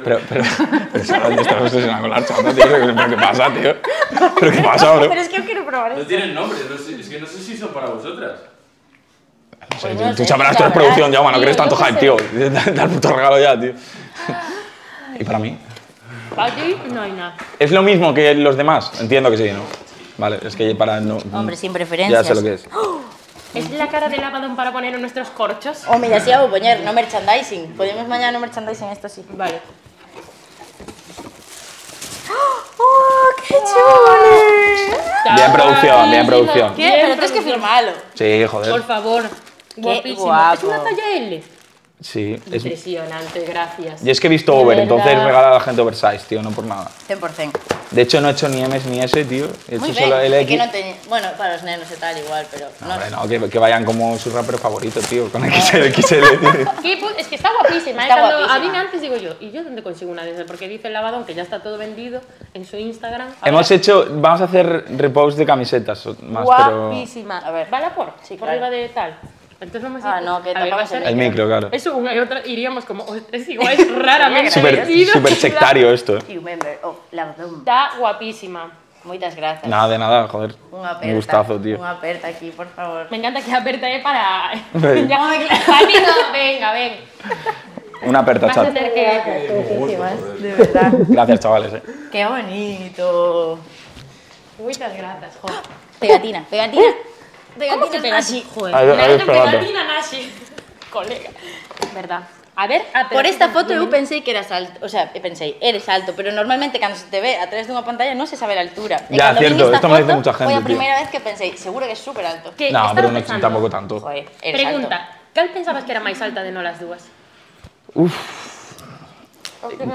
Speaker 3: Pero, pero, pero Sara, te estás obsesionada con la horchata, tío. ¿Pero qué pasa, tío? ¿Pero qué pasa, bro?
Speaker 1: Pero es que yo quiero probar
Speaker 7: No
Speaker 1: eso.
Speaker 7: tienen nombre, no sé- es que no sé si son para vosotras.
Speaker 3: O sea,
Speaker 1: Pues no
Speaker 3: tú- tú
Speaker 1: sé,
Speaker 3: sabrás,
Speaker 1: la
Speaker 3: tú
Speaker 1: verdad,
Speaker 3: eres producción, ya, bueno,
Speaker 8: tío,
Speaker 3: crees tanto
Speaker 8: yo qué sé.
Speaker 3: hype, tío. [laughs] Da el puto regalo ya, tío. Y para mí.
Speaker 8: Para ti no hay nada.
Speaker 3: ¿Es lo mismo que los demás? Entiendo que sí, ¿no? Vale, es que para no.
Speaker 1: Hombre, sin
Speaker 3: Ya
Speaker 1: preferencias.
Speaker 3: sé lo que es.
Speaker 4: Es la cara de lavadón para poner en nuestros corchos.
Speaker 1: O mira, sí hago poner, no merchandising. Podemos mañana no merchandising esto sí. Vale. ¡Oh, qué chulo!
Speaker 3: Bien producción, bien producción.
Speaker 1: ¿Qué? Pero tienes que firmarlo.
Speaker 3: Sí,
Speaker 4: Por
Speaker 3: joder.
Speaker 4: favor. Guapísimo.
Speaker 1: guapo.
Speaker 4: Es una talla L.
Speaker 3: Sí. Es...
Speaker 4: Impresionante, gracias.
Speaker 3: Yo es que he visto over, entonces regala a la gente oversize, tío, no por nada.
Speaker 1: 100%.
Speaker 3: De hecho, no he hecho ni M's ni S, tío. He hecho
Speaker 1: Muy
Speaker 3: solo
Speaker 1: bien.
Speaker 3: LX.
Speaker 1: Que no te- Bueno, para los nenos y tal igual, pero
Speaker 3: No,
Speaker 1: no. Ah.
Speaker 3: hombre, no, que, que vayan como su rapero favorito, tío, con XL, XL, tío.
Speaker 1: [laughs]
Speaker 4: Qué pu- es que está guapísima. ¿eh?
Speaker 1: Está
Speaker 4: Cuando
Speaker 1: guapísima.
Speaker 4: A mí me antes digo yo, ¿y yo dónde consigo una de esas? Porque dice el lavadón que ya está todo vendido en su Instagram.
Speaker 3: Hemos hecho, vamos a hacer repost de camisetas más, pero...
Speaker 4: guapísima.
Speaker 1: A ver.
Speaker 4: ¿Va la por?
Speaker 1: Sí,
Speaker 4: por
Speaker 1: claro.
Speaker 4: arriba de tal. Entonces vamos a
Speaker 1: Ah, no, que
Speaker 4: a ver, va a
Speaker 1: tapamos
Speaker 4: ser-
Speaker 3: El micro, claro.
Speaker 4: Eso una y otra iríamos como, "Oh, es igual, es
Speaker 3: [laughs]
Speaker 4: raramente
Speaker 3: Súper
Speaker 4: parecido".
Speaker 3: súper sectario esto, eh.
Speaker 1: You member of Lavadum.
Speaker 4: Está guapísima.
Speaker 1: Moitas grazas.
Speaker 3: Nada, de nada, joder.
Speaker 1: Unha aperta.
Speaker 3: Un gustazo, tío.
Speaker 1: Unha aperta aquí, por favor.
Speaker 4: Me encanta que aperta eh, para...
Speaker 3: Ven.
Speaker 4: [laughs] Ya, Juanito, venga,
Speaker 3: [laughs]
Speaker 4: ven.
Speaker 3: Una aperta,
Speaker 4: Vas a
Speaker 3: chat.
Speaker 4: tener que...
Speaker 1: Muchísimas, de verdad.
Speaker 3: Gracias, chavales. eh.
Speaker 1: Qué bonito.
Speaker 4: Muchas gracias, jo.
Speaker 1: Pegatina, pegatina.
Speaker 4: ¿Cómo que
Speaker 1: [laughs] Pegatina así. Joder.
Speaker 3: Adiós,
Speaker 4: Me
Speaker 3: adiós,
Speaker 4: hace
Speaker 3: pegando.
Speaker 4: pegatina nazi. [laughs] Colega. Verdad. A ver, a
Speaker 1: Por esta foto eu pensei que eras alto, o sea, pensei, eres alto, pero normalmente cando se te ve a través dunha pantalla non se sabe a altura.
Speaker 3: Ya,
Speaker 1: cando vin
Speaker 3: cierto,
Speaker 1: esta
Speaker 3: esto me dice
Speaker 1: foto,
Speaker 3: mucha gente,
Speaker 1: Foi a
Speaker 3: tío.
Speaker 1: primeira vez que pensei, seguro que es super alto.
Speaker 4: Que
Speaker 3: No,
Speaker 4: estaba
Speaker 3: pero no
Speaker 4: Eh, pensando-
Speaker 3: tampoco tanto.
Speaker 1: Joder, eres
Speaker 4: Pregunta,
Speaker 1: alto.
Speaker 4: cal pensabas que era máis alta de no las dúas?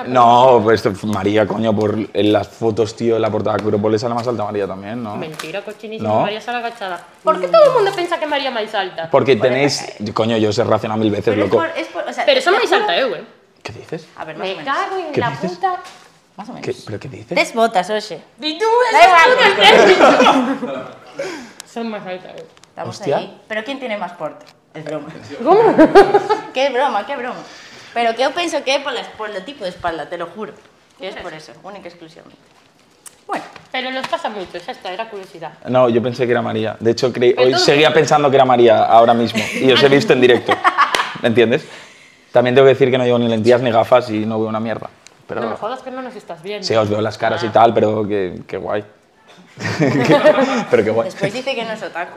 Speaker 3: No, pues esto, María, coño, por en las fotos, tío, en la portada de Acrópolis sale más alta María también, ¿no?
Speaker 4: Mentira, cochinísimo,
Speaker 3: No.
Speaker 4: María sale agachada. ¿Por qué todo el mundo piensa que María é máis alta?
Speaker 3: Porque tenéis. Coño, yo os he racionado mil veces,
Speaker 1: Pero es
Speaker 3: loco.
Speaker 1: por, es por, o sea,
Speaker 4: Pero son
Speaker 1: te
Speaker 4: máis
Speaker 1: juro-
Speaker 4: alta eu, eh?
Speaker 3: ¿Qué dices?
Speaker 1: A ver, más o
Speaker 4: Me
Speaker 1: menos.
Speaker 4: cago en
Speaker 3: ¿Qué
Speaker 4: la
Speaker 3: dices?
Speaker 4: puta...
Speaker 1: Más o menos.
Speaker 3: ¿Qué- ¿Pero qué dices?
Speaker 1: Tes botas, oxe.
Speaker 4: Y tú,
Speaker 1: Da
Speaker 4: esas
Speaker 1: igual.
Speaker 4: putas tenis. Son máis alta eu.
Speaker 1: Estamos
Speaker 3: Hostia.
Speaker 1: ahí. Pero ¿quién tiene más porte? Es broma. ¿Cómo? [laughs] qué broma, qué broma. Pero que yo pienso que es por, la, por el tipo de espalda, te lo juro. Que es por eso, única y exclusivamente. Bueno,
Speaker 4: Pero nos pasa mucho, xa está, era curiosidade.
Speaker 3: No, yo pensé que era María. De hecho, creí-
Speaker 4: Pero
Speaker 3: hoy
Speaker 4: todo-
Speaker 3: seguía pensando que era María ahora mismo. Y os he visto en
Speaker 4: [laughs]
Speaker 3: directo. ¿Me entiendes? También tengo que decir que no llevo ni lentillas ni gafas y no veo una mierda. Pero
Speaker 4: No me jodas que no nos estás viendo. Ah.
Speaker 3: sí, os veo las caras y tal, pero qué, qué guay. [laughs]
Speaker 4: [laughs]
Speaker 3: pero qué guay.
Speaker 1: después dice que no es otaku.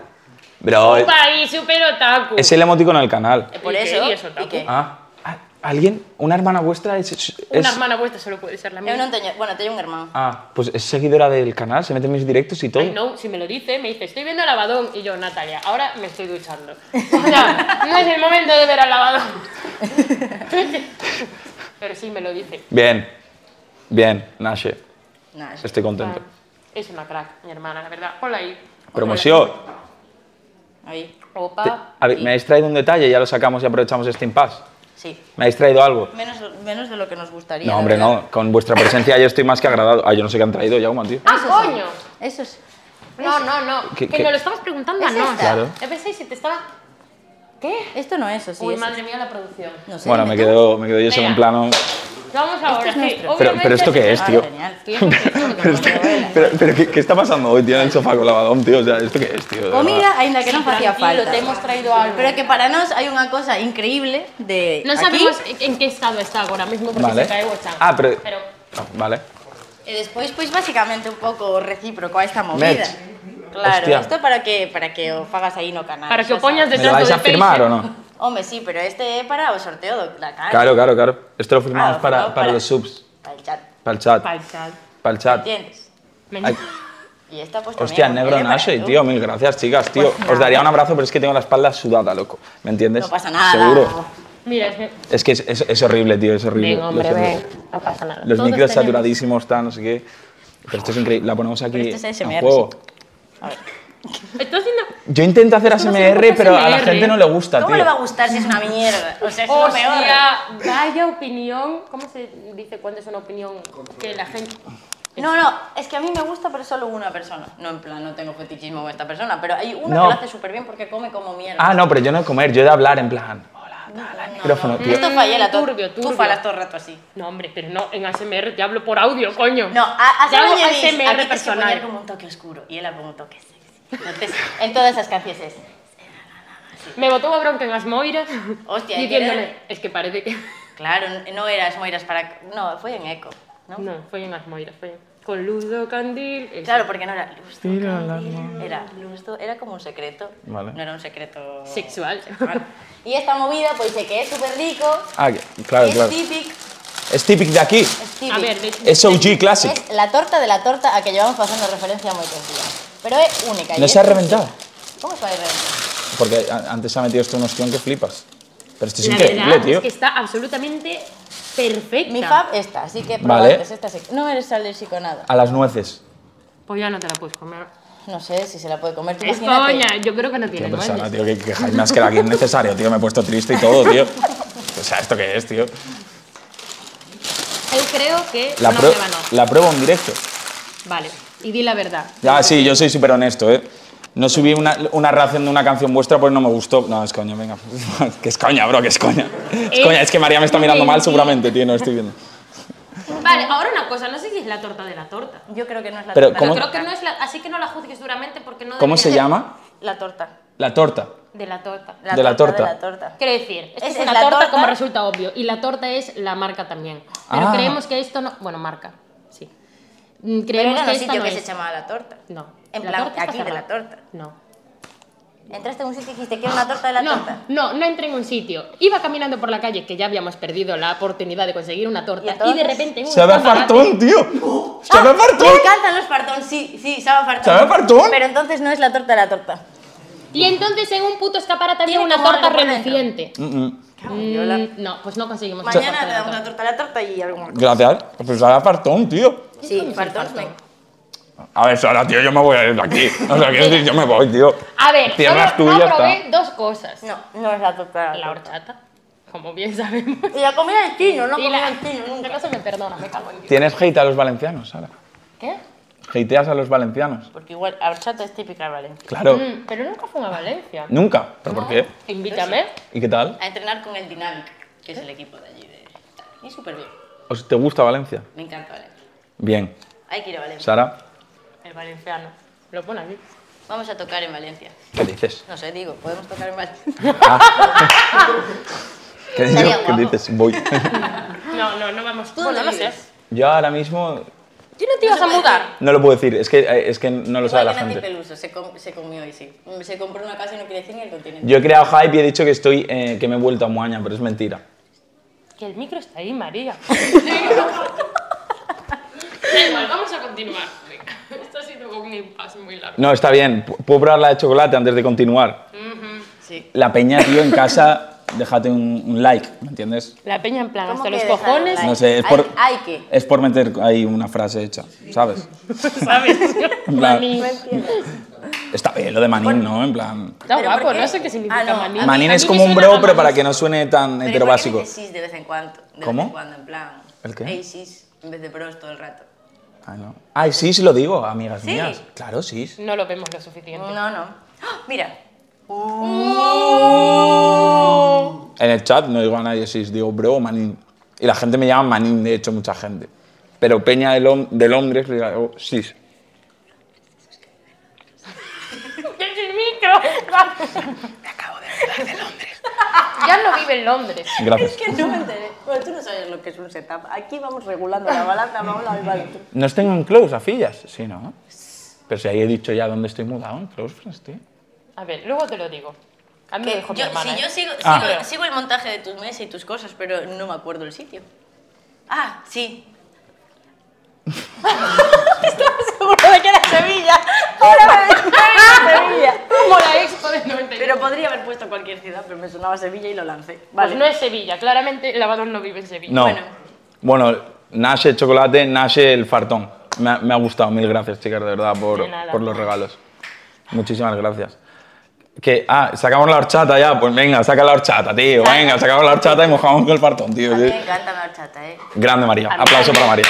Speaker 3: Bro,
Speaker 4: Un país super otaku.
Speaker 3: es el emoticono del canal.
Speaker 1: Que Por
Speaker 4: ¿Y qué?
Speaker 1: eso.
Speaker 4: ¿Y es otaku?
Speaker 1: que,
Speaker 3: Ah, ¿a- ¿alguien? ¿Una hermana vuestra es...? es-
Speaker 4: Una
Speaker 3: es-
Speaker 4: hermana vuestra solo puede ser la mía.
Speaker 1: yo no teño- bueno, tengo un hermano.
Speaker 3: Ah, pues es seguidora del canal, se mete en mis directos y todo.
Speaker 4: Ay, no, si me lo dice, me dice, estoy viendo al lavadón. Y yo, Natalia, ahora me estoy duchando. O
Speaker 1: [laughs]
Speaker 4: sea, no es el momento de ver al lavadón. Pero sí me lo dice.
Speaker 3: Bien, bien, Nashe,
Speaker 1: Nada, es-
Speaker 3: estoy contento.
Speaker 4: Es una crack, mi hermana, la verdad. Hola ahí.
Speaker 3: Promoción.
Speaker 1: ahí.
Speaker 3: Te-
Speaker 4: Opa.
Speaker 3: a ver, me habéis traído un detalle, ya lo sacamos y aprovechamos este impasse.
Speaker 1: Sí.
Speaker 3: ¿Me habéis traído algo?
Speaker 1: Menos, menos de lo que nos gustaría.
Speaker 3: No,
Speaker 1: la
Speaker 3: hombre,
Speaker 1: verdad.
Speaker 3: no. Con vuestra presencia yo estoy más que agradado. Ah, yo no sé qué han traído, Jaume, tío.
Speaker 4: ¡Ah,
Speaker 1: Eso sí.
Speaker 4: coño!
Speaker 1: Eso es.
Speaker 4: No, no, no.
Speaker 3: ¿Qué-
Speaker 4: Que,
Speaker 3: qué?
Speaker 4: nos lo estabas preguntando a
Speaker 1: ¿Es
Speaker 4: nos.
Speaker 1: esta?
Speaker 3: Claro.
Speaker 4: Yo pensé si te estaba... ¿Qué?
Speaker 1: Esto no es, eso sí.
Speaker 4: Uy,
Speaker 1: eso.
Speaker 4: madre mía, la producción.
Speaker 1: No Ah, sé.
Speaker 3: Bueno, me quedo, me quedo yo solo en
Speaker 4: Venga.
Speaker 3: plano.
Speaker 4: Vamos ahora.
Speaker 1: es
Speaker 4: sí,
Speaker 1: nuestro.
Speaker 3: Pero- pero ¿esto qué
Speaker 4: obviamente-
Speaker 3: es,
Speaker 1: Ah,
Speaker 3: tío?
Speaker 1: genial.
Speaker 4: Tío,
Speaker 3: [laughs]
Speaker 4: porque todo lo que
Speaker 3: Pero,
Speaker 4: pasa.
Speaker 3: pero- pero ¿qué, qué está pasando hoy, tío, en el sofá con lavadón, tío? O sea, ¿esto qué es, tío? De verdad.
Speaker 1: Comida, ainda que no hacía
Speaker 4: Tranquilo,
Speaker 1: falta.
Speaker 4: te hemos traído algo.
Speaker 1: Pero que para nos hay una cosa increíble de
Speaker 4: No
Speaker 1: aquí,
Speaker 4: sabemos en qué estado está ahora mismo porque
Speaker 3: Vale.
Speaker 4: se cae WhatsApp.
Speaker 3: Ah, pero...
Speaker 4: Pero
Speaker 3: Ah, vale.
Speaker 1: E despois, pois, basicamente un pouco recíproco a esta movida. Claro,
Speaker 3: Hostia.
Speaker 1: isto para que para que o fagas aí no canal.
Speaker 4: para que
Speaker 1: xa
Speaker 4: o poñas
Speaker 1: sabes.
Speaker 3: ¿Me
Speaker 4: detrás
Speaker 3: lo vais
Speaker 4: do
Speaker 3: a firmar o no?
Speaker 1: Home, sí, pero este é para o sorteo do, da cara.
Speaker 3: Claro, claro, claro. Esto lo firmamos
Speaker 1: Ah,
Speaker 3: para,
Speaker 1: no,
Speaker 3: para
Speaker 1: para-
Speaker 3: los subs,
Speaker 1: Para el chat,
Speaker 3: para el chat, para el chat.
Speaker 1: ¿entiendes?
Speaker 4: Me
Speaker 3: Ay,
Speaker 1: Y esta pues
Speaker 3: [laughs] Hostia,
Speaker 1: tamén,
Speaker 3: negro
Speaker 1: ¿eh? Para
Speaker 3: Nashe,
Speaker 1: tú. Pues
Speaker 3: tío, mil gracias, chicas, tío. Os daría un abrazo, pero es que tengo la espalda sudada, loco. ¿Me entiendes?
Speaker 1: No pasa nada.
Speaker 3: Seguro.
Speaker 4: Mira, es que...
Speaker 3: Es que es, es- es horrible, tío, es horrible.
Speaker 4: Ven, hombre,
Speaker 3: Lo siento.
Speaker 4: ven. No pasa nada.
Speaker 3: Los
Speaker 4: Todos
Speaker 3: micros
Speaker 4: tenemos-
Speaker 3: saturadísimos, tal, no sé qué. Pero esto es increíble. La ponemos aquí
Speaker 1: Pero esto es ASMR,
Speaker 3: en juego.
Speaker 4: Estás haciendo...
Speaker 3: Yo intento hacer
Speaker 4: Esto no se
Speaker 3: ASMR,
Speaker 4: llama
Speaker 3: pero a la
Speaker 4: ASMR.
Speaker 3: gente no le gusta,
Speaker 1: ¿Cómo le va a
Speaker 3: tío.
Speaker 1: gustar si es una mierda? O sea, es lo peor.
Speaker 4: Hostia, vaya opinión... ¿Cómo se dice cuando es una opinión que la gente...
Speaker 1: No, no, es que a mí me gusta, pero solo una persona. No, en plan, no tengo fetichismo con esta persona, pero hay una
Speaker 3: No.
Speaker 1: que lo hace súper bien porque come como mierda.
Speaker 3: Ah, no, pero yo no de comer, yo de hablar, en plan. Hola, tal, al micrófono, tío.
Speaker 1: Esto fallela todo.
Speaker 4: Turbio,
Speaker 1: Tú
Speaker 4: turbio.
Speaker 1: falas todo el rato así.
Speaker 4: No, hombre, pero no, en ASMR te hablo por audio, coño.
Speaker 1: No, a, a
Speaker 4: Te hago
Speaker 1: Sara Llevis,
Speaker 4: ASMR
Speaker 1: aquí tienes que
Speaker 4: personal.
Speaker 1: poner como un toque oscuro y él la pone un toque sexy. Entonces, en todas esas canciones es.
Speaker 4: Me botó una bronca en las moiras
Speaker 1: Hostia, ¿y
Speaker 4: diciéndole...
Speaker 1: era?
Speaker 4: Es que parece que...
Speaker 1: Claro, no eras Moiras para. No, fue en Eco, ¿no?
Speaker 4: No, fue en las moiras, fue en- Con luz do candil... eso.
Speaker 1: Claro, porque no era luz. do candil, Era luz do- era como un secreto.
Speaker 3: Vale.
Speaker 1: No era un secreto [laughs]
Speaker 4: Sexual.
Speaker 1: sexual. Y esta movida, pues sé que es súper rico,
Speaker 3: Ah, que- claro,
Speaker 1: es
Speaker 3: claro.
Speaker 1: típico,
Speaker 3: Es típico de aquí.
Speaker 1: es típico.
Speaker 4: A ver, de-
Speaker 3: Es OG Classic.
Speaker 1: es la torta de la torta a que llevamos haciendo referencia muy días. Pero es única. y
Speaker 3: No
Speaker 1: es
Speaker 3: se ha
Speaker 1: típica.
Speaker 3: reventado.
Speaker 1: ¿Cómo se va a reventar?
Speaker 3: Porque a- antes se ha metido esto un ostión que flipas. Pero esto es
Speaker 4: La
Speaker 3: increíble,
Speaker 4: verdad
Speaker 3: tío.
Speaker 4: es que está absolutamente perfecta.
Speaker 1: Mi fab está, así que
Speaker 3: Vale.
Speaker 1: probad antes esta sí. No eres alérgico a nada.
Speaker 3: A las nueces.
Speaker 4: Pues ya no te la puedes comer.
Speaker 1: No sé si se la puede comer. Tú
Speaker 4: Es
Speaker 1: imagínate.
Speaker 4: coña, yo creo que no
Speaker 3: Qué
Speaker 4: tiene
Speaker 3: persona,
Speaker 4: duendes.
Speaker 3: tío, que, que Jaime has quedado aquí innecesario, tío. Me he puesto triste y todo, tío. O sea, ¿esto qué es, tío?
Speaker 4: Yo creo que
Speaker 3: La,
Speaker 4: no
Speaker 3: prue-
Speaker 4: te va a notar.
Speaker 3: la pruebo en directo.
Speaker 4: Vale, y di la verdad.
Speaker 3: Ya, sí, yo soy súper honesto, ¿eh? No subí una, una reacción de una canción vuestra porque no me gustó. No, es coña, venga. [laughs] que es coña, bro, que es coña. Es
Speaker 4: Es
Speaker 3: coña, es que María me está mirando mal
Speaker 4: mentira.
Speaker 3: seguramente, tío, no estoy viendo.
Speaker 4: Vale, ahora una cosa, no sé si es la torta de la torta.
Speaker 1: Yo creo que no es la
Speaker 3: Pero,
Speaker 1: torta.
Speaker 3: ¿Cómo-
Speaker 4: Pero creo que no es la... Así que no la juzgues duramente porque no...
Speaker 3: ¿Cómo
Speaker 4: debería
Speaker 3: se
Speaker 4: ser
Speaker 3: llama?
Speaker 1: La torta.
Speaker 3: La torta.
Speaker 4: De la torta.
Speaker 3: De la
Speaker 1: De
Speaker 3: torta.
Speaker 1: la torta.
Speaker 4: Quiero decir, esto
Speaker 1: Es-
Speaker 4: es,
Speaker 1: es
Speaker 4: una
Speaker 1: la
Speaker 4: torta,
Speaker 1: torta.
Speaker 4: como resulta obvio. Y la torta es la marca también. Pero
Speaker 3: Ah.
Speaker 4: creemos que esto no... Bueno, marca, sí. Mm, Creemos
Speaker 1: Pero era en
Speaker 4: que
Speaker 1: un
Speaker 4: esta
Speaker 1: sitio
Speaker 4: no
Speaker 1: que
Speaker 4: es.
Speaker 1: se llamaba la torta.
Speaker 4: No.
Speaker 1: En
Speaker 4: La
Speaker 1: plan,
Speaker 4: torta está
Speaker 1: aquí de la
Speaker 4: cerrada.
Speaker 1: torta.
Speaker 4: No.
Speaker 1: Entraste en un sitio y dijiste, quiero una torta de la
Speaker 4: no,
Speaker 1: torta.
Speaker 4: no, no entré en un sitio. Iba caminando por la calle, que ya habíamos perdido la oportunidad de conseguir una
Speaker 1: ¿Y
Speaker 4: torta. Y,
Speaker 1: entonces?
Speaker 4: de repente... en un
Speaker 3: Se ve
Speaker 4: escaparate-
Speaker 3: fartón, tío. Se
Speaker 4: Ah,
Speaker 3: ve
Speaker 1: ¡Ah! Me
Speaker 3: fartón.
Speaker 1: encantan los fartón, sí, sí, sabe a fartón.
Speaker 3: ¿Sabe a fartón?
Speaker 1: Pero entonces no es la torta de la torta.
Speaker 4: Y entonces en un puto escaparate había
Speaker 1: Tiene
Speaker 4: una
Speaker 1: como
Speaker 4: torta
Speaker 1: algo por dentro.
Speaker 4: reluciente.
Speaker 3: Mm, mm.
Speaker 4: Mm, no, pues no conseguimos la
Speaker 1: Mañana
Speaker 4: torta
Speaker 1: te
Speaker 4: de la
Speaker 1: damos la
Speaker 4: torta.
Speaker 1: torta de la torta y algo más.
Speaker 3: Gracias. Pues se ve fartón, tío.
Speaker 1: Sí, fartón. me-
Speaker 3: A ver, Sara, tío, yo me voy a ir de aquí. O sea, quiero decir, yo me voy, tío.
Speaker 4: A ver, solo
Speaker 3: Cierras tú y ya
Speaker 4: no
Speaker 3: está.
Speaker 4: probé dos cosas.
Speaker 1: No, no es la torta de
Speaker 4: La
Speaker 1: la torta.
Speaker 4: horchata, como bien sabemos.
Speaker 1: Y la comida del chino, no
Speaker 4: y la...
Speaker 1: comida del chino nunca.
Speaker 4: Esta cosa me perdona, me cago en Dios.
Speaker 3: Tienes hate a los valencianos, Sara.
Speaker 4: ¿Qué?
Speaker 3: Hateas a los valencianos.
Speaker 1: Porque igual, la horchata es típica de Valencia.
Speaker 3: Claro.
Speaker 4: Mm, pero nunca fui a Valencia.
Speaker 3: Nunca. ¿Pero por qué?
Speaker 4: Invítame.
Speaker 3: ¿Y qué tal?
Speaker 1: A entrenar con el Dynamic, que es el equipo de allí. De... Y súper bien.
Speaker 3: ¿Os te gusta Valencia?
Speaker 1: Me encanta Valencia.
Speaker 3: Bien.
Speaker 1: Hay que ir a Valencia.
Speaker 3: Sara,
Speaker 4: El valenciano. Lo pone aquí.
Speaker 1: Vamos a tocar en Valencia.
Speaker 3: ¿qué dices?
Speaker 1: No sé, digo, podemos tocar en Valencia.
Speaker 3: ¿Qué,
Speaker 1: Estaría
Speaker 3: digo? ¿Qué
Speaker 1: guapo. [laughs]
Speaker 3: dices? Voy.
Speaker 4: No, no, no vamos.
Speaker 1: ¿Tú
Speaker 4: Bueno,
Speaker 1: dónde
Speaker 4: no sé.
Speaker 1: vives?
Speaker 3: Yo ahora mismo
Speaker 4: ¿Tú no te ibas a mudar?
Speaker 3: no lo puedo decir. Es que, eh, es que no lo sabe la
Speaker 1: Igual que Nancy
Speaker 3: gente.
Speaker 1: Peluso se, com- se comió y sí. Mm, Se compró una casa y no quiere decir ni el continente.
Speaker 3: Yo he creado hype y he dicho que estoy, eh, que me he vuelto a Moaña, pero es mentira.
Speaker 4: Que el micro está ahí, [laughs] María. Da igual, vamos a continuar. Esto ha sido un impasse muy largo.
Speaker 3: No, está bien. P- Puedo probar la de chocolate antes de continuar.
Speaker 1: Sí.
Speaker 3: La peña, tío, en casa, déjate un, un like, ¿me entiendes?
Speaker 4: La peña en plan,
Speaker 1: ¿Cómo
Speaker 4: hasta
Speaker 1: que
Speaker 4: los
Speaker 1: dejar
Speaker 4: cojones.
Speaker 1: like?
Speaker 3: No sé, es
Speaker 1: Hay-
Speaker 3: por-
Speaker 1: Hay que.
Speaker 3: Es por meter ahí una frase hecha, ¿sabes? En plan,
Speaker 4: Manín.
Speaker 3: [laughs] está bien lo de Manín, ¿no? En plan...
Speaker 4: Está
Speaker 1: Pero
Speaker 4: guapo,
Speaker 1: ¿por qué?
Speaker 4: no sé qué significa
Speaker 1: Ah, no.
Speaker 4: manín.
Speaker 1: A mí-
Speaker 3: Manín
Speaker 4: A
Speaker 3: es
Speaker 4: mí
Speaker 3: como
Speaker 4: me
Speaker 3: un
Speaker 4: suena
Speaker 3: bro, pero
Speaker 4: más-
Speaker 3: para que no suene tan
Speaker 1: Pero ¿por qué
Speaker 3: heterobásico.
Speaker 1: dices sis de vez en cuando? De
Speaker 3: ¿Cómo?
Speaker 1: vez en cuando, en plan.
Speaker 3: ¿El qué?
Speaker 1: Hey, sis, en vez de pros todo el rato.
Speaker 3: Ay, Ah, no. Ay, sí, sí lo digo, amigas
Speaker 1: ¿Sí?
Speaker 3: mías. Claro, sí.
Speaker 4: No lo vemos lo suficiente.
Speaker 1: No, no. ¡Ah! Mira.
Speaker 3: En el chat no digo a nadie sí, digo bro o manín. Y la gente me llama manín, de hecho, mucha gente. Pero Peña de, Lom- de Londres le digo sis.
Speaker 4: ¡Es el micro! Ya no vive en Londres.
Speaker 3: Gracias.
Speaker 1: Es que no me enteré. Bueno, tú no sabes lo que es un setup. Aquí vamos regulando la balanza, vamos a ver.
Speaker 3: No estén en close, a fillas. Sí, ¿no? Pero si ahí he dicho ya dónde estoy mudado, en close friends, tío.
Speaker 4: A ver, luego te lo digo. A mí me
Speaker 1: Que
Speaker 4: dijo mi
Speaker 1: Mm. yo,
Speaker 4: hermana.
Speaker 1: si
Speaker 4: ¿eh?
Speaker 1: yo sigo,
Speaker 3: Ah.
Speaker 1: sigo, sigo el montaje de tus mesas y tus cosas, pero no me acuerdo el sitio. Ah, sí. [laughs] Estaba seguro de que era Sevilla. Ahora me Sevilla.
Speaker 4: Como la expo del 90.
Speaker 1: Pero podría haber puesto cualquier ciudad, pero me sonaba Sevilla y lo lancé. Vale.
Speaker 4: Pues no es Sevilla, claramente Lavadón no vive en Sevilla.
Speaker 3: No.
Speaker 1: Bueno.
Speaker 3: Bueno, nace el chocolate, nace el fartón. Me ha, me ha gustado, mil gracias, chicas, de verdad, por,
Speaker 4: De nada.
Speaker 3: por los regalos. Muchísimas gracias. Que, ah, sacamos la horchata ya, pues venga, saca la horchata, tío, venga, sacamos la horchata y mojamos con el fartón, tío.
Speaker 1: A mí me encanta la horchata, ¿eh?
Speaker 3: Grande María, aplauso para María.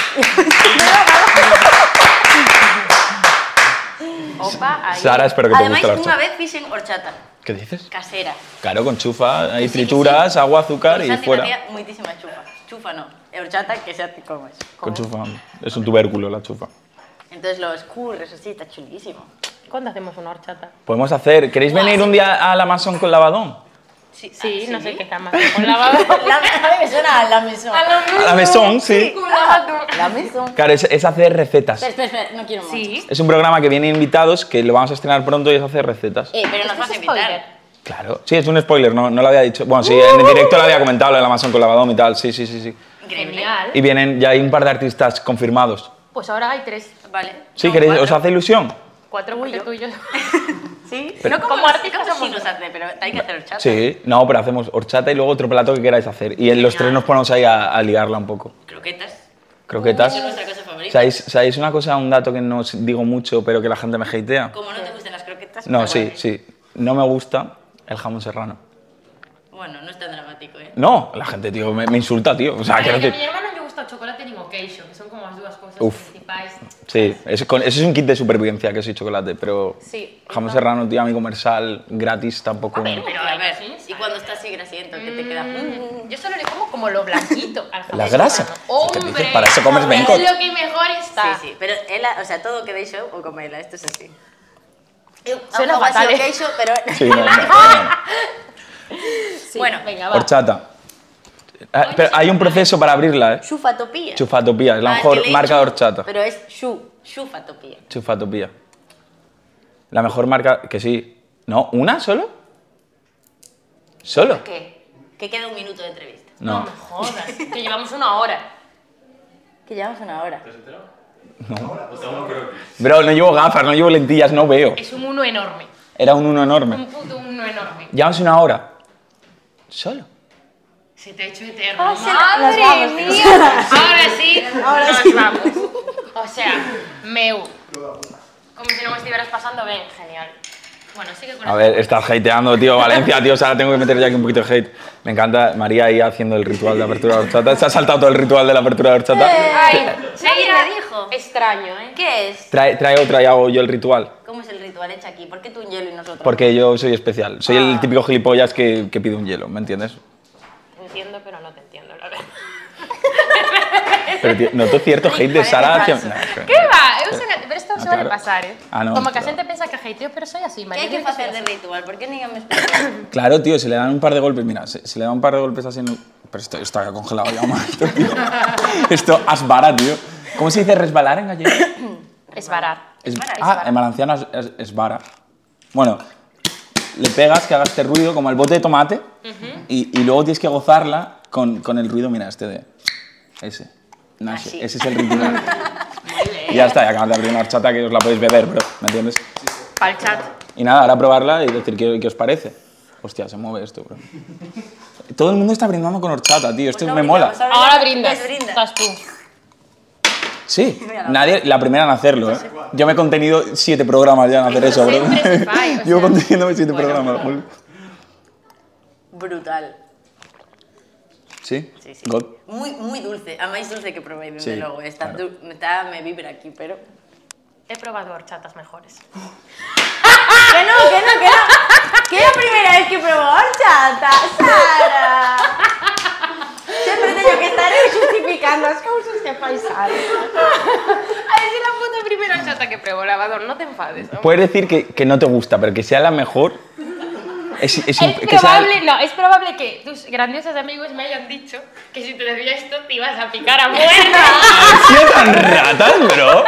Speaker 1: Opa, ahí.
Speaker 3: Sara, espero que te
Speaker 1: Además,
Speaker 3: guste la
Speaker 1: una
Speaker 3: horchata.
Speaker 1: vez hice horchata
Speaker 3: ¿Qué dices?
Speaker 1: casera.
Speaker 3: Claro, con chufa, hay
Speaker 1: Sí, sí,
Speaker 3: frituras,
Speaker 1: sí.
Speaker 3: agua, azúcar
Speaker 1: Con
Speaker 3: y
Speaker 1: Santi
Speaker 3: fuera.
Speaker 1: hacía muitísima chufa. Chufa no, horchata que sea te comes.
Speaker 3: Con chufa, es un tubérculo la chufa.
Speaker 1: Entonces lo escurres así, está chulísimo.
Speaker 4: ¿Cuándo hacemos una horchata?
Speaker 3: Podemos hacer, ¿queréis venir un día a la Mason con lavadón?
Speaker 1: Sí,
Speaker 4: Sí,
Speaker 1: ah,
Speaker 4: no sé qué cama. Con Lavadón.
Speaker 1: [laughs] La, a mí me suena a la mesón.
Speaker 3: A la mesón, sí.
Speaker 4: Con Lavadón.
Speaker 1: La mesón.
Speaker 3: Claro, es, es hacer recetas.
Speaker 1: Espera, espera, espera, no quiero más.
Speaker 4: Sí.
Speaker 3: Es un programa que viene invitados, que lo vamos a estrenar pronto y es hacer recetas.
Speaker 1: Eh, pero nos vas a invitar.
Speaker 3: Claro. Sí, es un spoiler, no, no lo había dicho. Bueno, sí,
Speaker 1: Uh,
Speaker 3: en el directo lo había comentado, lo de la Amazon con lavadón y tal. Sí, sí, sí, sí.
Speaker 1: Increíble.
Speaker 4: Genial.
Speaker 3: Y vienen, ya hay un par de artistas confirmados.
Speaker 4: Pues ahora hay tres,
Speaker 1: Vale.
Speaker 3: Sí,
Speaker 1: Son
Speaker 3: queréis,
Speaker 1: cuatro.
Speaker 3: ¿os hace ilusión?
Speaker 4: cuatro porque tuyos.
Speaker 1: Sí,
Speaker 3: Pero-
Speaker 1: no como,
Speaker 4: Como
Speaker 1: artistas
Speaker 4: artistas
Speaker 1: como
Speaker 4: somos-
Speaker 1: sí nos hace, pero hay que hacer horchata.
Speaker 3: Sí. No, pero hacemos horchata y luego otro plato que queráis hacer. Y en los tres nos ponemos ahí a, a ligarla un poco.
Speaker 1: Croquetas.
Speaker 3: Croquetas.
Speaker 1: Esa es nuestra cosa favorita.
Speaker 3: ¿Sabéis, ¿Sabéis una cosa, un dato que no os digo mucho, pero que la gente me hatea?
Speaker 1: Como no te gustan las croquetas.
Speaker 3: No,
Speaker 1: pues
Speaker 3: sí,
Speaker 1: bueno.
Speaker 3: sí. No me gusta el jamón serrano.
Speaker 1: Bueno, no es tan dramático, ¿eh?
Speaker 3: Ah, No, la gente, tío, me, me insulta, tío. O sea, quiero
Speaker 4: Ay, que a
Speaker 3: decir-
Speaker 4: mi hermano le gusta el chocolate nin o queixo, que son como as dúas cousas
Speaker 3: Uf.
Speaker 4: principais.
Speaker 3: Sí, eso, con- eso es un kit de supervivencia, queso y chocolate, pero
Speaker 1: Sí.
Speaker 3: jamón serrano, tío, amigo comercial, gratis, tampoco...
Speaker 1: Pero a ver, y cuando estás así grasiento, que te queda...
Speaker 4: Mm, yo solo le como como lo blanquito al jamón
Speaker 3: La grasa.
Speaker 4: serrano.
Speaker 3: ¿Qué te
Speaker 4: ¡Hombre!
Speaker 3: dices? Para eso comes
Speaker 4: Es
Speaker 3: bencot.
Speaker 4: lo que mejor está.
Speaker 1: Sí, sí, pero ela, o sea, todo que deixo eu o comela, isto es así. Eu
Speaker 9: Suena
Speaker 1: algo así
Speaker 9: fatal,
Speaker 1: o
Speaker 9: eh.
Speaker 1: queixo, pero... [laughs]
Speaker 3: Sí, no, no, no.
Speaker 4: Sí,
Speaker 1: Bueno,
Speaker 4: venga, va.
Speaker 3: Horchata. Ah, pero hay un proceso para abrirla, ¿eh?
Speaker 1: Xufatopía.
Speaker 3: Chufatopía, es la
Speaker 1: Ah,
Speaker 3: mejor
Speaker 1: que leí
Speaker 3: marca de
Speaker 1: chu,
Speaker 3: horchata.
Speaker 1: Pero es xu, xufatopía.
Speaker 3: Chufatopía. La mejor marca, que sí. ¿No? ¿Una solo? ¿Solo?
Speaker 4: ¿Qué?
Speaker 1: Que queda un minuto de entrevista.
Speaker 4: No.
Speaker 3: No.
Speaker 4: me jodas, [laughs] que llevamos una hora.
Speaker 1: Que llevamos una hora.
Speaker 10: ¿Te has enterado? No. O sea, un croquis.
Speaker 3: Bro, no llevo gafas, no llevo lentillas, no veo.
Speaker 4: Es un uno enorme.
Speaker 3: Era un uno
Speaker 4: Un
Speaker 3: enorme.
Speaker 4: puto uno enorme.
Speaker 3: Llevamos una hora. ¿Solo?
Speaker 4: Se te ha hecho eterno.
Speaker 1: Las
Speaker 4: ¡Madre
Speaker 1: vamos, tío.
Speaker 4: mía! Ahora sí, nos vamos.
Speaker 1: [laughs]
Speaker 4: O sea, meu. Como si no me estuvieras pasando bien, genial. Bueno, sigue con
Speaker 3: A
Speaker 4: el-
Speaker 3: ver, estás hateando, tío. Valencia, tío, o sea, ahora tengo que meter ya aquí un poquito de hate. Me encanta María ahí haciendo el ritual de apertura de horchata. Se ha saltado todo el ritual de la apertura de horchata.
Speaker 4: Ay,
Speaker 1: Nadie Eh, me dijo.
Speaker 4: Extraño, ¿eh?
Speaker 1: ¿Qué es?
Speaker 3: Trae, trae otra y hago yo el ritual.
Speaker 1: ¿Cómo es el ritual hecho aquí? ¿Por qué tú un hielo y nosotros?
Speaker 3: Porque yo soy especial. Soy
Speaker 4: Ah.
Speaker 3: el típico gilipollas que, que pide un hielo, ¿me entiendes?
Speaker 4: Te entiendo, pero no te entiendo, la verdad.
Speaker 3: Pero tío, noto
Speaker 4: [laughs]
Speaker 3: cierto hate de
Speaker 1: Parece
Speaker 3: Sara hacia...
Speaker 1: falso.
Speaker 3: No,
Speaker 4: ¿Qué va? Eu sou- Pero esto
Speaker 3: Ah,
Speaker 4: se vale
Speaker 3: claro.
Speaker 4: pasar, ¿eh?
Speaker 3: Ah, no,
Speaker 4: Como que a
Speaker 3: claro.
Speaker 4: gente pensa que hateo, pero soy así,
Speaker 1: ¿Qué hay que hacer de ritual? ¿Por qué ni me explico?
Speaker 3: Claro, tío, si le dan un par de golpes, mira, si, si le dan un par de golpes así en el... Pero esto está congelado ya, man, esto,
Speaker 4: [laughs]
Speaker 3: tío. Esto, asbara, tío. ¿Cómo se dice resbalar en gallego?
Speaker 4: Es varar.
Speaker 3: Es-
Speaker 1: Esbara,
Speaker 3: ah,
Speaker 1: esbara.
Speaker 3: en valenciano es, es- esbara. Bueno, le pegas que haga este ruido como el bote de tomate y, y luego tienes que gozarla con, con el ruido, mira, este de... Ese. No,
Speaker 1: Así.
Speaker 3: ese, ese es el ritual. y ya está, ya acabas de abrir una horchata que os la podéis beber, bro, ¿me entiendes?
Speaker 4: Pa'l chat.
Speaker 3: Y nada, ahora probarla y decir qué, qué os parece. Hostia, se mueve esto, bro. Todo el mundo está brindando con horchata, tío. Esto
Speaker 1: No
Speaker 3: me
Speaker 1: brindamos,
Speaker 3: mola.
Speaker 1: brindamos,
Speaker 4: Ahora brindas.
Speaker 1: pues brinda.
Speaker 4: Estás tú.
Speaker 3: Sí, nadie, la primera en hacerlo, ¿eh? Yo me he contenido siete programas ya en hacer eso, bro.
Speaker 4: Siempre
Speaker 3: [laughs]
Speaker 4: se fai, o sea.
Speaker 3: Llevo conteniéndome siete
Speaker 4: Bueno,
Speaker 3: programas.
Speaker 4: bueno.
Speaker 1: Brutal.
Speaker 3: ¿Sí?
Speaker 1: Sí, sí.
Speaker 3: God.
Speaker 1: Muy, muy dulce. A máis dulce que probei, desde
Speaker 3: Sí,
Speaker 1: logo. Está,
Speaker 3: claro.
Speaker 1: du- está, me vibra aquí, pero...
Speaker 4: He probado horchatas mejores.
Speaker 1: Que no, que no, que no. Que é a primeira vez que probo horchata, Sara. Sempre teño que estar eu justificando as cousas que fai Sara.
Speaker 4: [laughs] Ay, es la puta primera horchata que pruebo, lavador, no te enfades. ¿no?
Speaker 3: Puedes decir que, que no te gusta, pero que sea la mejor. Es, es
Speaker 4: Es
Speaker 3: imp- que sea-
Speaker 4: probable, no, es probable que tus grandiosos amigos me hayan dicho que si te decía esto te ibas a [laughs] picar a muerte.
Speaker 3: ¿Han sido tan ratas, bro?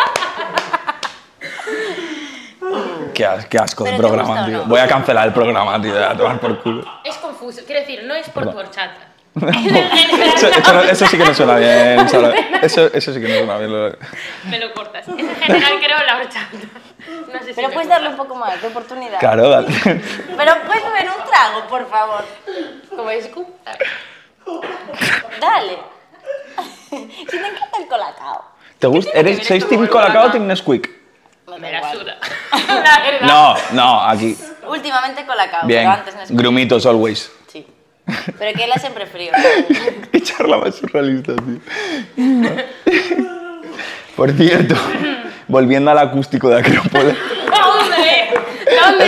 Speaker 3: Qué, as- qué asco de
Speaker 1: ¿Pero te
Speaker 3: programa,
Speaker 1: gusta o
Speaker 3: tío.
Speaker 1: no?
Speaker 3: Voy a cancelar el programa, tío. A tomar por culo.
Speaker 4: [laughs]
Speaker 3: [laughs]
Speaker 4: es confuso, quiero decir, no es por tu horchata.
Speaker 3: Eso, eso no- eso sí que no suena bien, Sara. Eso, eso sí que no suena bien. lo-
Speaker 4: Me lo cortas. Es en general creo la horchata. No sé si
Speaker 1: Pero puedes
Speaker 4: me gusta.
Speaker 1: darle un pouco máis de oportunidade.
Speaker 3: Claro, dale.
Speaker 1: Pero puedes beber un trago, por favor.
Speaker 4: Como es cu-
Speaker 1: Dale. Si te encanta el colacao.
Speaker 3: ¿Te gusta? ¿Eres, ¿Sois Team Colacao o Team Nesquik?
Speaker 1: Me,
Speaker 4: Me
Speaker 1: da
Speaker 4: la
Speaker 1: igual.
Speaker 4: [laughs] suda. La verdad.
Speaker 3: No, no, aquí.
Speaker 1: Últimamente colacao,
Speaker 3: Bien.
Speaker 1: pero antes no [laughs]
Speaker 3: Grumitos always. [laughs]
Speaker 1: Sí. Pero que ela sempre frío.
Speaker 4: [laughs]
Speaker 3: Qué charla más surrealista, tío. [laughs] Por cierto, volviendo al acústico de Acrópolis.
Speaker 4: ¡Hombre! ¿Dónde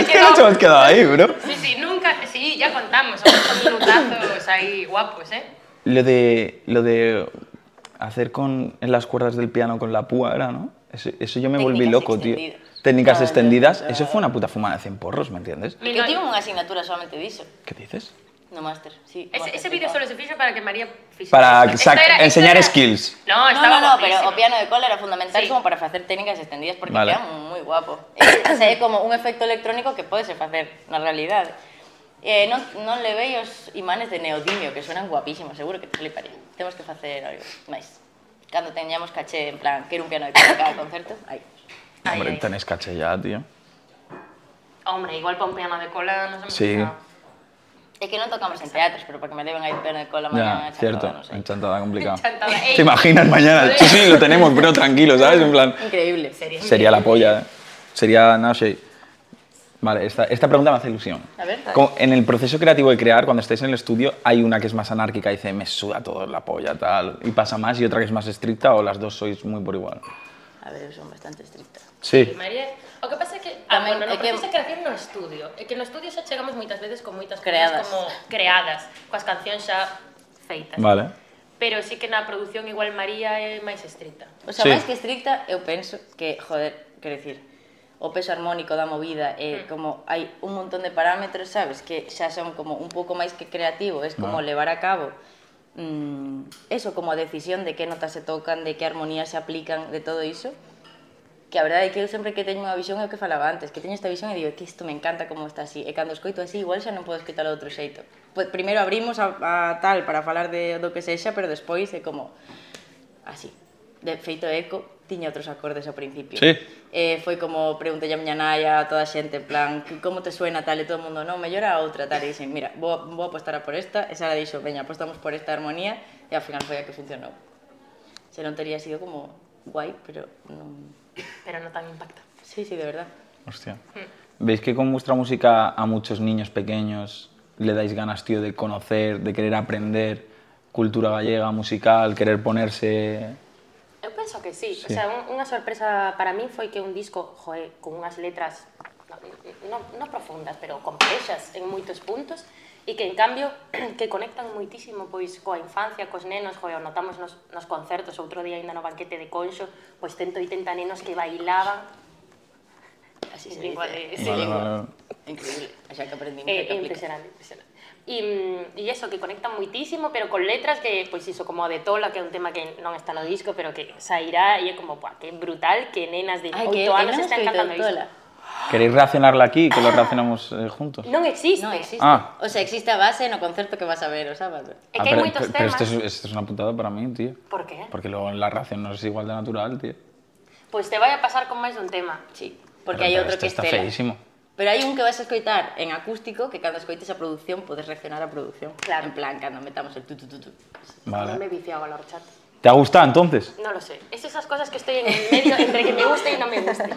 Speaker 3: [laughs] Es que
Speaker 4: quedó?
Speaker 3: no te has quedado ahí, bro.
Speaker 4: Sí, sí, nunca. Sí, ya contamos. Son unos minutazos ahí guapos, ¿eh?
Speaker 3: Lo de, lo de hacer con en las cuerdas del piano con la púa era, ¿no? Eso, eso yo me volví
Speaker 1: Técnicas
Speaker 3: loco, tío.
Speaker 1: extendidas.
Speaker 3: Técnicas
Speaker 1: No, no,
Speaker 3: extendidas.
Speaker 1: no.
Speaker 3: Eso fue una puta fumada de 100 porros, ¿me entiendes?
Speaker 1: Que tive unha asignatura solamente diso.
Speaker 3: ¿Qué dices?
Speaker 1: No máster, sí.
Speaker 4: Ese,
Speaker 1: máster,
Speaker 4: ese
Speaker 1: sí,
Speaker 4: vídeo
Speaker 1: claro.
Speaker 4: solo se hizo para que María.
Speaker 3: Para
Speaker 4: Esto
Speaker 3: sac-
Speaker 4: era- esto
Speaker 3: enseñar
Speaker 4: era-
Speaker 3: skills.
Speaker 4: No,
Speaker 1: No, no,
Speaker 4: estaba
Speaker 1: no,
Speaker 4: guapísimo.
Speaker 1: pero o piano de cola era fundamental
Speaker 4: Sí.
Speaker 1: como para facer técnicas extendidas porque
Speaker 3: Vale.
Speaker 1: queda moi
Speaker 3: [coughs]
Speaker 1: guapo. E, o sea, é como un efecto electrónico que podese facer na realidade. Eh, non, non levei os imanes de neodimio que suenan guapísimos, seguro que te fliparía. Temos que facer algo máis. Cando teñamos caché, en plan, quero un piano de cola cada concerto, aí.
Speaker 4: Ay,
Speaker 3: Hombre,
Speaker 4: ay.
Speaker 3: tenéis caché ya, tío.
Speaker 4: Hombre, igual para un piano de cola no se me
Speaker 3: Sí.
Speaker 4: ocurrió.
Speaker 1: É que non tocamos en teatros, pero para que me leven aí piano de cola
Speaker 3: Ya,
Speaker 1: mañana,
Speaker 3: cierto.
Speaker 1: non sei.
Speaker 3: Enchantada
Speaker 4: [laughs]
Speaker 3: complicada.
Speaker 4: Enchantada. Ey.
Speaker 3: ¿Te imaginas mañana?
Speaker 4: Joder.
Speaker 3: Sí, sí, lo tenemos, pero tranquilo, ¿sabes? En plan,
Speaker 1: Increíble.
Speaker 4: Sería
Speaker 3: sería la polla. ¿eh? Sería, no sé, Vale, esta, esta pregunta me hace ilusión.
Speaker 4: A ver.
Speaker 3: Co- En el proceso creativo de crear, cuando estáis en el estudio, hay una que es más anárquica y dice, me suda todo la polla, tal, y pasa más, y otra que es más estricta, o las dos sois muy por igual.
Speaker 1: A ver, son bastante estrictas.
Speaker 3: Sí.
Speaker 4: María, o que pasa é que
Speaker 1: Tamén
Speaker 4: ah,
Speaker 1: é
Speaker 4: bueno, no
Speaker 1: que-
Speaker 4: proceso de creación no estudio, é que no estudio xa chegamos moitas veces con moitas
Speaker 1: Creadas.
Speaker 4: cousas como creadas, coas cancións xa feitas.
Speaker 3: Vale.
Speaker 4: Pero sí que na produción igual María é máis estrita.
Speaker 1: O sea,
Speaker 3: Sí.
Speaker 1: máis que estricta, eu penso que, joder, quero dicir, o peso armónico da movida é como hai un montón de parámetros, sabes, que xa son como un pouco máis que creativo, es como
Speaker 3: Vale.
Speaker 1: levar a cabo mm, eso, como a decisión de que notas se tocan, de que armonías se aplican, de todo iso, que a verdade é que eu sempre que teño unha visión é o que falaba antes, que teño esta visión e digo que isto me encanta como está así, e cando escoito así igual xa non podo escoitalo de outro xeito. Pois primeiro abrimos a, a tal para falar de do que sexa, pero despois é como así. De feito eco, tiña outros acordes ao principio.
Speaker 3: Sí.
Speaker 1: Eh, foi como preguntei a miña nai a toda a xente, en plan, "Que- como te suena tal, e todo o mundo, non, mellora a outra, tal, e dixen, mira, vou, vou apostar a por esta, e Sara dixo, veña, apostamos por esta armonía, e ao final foi a que funcionou. Se non tería sido como guai, pero non...
Speaker 4: Pero non tan impacta.
Speaker 1: Sí, sí, de verdad.
Speaker 3: Hostia. Hmm. ¿Veis que con vuestra música a muchos niños pequeños le dais ganas, tío, de conocer, de querer aprender cultura gallega, musical, querer ponerse...
Speaker 4: Eu penso que sí.
Speaker 3: Sí.
Speaker 4: O sea, un, unha sorpresa para mí foi que un disco, joe, con unhas letras no, no, no profundas, pero complexas en moitos puntos, e que, en cambio, [clears throat] que conectan moitísimo pois coa infancia, cos nenos, joe, o notamos nos, nos concertos, outro día ainda no banquete de Conxo, pois 180 nenos que bailaban
Speaker 1: Así
Speaker 4: en
Speaker 1: se
Speaker 4: lingua
Speaker 1: dice.
Speaker 4: de... sí,
Speaker 3: Vale,
Speaker 4: lingua.
Speaker 3: vale.
Speaker 1: Increíble. Xa que aprendimos
Speaker 4: Eh,
Speaker 1: que aplica.
Speaker 4: impresionante, impresionante. E, mm, e eso, que conectan moitísimo, pero con letras que, pois iso, como a de Tola, que é un tema que non está no disco, pero que sairá e é como, pua, que brutal que nenas de 8
Speaker 1: Ai, que
Speaker 4: anos
Speaker 1: eu non
Speaker 4: están
Speaker 1: escoito
Speaker 4: cantando isto.
Speaker 1: tola.
Speaker 3: ¿Queréis reaccionarla aquí, que lo reaccionamos eh, juntos?
Speaker 4: Non existe.
Speaker 1: Non existe.
Speaker 3: Ah.
Speaker 1: eh. O sea, existe a base no concerto que vas a ver o sábado.
Speaker 3: Ah,
Speaker 4: É que hai
Speaker 3: pero,
Speaker 4: moitos
Speaker 3: pero- pero esto, es,
Speaker 4: temas.
Speaker 3: esto es una putada para mí, tío.
Speaker 4: Por qué?
Speaker 3: Porque luego la reacción no es igual de natural, tío.
Speaker 4: Pois Pues te vai a pasar con máis dun tema.
Speaker 1: Sí, porque
Speaker 3: Pero-
Speaker 1: hai
Speaker 3: pero
Speaker 1: outro
Speaker 3: esto
Speaker 1: que
Speaker 3: está
Speaker 1: estela.
Speaker 3: feísimo.
Speaker 1: Pero hai un que vas a escoitar en acústico que cando escoites a produción podes reaccionar a produción.
Speaker 4: Claro.
Speaker 1: En plan, cando metamos el tu tu tu tu.
Speaker 4: Non
Speaker 3: Vale.
Speaker 4: me viciaba a la horchata.
Speaker 3: ¿Te ha gustado entonces?
Speaker 4: Non lo sé. Es esas cosas que estoy en el medio entre que me guste y no me [laughs] guste.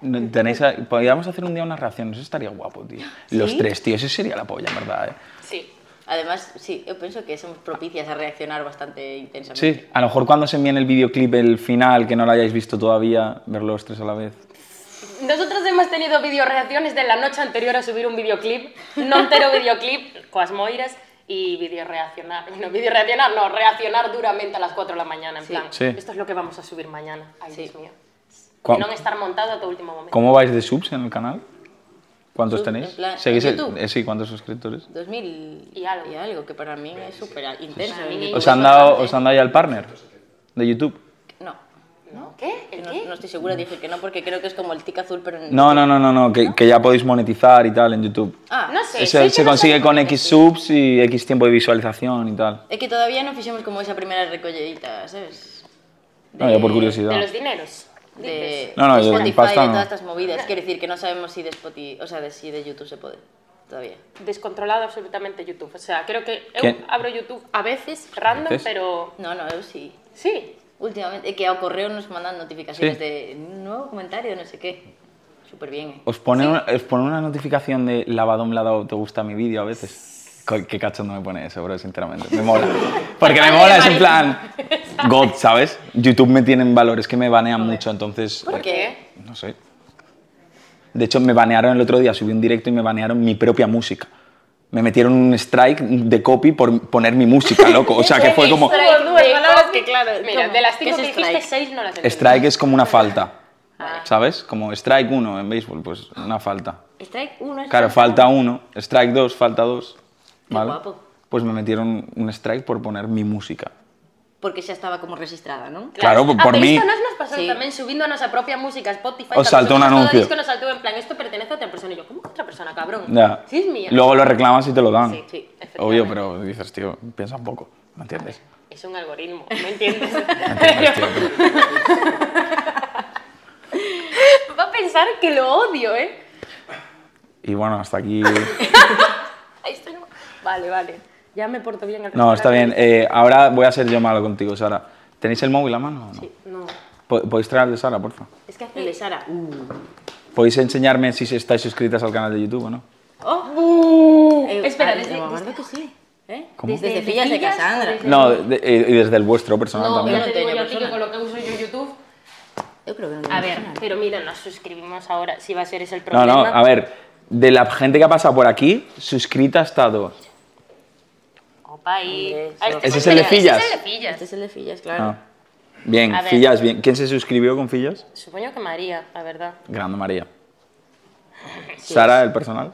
Speaker 3: No, Tenéis a- Podríamos hacer un día una reacción, eso estaría guapo, tío. Los
Speaker 1: ¿Sí?
Speaker 3: tres, tío, eso sería la polla, en verdad. eh.
Speaker 4: Sí.
Speaker 1: Además, sí, eu penso que somos propicias a reaccionar bastante intensamente.
Speaker 3: Sí, a lo mejor cuando se envíen el videoclip, el final, que no lo hayáis visto todavía, ver los tres a la vez.
Speaker 4: Nosotros hemos tenido videoreacciones de la noche anterior a subir un videoclip, no entero videoclip, [laughs] coas moiras, y videoreaccionar, no, videoreaccionar, no, reaccionar duramente a las 4 de la mañana, en
Speaker 1: Sí.
Speaker 4: plan,
Speaker 3: Sí.
Speaker 4: esto es lo que vamos a subir mañana, ay
Speaker 1: Sí.
Speaker 4: Dios mío.
Speaker 3: Cu-
Speaker 4: Y no estar montado hasta último momento.
Speaker 3: ¿Cómo vais de subs en el canal? ¿Cuántos
Speaker 1: Sub- en
Speaker 3: tenéis?
Speaker 1: plan,
Speaker 3: ¿Seguís
Speaker 1: ¿en
Speaker 3: el-
Speaker 1: YouTube?
Speaker 3: eh, sí, ¿cuántos suscriptores?
Speaker 1: 2000
Speaker 4: Y algo.
Speaker 1: y algo que para mí es súper intenso.
Speaker 4: Para mí-
Speaker 3: ¿Os han dado, os han dado ya el partner de YouTube?
Speaker 1: No,
Speaker 4: ¿No? ¿Qué?
Speaker 1: que
Speaker 4: ¿El
Speaker 1: no,
Speaker 4: qué?
Speaker 1: no estoy segura de decir que no porque creo que es como el tic azul pero en-
Speaker 3: No, no, no, no, no, que, que ya podéis monetizar y tal en YouTube.
Speaker 1: Ah,
Speaker 4: No sé,
Speaker 3: Eso
Speaker 4: sé que
Speaker 3: se
Speaker 4: no
Speaker 3: consigue
Speaker 4: sabemos
Speaker 3: con
Speaker 4: lo que
Speaker 3: X subs y X tiempo de visualización y tal.
Speaker 1: Es que todavía no fixemos como esa primera recolledita, sabes?
Speaker 3: No, yo por
Speaker 4: De
Speaker 3: curiosidad.
Speaker 4: los dineros.
Speaker 1: De
Speaker 3: No, no,
Speaker 1: de
Speaker 3: yo con
Speaker 1: Spotify,
Speaker 3: pasta
Speaker 1: de
Speaker 3: no.
Speaker 1: todas estas movidas. Quiero decir que no sabemos si de Spotify, o sea, de si de YouTube se puede todavía.
Speaker 4: Descontrolado absolutamente YouTube. O sea, creo que eu
Speaker 3: ¿Qué?
Speaker 4: abro YouTube a veces, random,
Speaker 3: veces?
Speaker 4: pero
Speaker 1: No, no, eu sí.
Speaker 4: sí.
Speaker 1: Últimamente, é que ao correo nos mandan notificaciones
Speaker 3: Sí.
Speaker 1: de nuevo comentario, no sé qué. Súper bien. eh.
Speaker 3: Os pone, una, os pone una notificación de lavado un lado, te gusta mi vídeo a veces. Co- Qué cachondo me pone eso, bro, sinceramente.
Speaker 1: [laughs]
Speaker 3: Me mola. Porque me
Speaker 4: Vale,
Speaker 3: mola, es en
Speaker 4: vale.
Speaker 3: plan. God, ¿sabes? YouTube me tienen valores que me banean mucho, entonces.
Speaker 1: ¿Por qué?
Speaker 3: No sé. De hecho, me banearon el otro día, subí un directo y me banearon mi propia música. Me metieron un strike de copy por poner mi música, loco. O sea, que fue como.
Speaker 1: Hubo dos
Speaker 4: De
Speaker 1: palabras
Speaker 4: copy-
Speaker 1: que, claro,
Speaker 4: Mira,
Speaker 1: ¿cómo?
Speaker 4: de las
Speaker 1: ¿Qué
Speaker 4: cinco
Speaker 1: es
Speaker 4: que dijiste,
Speaker 1: strike?
Speaker 4: seis no las entendí.
Speaker 3: Strike es como una falta.
Speaker 1: Ah.
Speaker 3: ¿Sabes? Como strike uno en béisbol, pues una falta.
Speaker 1: Strike 1
Speaker 3: Claro, falta uno, strike dos, falta dos.
Speaker 1: Qué
Speaker 3: ¿vale?
Speaker 1: guapo.
Speaker 3: Pues me metieron un strike por poner mi música.
Speaker 1: Porque xa estaba como registrada, ¿no?
Speaker 3: Claro,
Speaker 4: Ah,
Speaker 3: por
Speaker 4: pero
Speaker 3: mí.
Speaker 4: Esto nos, nos pasó
Speaker 1: Sí.
Speaker 4: también subiendo a nuestra propia música a Spotify.
Speaker 3: Os
Speaker 4: cuando
Speaker 3: saltó un
Speaker 4: subimos todo
Speaker 3: anuncio.
Speaker 4: disco, nos saltó en plan, esto pertenece a otra persona. Y yo, ¿cómo que otra persona, cabrón?
Speaker 3: Ya.
Speaker 4: Sí, es mía.
Speaker 3: Luego lo reclamas y te lo dan.
Speaker 4: Sí, sí, efectivamente.
Speaker 3: Obvio, pero dices, tío, piensa un poco. ¿Me entiendes?
Speaker 4: [laughs] Es un algoritmo, ¿me
Speaker 3: [laughs]
Speaker 4: entiendes?
Speaker 3: ¿Me entiendes, tío? Pero-
Speaker 4: Va a pensar que lo odio, ¿eh?
Speaker 3: Y bueno, hasta aquí.
Speaker 4: Ahí estoy. Vale, vale. Ya me porto bien al
Speaker 3: No, está bien.
Speaker 4: restaurante.
Speaker 3: eh, ahora voy a ser yo malo contigo, Sara. ¿Tenéis el móvil a mano o no?
Speaker 4: No,
Speaker 3: Po- ¿Podéis traer el de Sara, porfa?
Speaker 1: Es que hace el de Sara. Uh,
Speaker 3: Podéis enseñarme si estáis suscritas al canal de YouTube o no.
Speaker 1: Eh,
Speaker 4: ¡Oh! Espera,
Speaker 1: ah,
Speaker 4: desde-
Speaker 1: me
Speaker 4: desde-
Speaker 1: acuerdo que sí. ¿Eh?
Speaker 3: ¿Cómo?
Speaker 1: Desde,
Speaker 4: Desde
Speaker 1: Fillas de
Speaker 4: Fillas,
Speaker 1: Casandra.
Speaker 4: desde-
Speaker 3: No, de- de- y desde el vuestro personal
Speaker 4: No,
Speaker 3: también.
Speaker 4: ya te
Speaker 1: Yo no
Speaker 4: digo
Speaker 1: tengo
Speaker 4: yo a ti que
Speaker 1: personal.
Speaker 4: con lo que uso yo YouTube.
Speaker 1: Yo creo que no.
Speaker 8: A ver, pero mira, nos suscribimos ahora, si va a ser ese el
Speaker 3: No,
Speaker 8: problema.
Speaker 3: no, a ver, de la gente que ha pasado por aquí, suscrita ha estado.
Speaker 8: Opa, ahí. Ah, este
Speaker 3: ¿Ese es el de Fillas?
Speaker 8: Ese es el de Fillas.
Speaker 1: Este es el de Fillas,
Speaker 3: Ah.
Speaker 1: claro.
Speaker 3: Bien,
Speaker 8: A ver.
Speaker 3: Fillas, bien. ¿Quién se suscribió con Fillas?
Speaker 8: Supongo que María, la verdad.
Speaker 3: Grande María. Sara, el personal.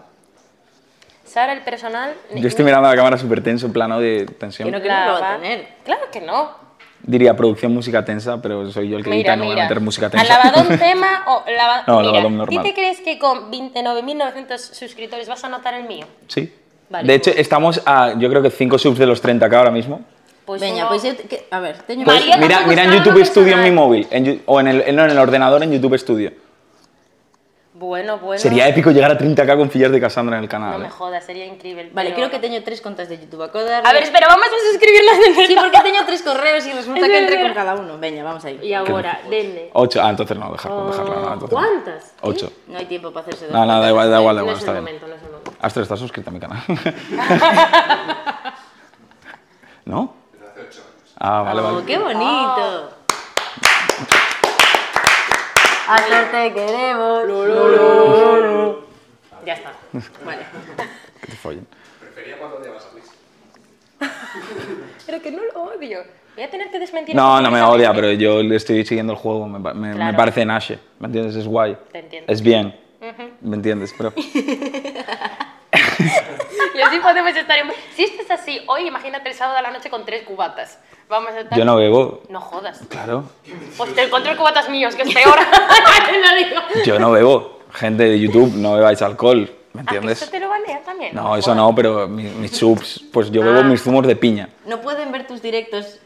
Speaker 8: Sara, el personal. ni-
Speaker 3: Yo estoy mirando a la cámara súper tenso, en plano de tensión.
Speaker 1: Que no, que
Speaker 8: la
Speaker 1: no lo va
Speaker 8: va-
Speaker 1: a tener.
Speaker 8: Claro que no.
Speaker 3: Diría producción música tensa, pero soy yo el que edita
Speaker 8: Mira,
Speaker 3: y no voy a
Speaker 8: mira.
Speaker 3: meter música
Speaker 8: Al
Speaker 3: tensa. [laughs]
Speaker 8: lavadón tema o lava-
Speaker 3: No,
Speaker 8: mira,
Speaker 3: lavadón normal.
Speaker 8: ¿Tú te crees que con 29.900 suscriptores vas a notar el mío?
Speaker 3: sí.
Speaker 8: Vale,
Speaker 3: de hecho, estamos a, yo creo que 5 subs de los 30k ahora mismo.
Speaker 8: Pues
Speaker 1: Veña,
Speaker 8: no.
Speaker 1: pois eu... te- Que, a ver, teño...
Speaker 3: Pues
Speaker 8: María,
Speaker 3: mira,
Speaker 8: tampoco
Speaker 3: mira en
Speaker 8: estaba
Speaker 3: YouTube Studio en mi
Speaker 8: personal.
Speaker 3: móvil, en Yu- o en el, en- no, en el ordenador en YouTube Studio.
Speaker 8: Bueno, bueno.
Speaker 3: Sería épico llegar a 30k con Fillas de Cassandra en el canal.
Speaker 8: No me
Speaker 3: eh.
Speaker 8: jodas, sería increíble.
Speaker 1: Vale,
Speaker 8: pero
Speaker 1: creo que
Speaker 8: no.
Speaker 1: teño tres contas de YouTube. Acabo de darle-
Speaker 8: A ver, espera, vamos a suscribirnos de
Speaker 1: Sí,
Speaker 8: nuevo.
Speaker 1: porque teño tres correos y resulta
Speaker 8: Es
Speaker 1: que entré
Speaker 8: verdad.
Speaker 1: con cada uno. Veña, vamos ahí.
Speaker 4: Y ahora, denle.
Speaker 3: Ocho. Ah, entonces no, dejar, dejarla.
Speaker 8: Oh,
Speaker 3: no, entonces no.
Speaker 4: ¿Cuántas?
Speaker 3: Ocho.
Speaker 1: No hay tiempo para hacerse dos.
Speaker 3: No, no, da igual, da igual, da
Speaker 4: No
Speaker 3: igual,
Speaker 4: es el
Speaker 3: está bien.
Speaker 4: momento, no es el momento.
Speaker 3: Astro, ¿estás suscrita a
Speaker 8: [laughs]
Speaker 3: mi canal? ¿No? Ah, vale,
Speaker 1: Oh,
Speaker 3: vale.
Speaker 1: ¡Qué bonito! Hasta te queremos.
Speaker 4: Ya está.
Speaker 1: Vale.
Speaker 3: Que te follen.
Speaker 2: Prefería cuando odiabas a Luis.
Speaker 4: Pero que no lo odio.
Speaker 8: Voy a tener que desmentir.
Speaker 3: No,
Speaker 8: esto
Speaker 3: no me
Speaker 8: completamente.
Speaker 3: odia, pero yo le estoy siguiendo el juego. Me, pa- me- me
Speaker 8: Claro.
Speaker 3: parece Nashe. ¿Me entiendes? Es guay.
Speaker 8: Te entiendo.
Speaker 3: Es bien. ¿Me entiendes?
Speaker 8: [laughs]
Speaker 3: Pero
Speaker 8: Y así podemos estar en... Si esto es así, hoy imagínate el sábado a la noche con tres cubatas. Vamos a estar...
Speaker 3: yo no bebo.
Speaker 8: No jodas.
Speaker 3: Claro.
Speaker 8: Pues te encontré cubatas míos, que es peor. [laughs] No digo. Ah,
Speaker 3: Yo no bebo. Gente de YouTube, no bebáis alcohol. ¿Me
Speaker 8: Ah, que esto
Speaker 3: entiendes?
Speaker 8: te lo banea también.
Speaker 3: No, eso no, pero mi- mis, subs, pues yo
Speaker 8: Ah.
Speaker 3: bebo mis zumos de piña.
Speaker 1: No pueden ver tus directos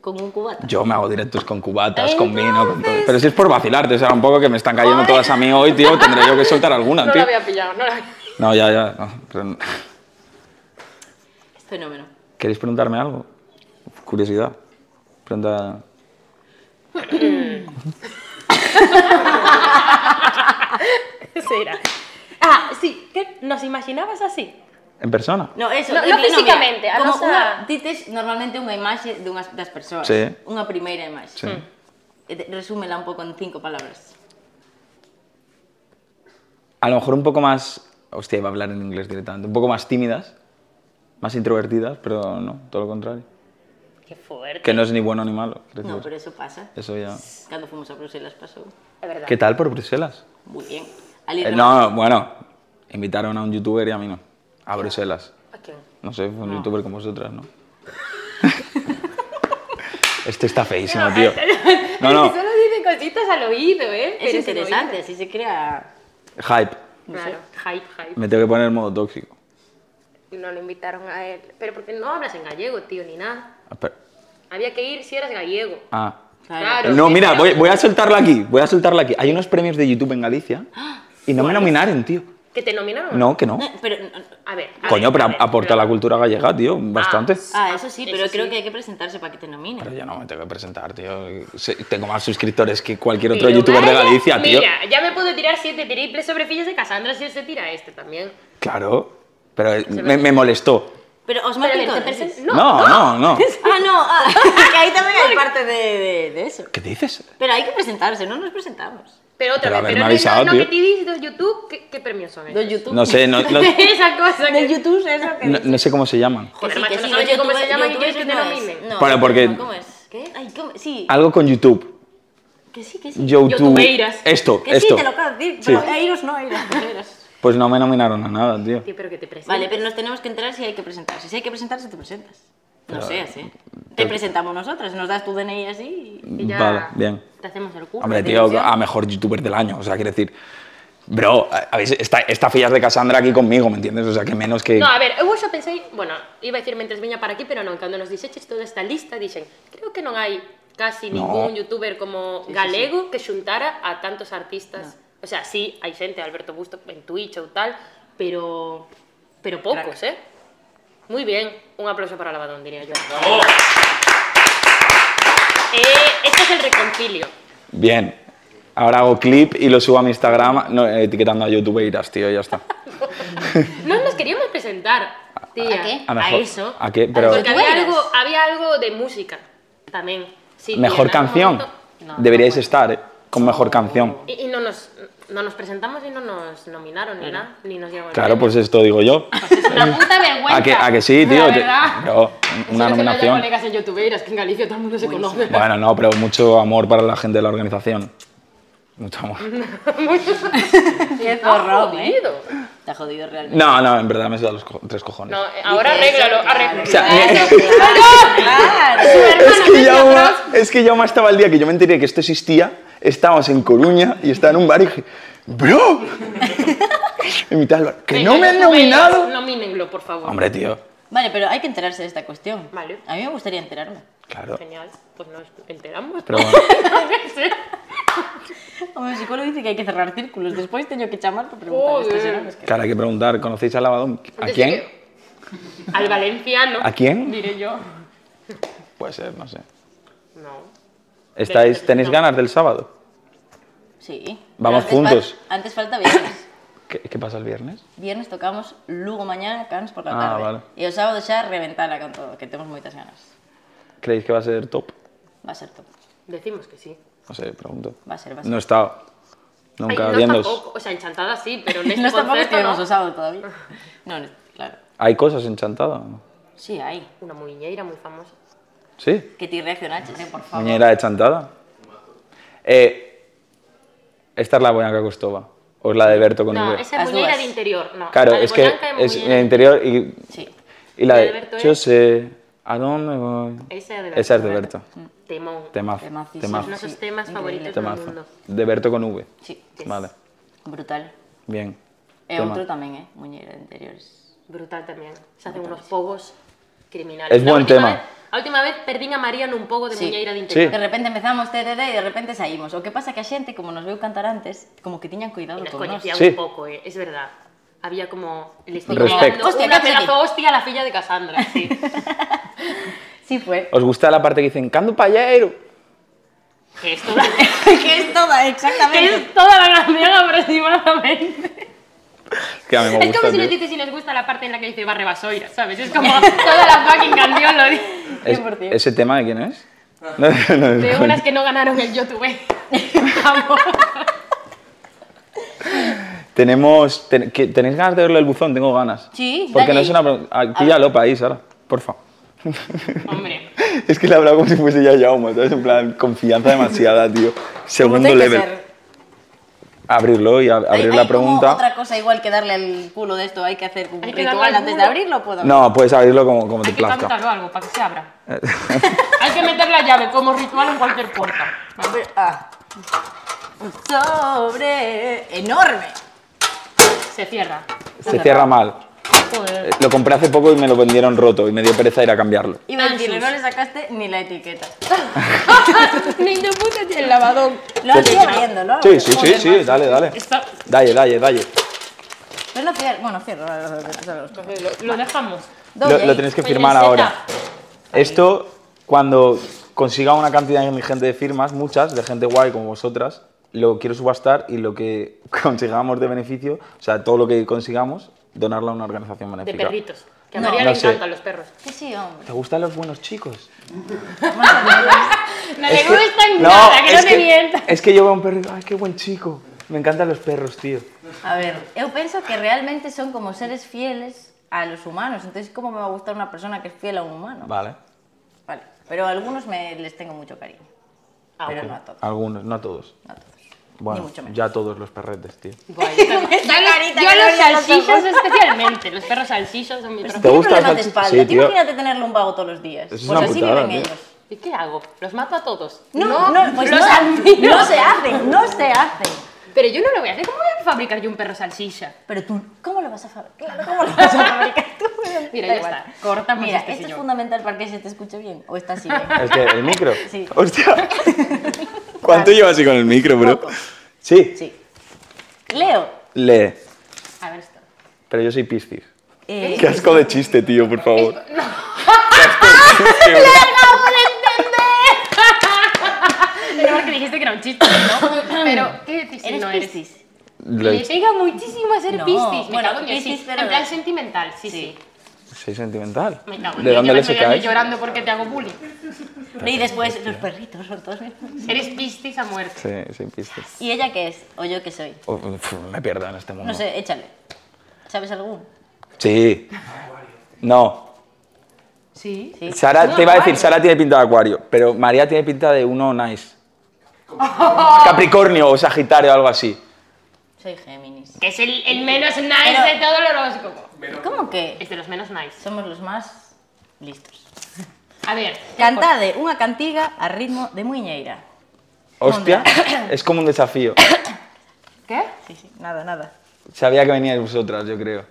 Speaker 1: con un cubata.
Speaker 3: Yo me hago directos con cubatas, con vino, con todo. Pero si es por vacilarte, o sea, un poco que me están cayendo todas a mí hoy, tío, tendré yo que soltar alguna,
Speaker 4: No lo
Speaker 3: tío.
Speaker 4: había pillado, no lo había
Speaker 3: No, ya, ya. no, pero no.
Speaker 1: Es fenómeno.
Speaker 3: ¿Queréis preguntarme algo? Curiosidad. Pregunta.
Speaker 4: Será. Ah, sí, ¿qué? ¿Nos imaginabas así?
Speaker 3: ¿En persona?
Speaker 1: No, eso,
Speaker 4: No,
Speaker 1: en
Speaker 4: no
Speaker 1: plan,
Speaker 4: físicamente,
Speaker 1: mira,
Speaker 4: a
Speaker 1: como
Speaker 4: nosa-
Speaker 1: unha- dites normalmente unha imaxe dunhas das persoas,
Speaker 3: Sí.
Speaker 1: unha primeira imaxe.
Speaker 3: Sí.
Speaker 1: E te- Resúmela un pouco en cinco palabras.
Speaker 3: A lo mejor un poco más. Hostia, iba a hablar en inglés directamente. Un poco más tímidas, más introvertidas, pero no, todo lo contrario.
Speaker 8: Qué fuerte.
Speaker 3: Que no es ni bueno ni malo. quiero
Speaker 1: No,
Speaker 3: decir.
Speaker 1: pero eso pasa.
Speaker 3: Eso ya.
Speaker 1: Cando fomos a Bruselas pasou.
Speaker 3: ¿Qué tal por Bruselas?
Speaker 1: Muy bien. Ali
Speaker 3: Eh, no, bueno, invitaron a un youtuber y a mí no. A Bruselas.
Speaker 4: ¿A quién?
Speaker 3: No sé, fue un youtuber como vosotras, ¿no? [laughs] Este está feísimo, tío. No, no,
Speaker 4: Solo dicen cositas al oído, ¿eh?
Speaker 1: Es interesante, así se crea...
Speaker 3: hype.
Speaker 4: Claro, hype, hype.
Speaker 3: Me tengo que poner en modo tóxico.
Speaker 4: No lo invitaron a él. Pero porque no hablas en gallego, tío, ni nada.
Speaker 3: Ah, espera.
Speaker 4: Había que ir si eras gallego.
Speaker 3: Ah.
Speaker 1: Claro.
Speaker 3: No,
Speaker 4: sí,
Speaker 3: mira,
Speaker 4: pero-
Speaker 3: voy, voy a soltarlo aquí. Voy a soltarlo aquí. Hay unos premios de YouTube en Galicia y no me nominaron, tío.
Speaker 4: ¿Que te nominaron?
Speaker 3: No, que no.
Speaker 1: No, pero... no, no.
Speaker 4: A ver. a
Speaker 3: Coño,
Speaker 4: ver,
Speaker 3: pero
Speaker 4: a ver,
Speaker 3: aporta
Speaker 4: pero-
Speaker 3: la cultura gallega, tío, bastante.
Speaker 1: Ah, eso sí, pero
Speaker 4: eso
Speaker 1: creo
Speaker 4: sí.
Speaker 1: que hay que presentarse para que te nominen.
Speaker 3: Pero yo no me tengo que presentar, tío. Se- Tengo más suscriptores que cualquier otro
Speaker 4: Pero
Speaker 3: youtuber de
Speaker 4: vaya,
Speaker 3: Galicia, tío.
Speaker 4: Mira, ya me puedo tirar siete triples sobre fillas de Cassandra si él se tira este también.
Speaker 3: Claro, pero me, me molestó.
Speaker 1: Pero os
Speaker 4: Pero a ver,
Speaker 1: marco
Speaker 4: ¿te
Speaker 1: entonces.
Speaker 4: presen-
Speaker 3: No, no, no.
Speaker 1: [laughs] Ah, no, ah, [laughs] que ahí también hay parte de, de, de eso.
Speaker 3: ¿Qué dices?
Speaker 1: Pero hay que presentarse, no nos presentamos.
Speaker 4: Pero otra
Speaker 3: Pero
Speaker 4: vez,
Speaker 3: haberme
Speaker 4: pero no,
Speaker 3: avisado,
Speaker 4: no, no,
Speaker 3: tío.
Speaker 4: que te dices de YouTube, ¿qué, qué premios son
Speaker 1: De
Speaker 4: esos?
Speaker 1: YouTube.
Speaker 3: No sé,
Speaker 1: [laughs]
Speaker 3: no, no-
Speaker 4: [laughs] Esa cosa
Speaker 1: De
Speaker 4: que...
Speaker 1: YouTube, eso que...
Speaker 3: no- no sé cómo se llaman.
Speaker 4: Joder,
Speaker 1: Que sí,
Speaker 4: macho,
Speaker 1: que
Speaker 4: no
Speaker 1: sí,
Speaker 4: sabes
Speaker 1: no,
Speaker 4: ni cómo se
Speaker 1: YouTube-
Speaker 4: llama y
Speaker 1: YouTube
Speaker 4: quieres que te
Speaker 1: no es.
Speaker 4: nominen.
Speaker 1: No,
Speaker 3: Para,
Speaker 1: no,
Speaker 3: porque- Ah,
Speaker 1: no, ¿Cómo es? ¿Qué? Ay, ¿cómo? Sí,
Speaker 3: Algo con YouTube.
Speaker 1: que sí, que sí.
Speaker 3: YouTube.
Speaker 4: Youtubeiras.
Speaker 3: Esto,
Speaker 1: que sí,
Speaker 3: esto.
Speaker 1: te lo acabo de decir.
Speaker 3: Sí.
Speaker 1: Pero Eiros no,
Speaker 3: [laughs]
Speaker 1: Eiros, no, Eiros.
Speaker 3: Pues no me nominaron a nada, tío.
Speaker 4: Tío, pero que te presentes.
Speaker 1: Vale, pero nos tenemos que entrar si hay que presentarse. Si hay que presentarse, te presentas. No seas, ¿eh? Te
Speaker 3: pero-
Speaker 1: presentamos nosotras, nos das tu DNI así y...
Speaker 4: Y ya
Speaker 3: Vale, bien.
Speaker 4: Te hacemos el culo.
Speaker 3: Hombre,
Speaker 4: te
Speaker 3: tío,
Speaker 4: ilusión.
Speaker 3: a mejor youtuber del año. O sea, quiero decir. Bro, a- a ver, está, está Fillas de Cassandra aquí conmigo, ¿me entiendes? O sea, que menos que.
Speaker 4: No, a ver, eu xa pensei, bueno, iba a decir mentres viña para aquí, pero non, cando nos dixeches toda esta lista, dixen, creo que non hai casi
Speaker 3: No.
Speaker 4: ningún youtuber como galego que xuntara a tantos artistas. O sea, sí, hai xente, Alberto Busto en Twitch ou tal, pero pero poucos, eh? Muy bien, un aplauso para Lavadón, diría yo.
Speaker 5: ¡Bravo!
Speaker 4: Eh, este es el reconcilio.
Speaker 3: Bien. Ahora hago clip y lo subo a mi Instagram no, eh, etiquetando a youtubeiras, tío, ya está.
Speaker 4: No nos queríamos presentar, tía.
Speaker 1: ¿A qué?
Speaker 3: A mejor-
Speaker 4: eso.
Speaker 3: ¿A qué? Pero-
Speaker 4: Porque había
Speaker 1: ¿Youtubeiras?
Speaker 4: algo, había algo de música también. Sí, tía,
Speaker 3: Mejor
Speaker 4: en algún
Speaker 3: canción.
Speaker 4: momento- No,
Speaker 3: Deberíais
Speaker 4: no
Speaker 3: estar eh, con mejor canción.
Speaker 4: fue. Y, y no, nos, no nos presentamos y no nos nominaron ni nada, ni nos dieron el
Speaker 3: Claro,
Speaker 4: premio. [laughs]
Speaker 3: pues esto digo yo.
Speaker 8: Una puta vergüenza.
Speaker 3: ¿A que, a que sí, tío?
Speaker 4: La
Speaker 3: Te-
Speaker 4: verdad.
Speaker 3: bro, una
Speaker 4: Eso que se lo haya
Speaker 3: nominación.
Speaker 4: colegas en youtubeiras, que en Galicia todo el mundo se conoce.
Speaker 3: Bueno, no, pero mucho amor para la gente de la organización. Mucho amor.
Speaker 1: Qué
Speaker 4: Ah,
Speaker 1: zorrón, ¿eh?
Speaker 4: jodido.
Speaker 1: Te ha jodido realmente.
Speaker 3: [laughs] No, no, en verdad me suda los co- tres cojones.
Speaker 4: No, eh,
Speaker 8: Ahora arréglalo,
Speaker 3: O
Speaker 8: arréglalo.
Speaker 3: sea, me-
Speaker 1: Claro.
Speaker 3: es, que Yauma, es que Yauma estaba el día que yo me enteré que esto existía, estábamos en Coruña y estaba en un bar y dije, bro, [laughs] en mitad del bar, que no me han
Speaker 4: Youtubeiras,
Speaker 3: nominado.
Speaker 4: Nomínenlo, por favor.
Speaker 3: Hombre, tío,
Speaker 1: Vale, pero hay que enterarse de esta cuestión.
Speaker 4: Vale.
Speaker 1: A mí me gustaría enterarme.
Speaker 3: claro.
Speaker 4: Genial, pues nos enteramos. [laughs]
Speaker 3: Pero bueno,
Speaker 1: O mi psicólogo dice que hay que cerrar círculos. Después tengo que llamar para preguntar esto, si no, no es que-
Speaker 3: claro, hay que preguntar, ¿conocéis a Lavadón? ¿A
Speaker 4: Desde
Speaker 3: quién?
Speaker 4: que- Al valenciano.
Speaker 3: ¿A quién?
Speaker 4: Diré yo.
Speaker 3: Puede ser, no sé.
Speaker 4: No.
Speaker 3: ¿Estáis, ¿Tenéis ganas del sábado?
Speaker 1: Sí.
Speaker 3: Vamos
Speaker 1: Pero antes
Speaker 3: juntos.
Speaker 1: fal- antes falta viernes.
Speaker 3: ¿Qué, qué pasa el viernes?
Speaker 1: Viernes tocamos Lugo mañá, Cans por la
Speaker 3: Ah,
Speaker 1: tarde.
Speaker 3: vale.
Speaker 1: E o sábado xa reventala con todo, que temos moitas ganas.
Speaker 3: ¿Creéis que va a ser top?
Speaker 1: Va a ser top.
Speaker 4: Decimos que sí.
Speaker 3: No sé, pregunto.
Speaker 1: Va a ser, va a ser.
Speaker 3: No he estado. Nunca
Speaker 4: Ay, no
Speaker 3: viéndoos.
Speaker 4: tampoco, O sea, enchantada sí,
Speaker 1: [laughs]
Speaker 4: pero [laughs] en este
Speaker 1: Nós tampouco
Speaker 4: concierto
Speaker 1: estivemos
Speaker 4: no.
Speaker 1: o sábado todavía. No, no, claro.
Speaker 3: ¿Hay cosas enchantadas?
Speaker 1: Sí, aí.
Speaker 4: Una muñeira muy famosa.
Speaker 3: Sí.
Speaker 1: Que ti reaccionaches, eh, por favor.
Speaker 3: Muñeira de chantada. Eh, esta es la Boyanca Costova. O es la de Berto con
Speaker 4: No,
Speaker 3: Ibe.
Speaker 4: esa
Speaker 1: Las
Speaker 4: es muñeira
Speaker 1: dúas.
Speaker 4: de interior. No.
Speaker 3: Claro,
Speaker 4: la de
Speaker 3: es que
Speaker 4: Boyanca
Speaker 3: es
Speaker 4: muñeira-
Speaker 3: el interior y,
Speaker 1: Sí.
Speaker 3: y la
Speaker 4: La de
Speaker 3: de.
Speaker 4: Berto
Speaker 3: yo
Speaker 4: es-
Speaker 3: sé a dónde voy.
Speaker 4: Esa es de Berto.
Speaker 3: Esa es de Berto.
Speaker 4: Temón.
Speaker 3: Temazo.
Speaker 1: Temazísimo.
Speaker 3: Temazo.
Speaker 4: Uno de sus
Speaker 1: Sí,
Speaker 4: temas
Speaker 1: increíble.
Speaker 4: favoritos del
Speaker 3: Temazo.
Speaker 4: mundo.
Speaker 3: De Berto con V.
Speaker 1: Sí.
Speaker 3: Vale.
Speaker 1: Brutal.
Speaker 3: Bien.
Speaker 1: E
Speaker 3: Tema.
Speaker 1: outro tamén, eh, Muñeira de interiores.
Speaker 4: Brutal también. Se hacen unos pogos criminales.
Speaker 3: Es
Speaker 4: La
Speaker 3: buen
Speaker 4: última
Speaker 3: tema.
Speaker 4: vez- la última vez perdín a María nun pogo de
Speaker 1: Sí.
Speaker 4: muñeira de
Speaker 3: Sí.
Speaker 4: interior.
Speaker 1: De repente empezamos TDD e de repente saímos. O que pasa que a xente, como nos veu cantar antes, como que tiñan cuidado
Speaker 4: Y nos
Speaker 1: con nós.
Speaker 4: coñecía
Speaker 3: Sí.
Speaker 4: un pouco, eh, es verdad. Había como... Le estoy
Speaker 3: Respecto.
Speaker 4: dando
Speaker 1: Hostia,
Speaker 4: una
Speaker 1: ¿qué haces
Speaker 4: pedazo
Speaker 1: aquí?
Speaker 4: hostia a la filla de Cassandra, sí.
Speaker 1: Sí, fue. [laughs]
Speaker 3: ¿Os gusta la parte que dicen cando payero?
Speaker 4: [laughs] que es toda,
Speaker 1: que es toda,
Speaker 4: que
Speaker 1: exactamente.
Speaker 4: es toda la canción aproximadamente.
Speaker 3: Que a mí me
Speaker 4: Es
Speaker 3: gusta,
Speaker 4: como si nos
Speaker 3: tío.
Speaker 4: dices si nos gusta la parte en la que dice Barre Basoira, ¿sabes? Es como toda la fucking canción lo dice.
Speaker 3: Es-
Speaker 1: 100%.
Speaker 3: ¿Ese tema de quién es?
Speaker 1: Ah.
Speaker 3: [laughs] No, no, no,
Speaker 4: De
Speaker 3: coño.
Speaker 4: unas que no ganaron el YouTube.
Speaker 3: [laughs]
Speaker 4: Vamos.
Speaker 3: Tenemos, ten- que- ¿Tenéis ganas de verlo el buzón? Tengo ganas.
Speaker 1: Sí,
Speaker 3: Porque
Speaker 1: dale
Speaker 3: no
Speaker 1: ahí.
Speaker 3: es una... pro- ah, Píllalo para ahí, Sara, porfa. [laughs]
Speaker 4: Hombre,
Speaker 3: Es que le he hablado como si fuese ya Jaume, ¿sabes? En plan, confianza demasiada, tío. Segundo level. Abrirlo y ab- abrir
Speaker 1: Como
Speaker 3: la pregunta.
Speaker 1: otra cosa igual que darle al culo de esto, hay que hacer un
Speaker 4: Hay que darle
Speaker 1: ritual
Speaker 4: al
Speaker 1: antes de
Speaker 4: culo.
Speaker 1: abrirlo, puedo.
Speaker 3: No, puedes abrirlo como, como te
Speaker 4: hay que
Speaker 3: plazca.
Speaker 4: cantarlo algo para que se abra. Hay que meter la llave como ritual en cualquier puerta.
Speaker 1: Abrir- ah. Un sobre enorme.
Speaker 4: Se cierra.
Speaker 3: Se cierra mal. Eh, [laughs]
Speaker 4: Joder. [laughs]
Speaker 3: Lo compré hace poco y me lo vendieron roto y me dio pereza ir a cambiarlo.
Speaker 1: Iba a
Speaker 4: Tan
Speaker 1: decirle,
Speaker 4: sus.
Speaker 1: no le sacaste ni la etiqueta.
Speaker 4: Ni de puta ni el lavadón.
Speaker 1: Lo
Speaker 3: Te-
Speaker 1: sigo abriendo, ¿no?
Speaker 3: Sí, sí, sí,
Speaker 1: Joder,
Speaker 3: sí,
Speaker 1: macho.
Speaker 3: dale, dale.
Speaker 4: Está-
Speaker 3: Dale, dale, dale.
Speaker 1: Pero no cierro, bueno, cierro. ahora lo- lo- lo- lo-
Speaker 4: Lo, lo dejamos.
Speaker 1: Doy
Speaker 3: Lo,
Speaker 1: ahí.
Speaker 3: lo tenéis que
Speaker 4: Oye,
Speaker 3: firmar
Speaker 4: Zeta.
Speaker 3: ahora. Esto, cuando consiga una cantidad ingente de firmas, muchas, de gente guay como vosotras, lo quiero subastar y lo que [laughs] consigamos de beneficio, o sea, todo lo que consigamos, donarlo a una organización
Speaker 4: De
Speaker 3: benéfica.
Speaker 4: perritos. Que a
Speaker 1: No.
Speaker 4: María
Speaker 3: No
Speaker 4: le
Speaker 3: sé.
Speaker 4: encantan los perros.
Speaker 1: Que sí, hombre.
Speaker 3: ¿Te gustan los buenos chicos?
Speaker 4: No
Speaker 3: Es
Speaker 4: le
Speaker 3: que-
Speaker 4: gustan nada, que
Speaker 3: es
Speaker 4: no te mientas.
Speaker 3: Es que yo veo a un perro y digo, ¡ay, qué buen chico! Me encantan los perros, tío.
Speaker 1: A ver, eu penso que realmente son como seres fieles a los humanos. Entonces, ¿cómo me va a gustar una persona que es fiel a un humano?
Speaker 3: Vale.
Speaker 1: Vale, pero a algunos me, les tengo mucho cariño. pero no a todos.
Speaker 3: Algunos, no a todos.
Speaker 1: No a todos.
Speaker 3: Bueno,
Speaker 1: mucho menos.
Speaker 3: ya todos los perretes, tío.
Speaker 1: carita
Speaker 4: Yo
Speaker 1: que
Speaker 4: los
Speaker 1: no me lo
Speaker 4: salsichas especialmente. Los perros salsichas son mi perro.
Speaker 3: ¿Te gusta
Speaker 1: ¿Qué
Speaker 3: el
Speaker 1: problema de
Speaker 3: salchicha?
Speaker 1: espalda?
Speaker 3: Sí,
Speaker 1: Tú
Speaker 3: tío.
Speaker 1: Imagínate tenerle un vago todos los días.
Speaker 3: Es
Speaker 1: pues
Speaker 3: una
Speaker 1: así
Speaker 3: putada,
Speaker 1: viven
Speaker 3: tío.
Speaker 1: ellos.
Speaker 4: ¿Y qué hago? ¿Los mato a todos?
Speaker 1: No, no, pues
Speaker 4: los
Speaker 1: no,
Speaker 4: admiro.
Speaker 1: no se hacen, no se hacen.
Speaker 4: Pero yo no lo voy a hacer. ¿Cómo voy a fabricar yo un perro salsicha?
Speaker 1: Pero tú, ¿cómo lo vas a fabricar? ¿Cómo lo vas a fabricar tú?
Speaker 4: [laughs] Mira,
Speaker 1: Da
Speaker 4: ya
Speaker 1: igual.
Speaker 4: está. Cortamos
Speaker 1: Mira,
Speaker 4: este
Speaker 1: esto es
Speaker 4: señor.
Speaker 1: fundamental para que se te escuche bien. O está así ¿eh? bien.
Speaker 3: Es que el micro.
Speaker 1: [laughs] Sí.
Speaker 3: Hostia. ¿Cuánto llevas así con el micro, bro?
Speaker 1: Poco.
Speaker 3: Sí.
Speaker 1: Sí. Leo.
Speaker 3: Lee.
Speaker 4: A ver esto.
Speaker 3: Pero yo soy Piscis.
Speaker 1: eh,
Speaker 3: Qué asco de chiste, tío, por
Speaker 1: [laughs]
Speaker 3: favor.
Speaker 4: Tenemos que dijiste que era un chiste, ¿no? Pero, ¿qué decís si
Speaker 1: ¿Eres
Speaker 4: no eres?
Speaker 1: piscis?
Speaker 3: Lo he-
Speaker 4: Le pega muchísimo ser
Speaker 1: No,
Speaker 4: piscis. Me
Speaker 1: bueno,
Speaker 4: cago en Dios, sí.
Speaker 1: piscis, pero-
Speaker 4: En plan sentimental, sí, sí.
Speaker 1: Sí.
Speaker 3: Soy sentimental.
Speaker 4: Me cago en
Speaker 3: ¿De
Speaker 4: Dios,
Speaker 3: dónde
Speaker 4: llevas
Speaker 3: leche
Speaker 4: medio año
Speaker 3: caes?
Speaker 4: llorando porque te hago bullying.
Speaker 1: Y después los perritos son todos mismos.
Speaker 4: Eres piscis a muerte.
Speaker 3: Sí, soy piscis.
Speaker 1: ¿Y ella qué es? ¿O yo qué soy?
Speaker 3: Oh, pf, me pierdo en este mundo.
Speaker 1: No sé, échale. ¿Sabes algún?
Speaker 3: Sí. No.
Speaker 4: Sí.
Speaker 1: Sí.
Speaker 3: Sara,
Speaker 4: No,
Speaker 3: te iba a decir,
Speaker 4: acuario.
Speaker 3: Sara tiene pinta de acuario, pero María tiene pinta de uno nice. Capricornio o Sagitario, algo así.
Speaker 1: Soy Géminis.
Speaker 4: Que es el, el menos nice
Speaker 1: Pero-
Speaker 4: de todo el horóscopo.
Speaker 1: ¿Cómo que
Speaker 4: Es de los menos nice.
Speaker 1: somos los más listos?
Speaker 4: A ver.
Speaker 1: Cantade unha cantiga a ritmo de muiñeira.
Speaker 3: Hostia, es como un desafío.
Speaker 4: ¿Qué?
Speaker 1: Sí, sí, nada, nada.
Speaker 3: Sabía que veníais vosotras, yo creo.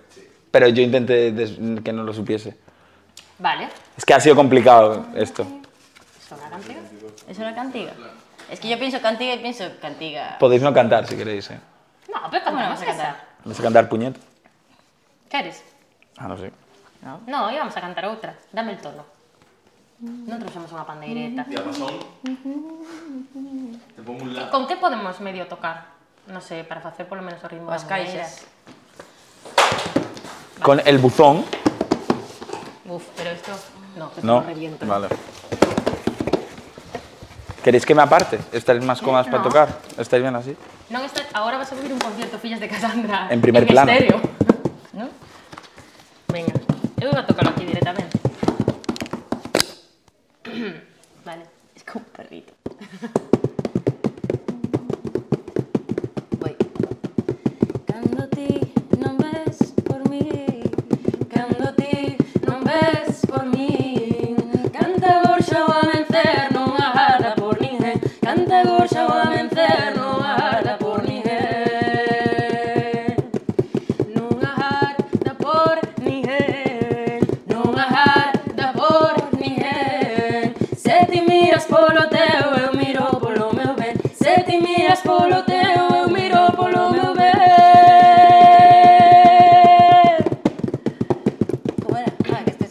Speaker 3: Pero yo intenté des- que no lo supiese.
Speaker 4: Vale.
Speaker 3: Es que ha sido complicado esto.
Speaker 4: ¿Es una canción?
Speaker 1: ¿Es una cantiga? Es que yo pienso cantiga y pienso cantiga.
Speaker 3: Podéis no cantar si queréis, ¿eh?
Speaker 4: No, pero
Speaker 1: Bueno,
Speaker 4: cantamos
Speaker 1: vamos a
Speaker 4: esa.
Speaker 1: cantar.
Speaker 3: ¿Vais a cantar puñet?
Speaker 4: ¿Qué eres?
Speaker 3: Ah, no sé.
Speaker 4: No, íbamos a cantar otra. Dame el tono. Nosotros somos una pandeireta.
Speaker 5: Diapasón. Te pongo un la.
Speaker 4: ¿Con qué podemos medio tocar? No sé, para hacer por lo menos el ritmo
Speaker 1: As
Speaker 4: da
Speaker 1: caixas.
Speaker 3: Con el buzón.
Speaker 4: mujer. Uf, pero esto... No, esto
Speaker 3: No.
Speaker 4: me reviento.
Speaker 3: Vale. ¿Queréis que me aparte? ¿Estáis más cómodas para
Speaker 4: No.
Speaker 3: tocar? ¿Estáis bien así?
Speaker 4: No, esta- ahora vas a oír un concierto Fillas de Cassandra.
Speaker 3: En primer plano.
Speaker 4: estéreo. [laughs] ¿No? Venga, yo voy a tocarlo aquí directamente. vale.
Speaker 1: Es como un perrito. Voy. Cando ti non ves por mí Cando ti non ves por mí Canta gorxa o amencer non agarra por ninguén Canta gorxa o amencer non agarra por ninguén Non agarra por ninguén Non agarra por ninguén Se ti miras polo teu eu miro polo meu ben Se ti miras polo teu eu miro polo meu ben Como era? Ah, que estes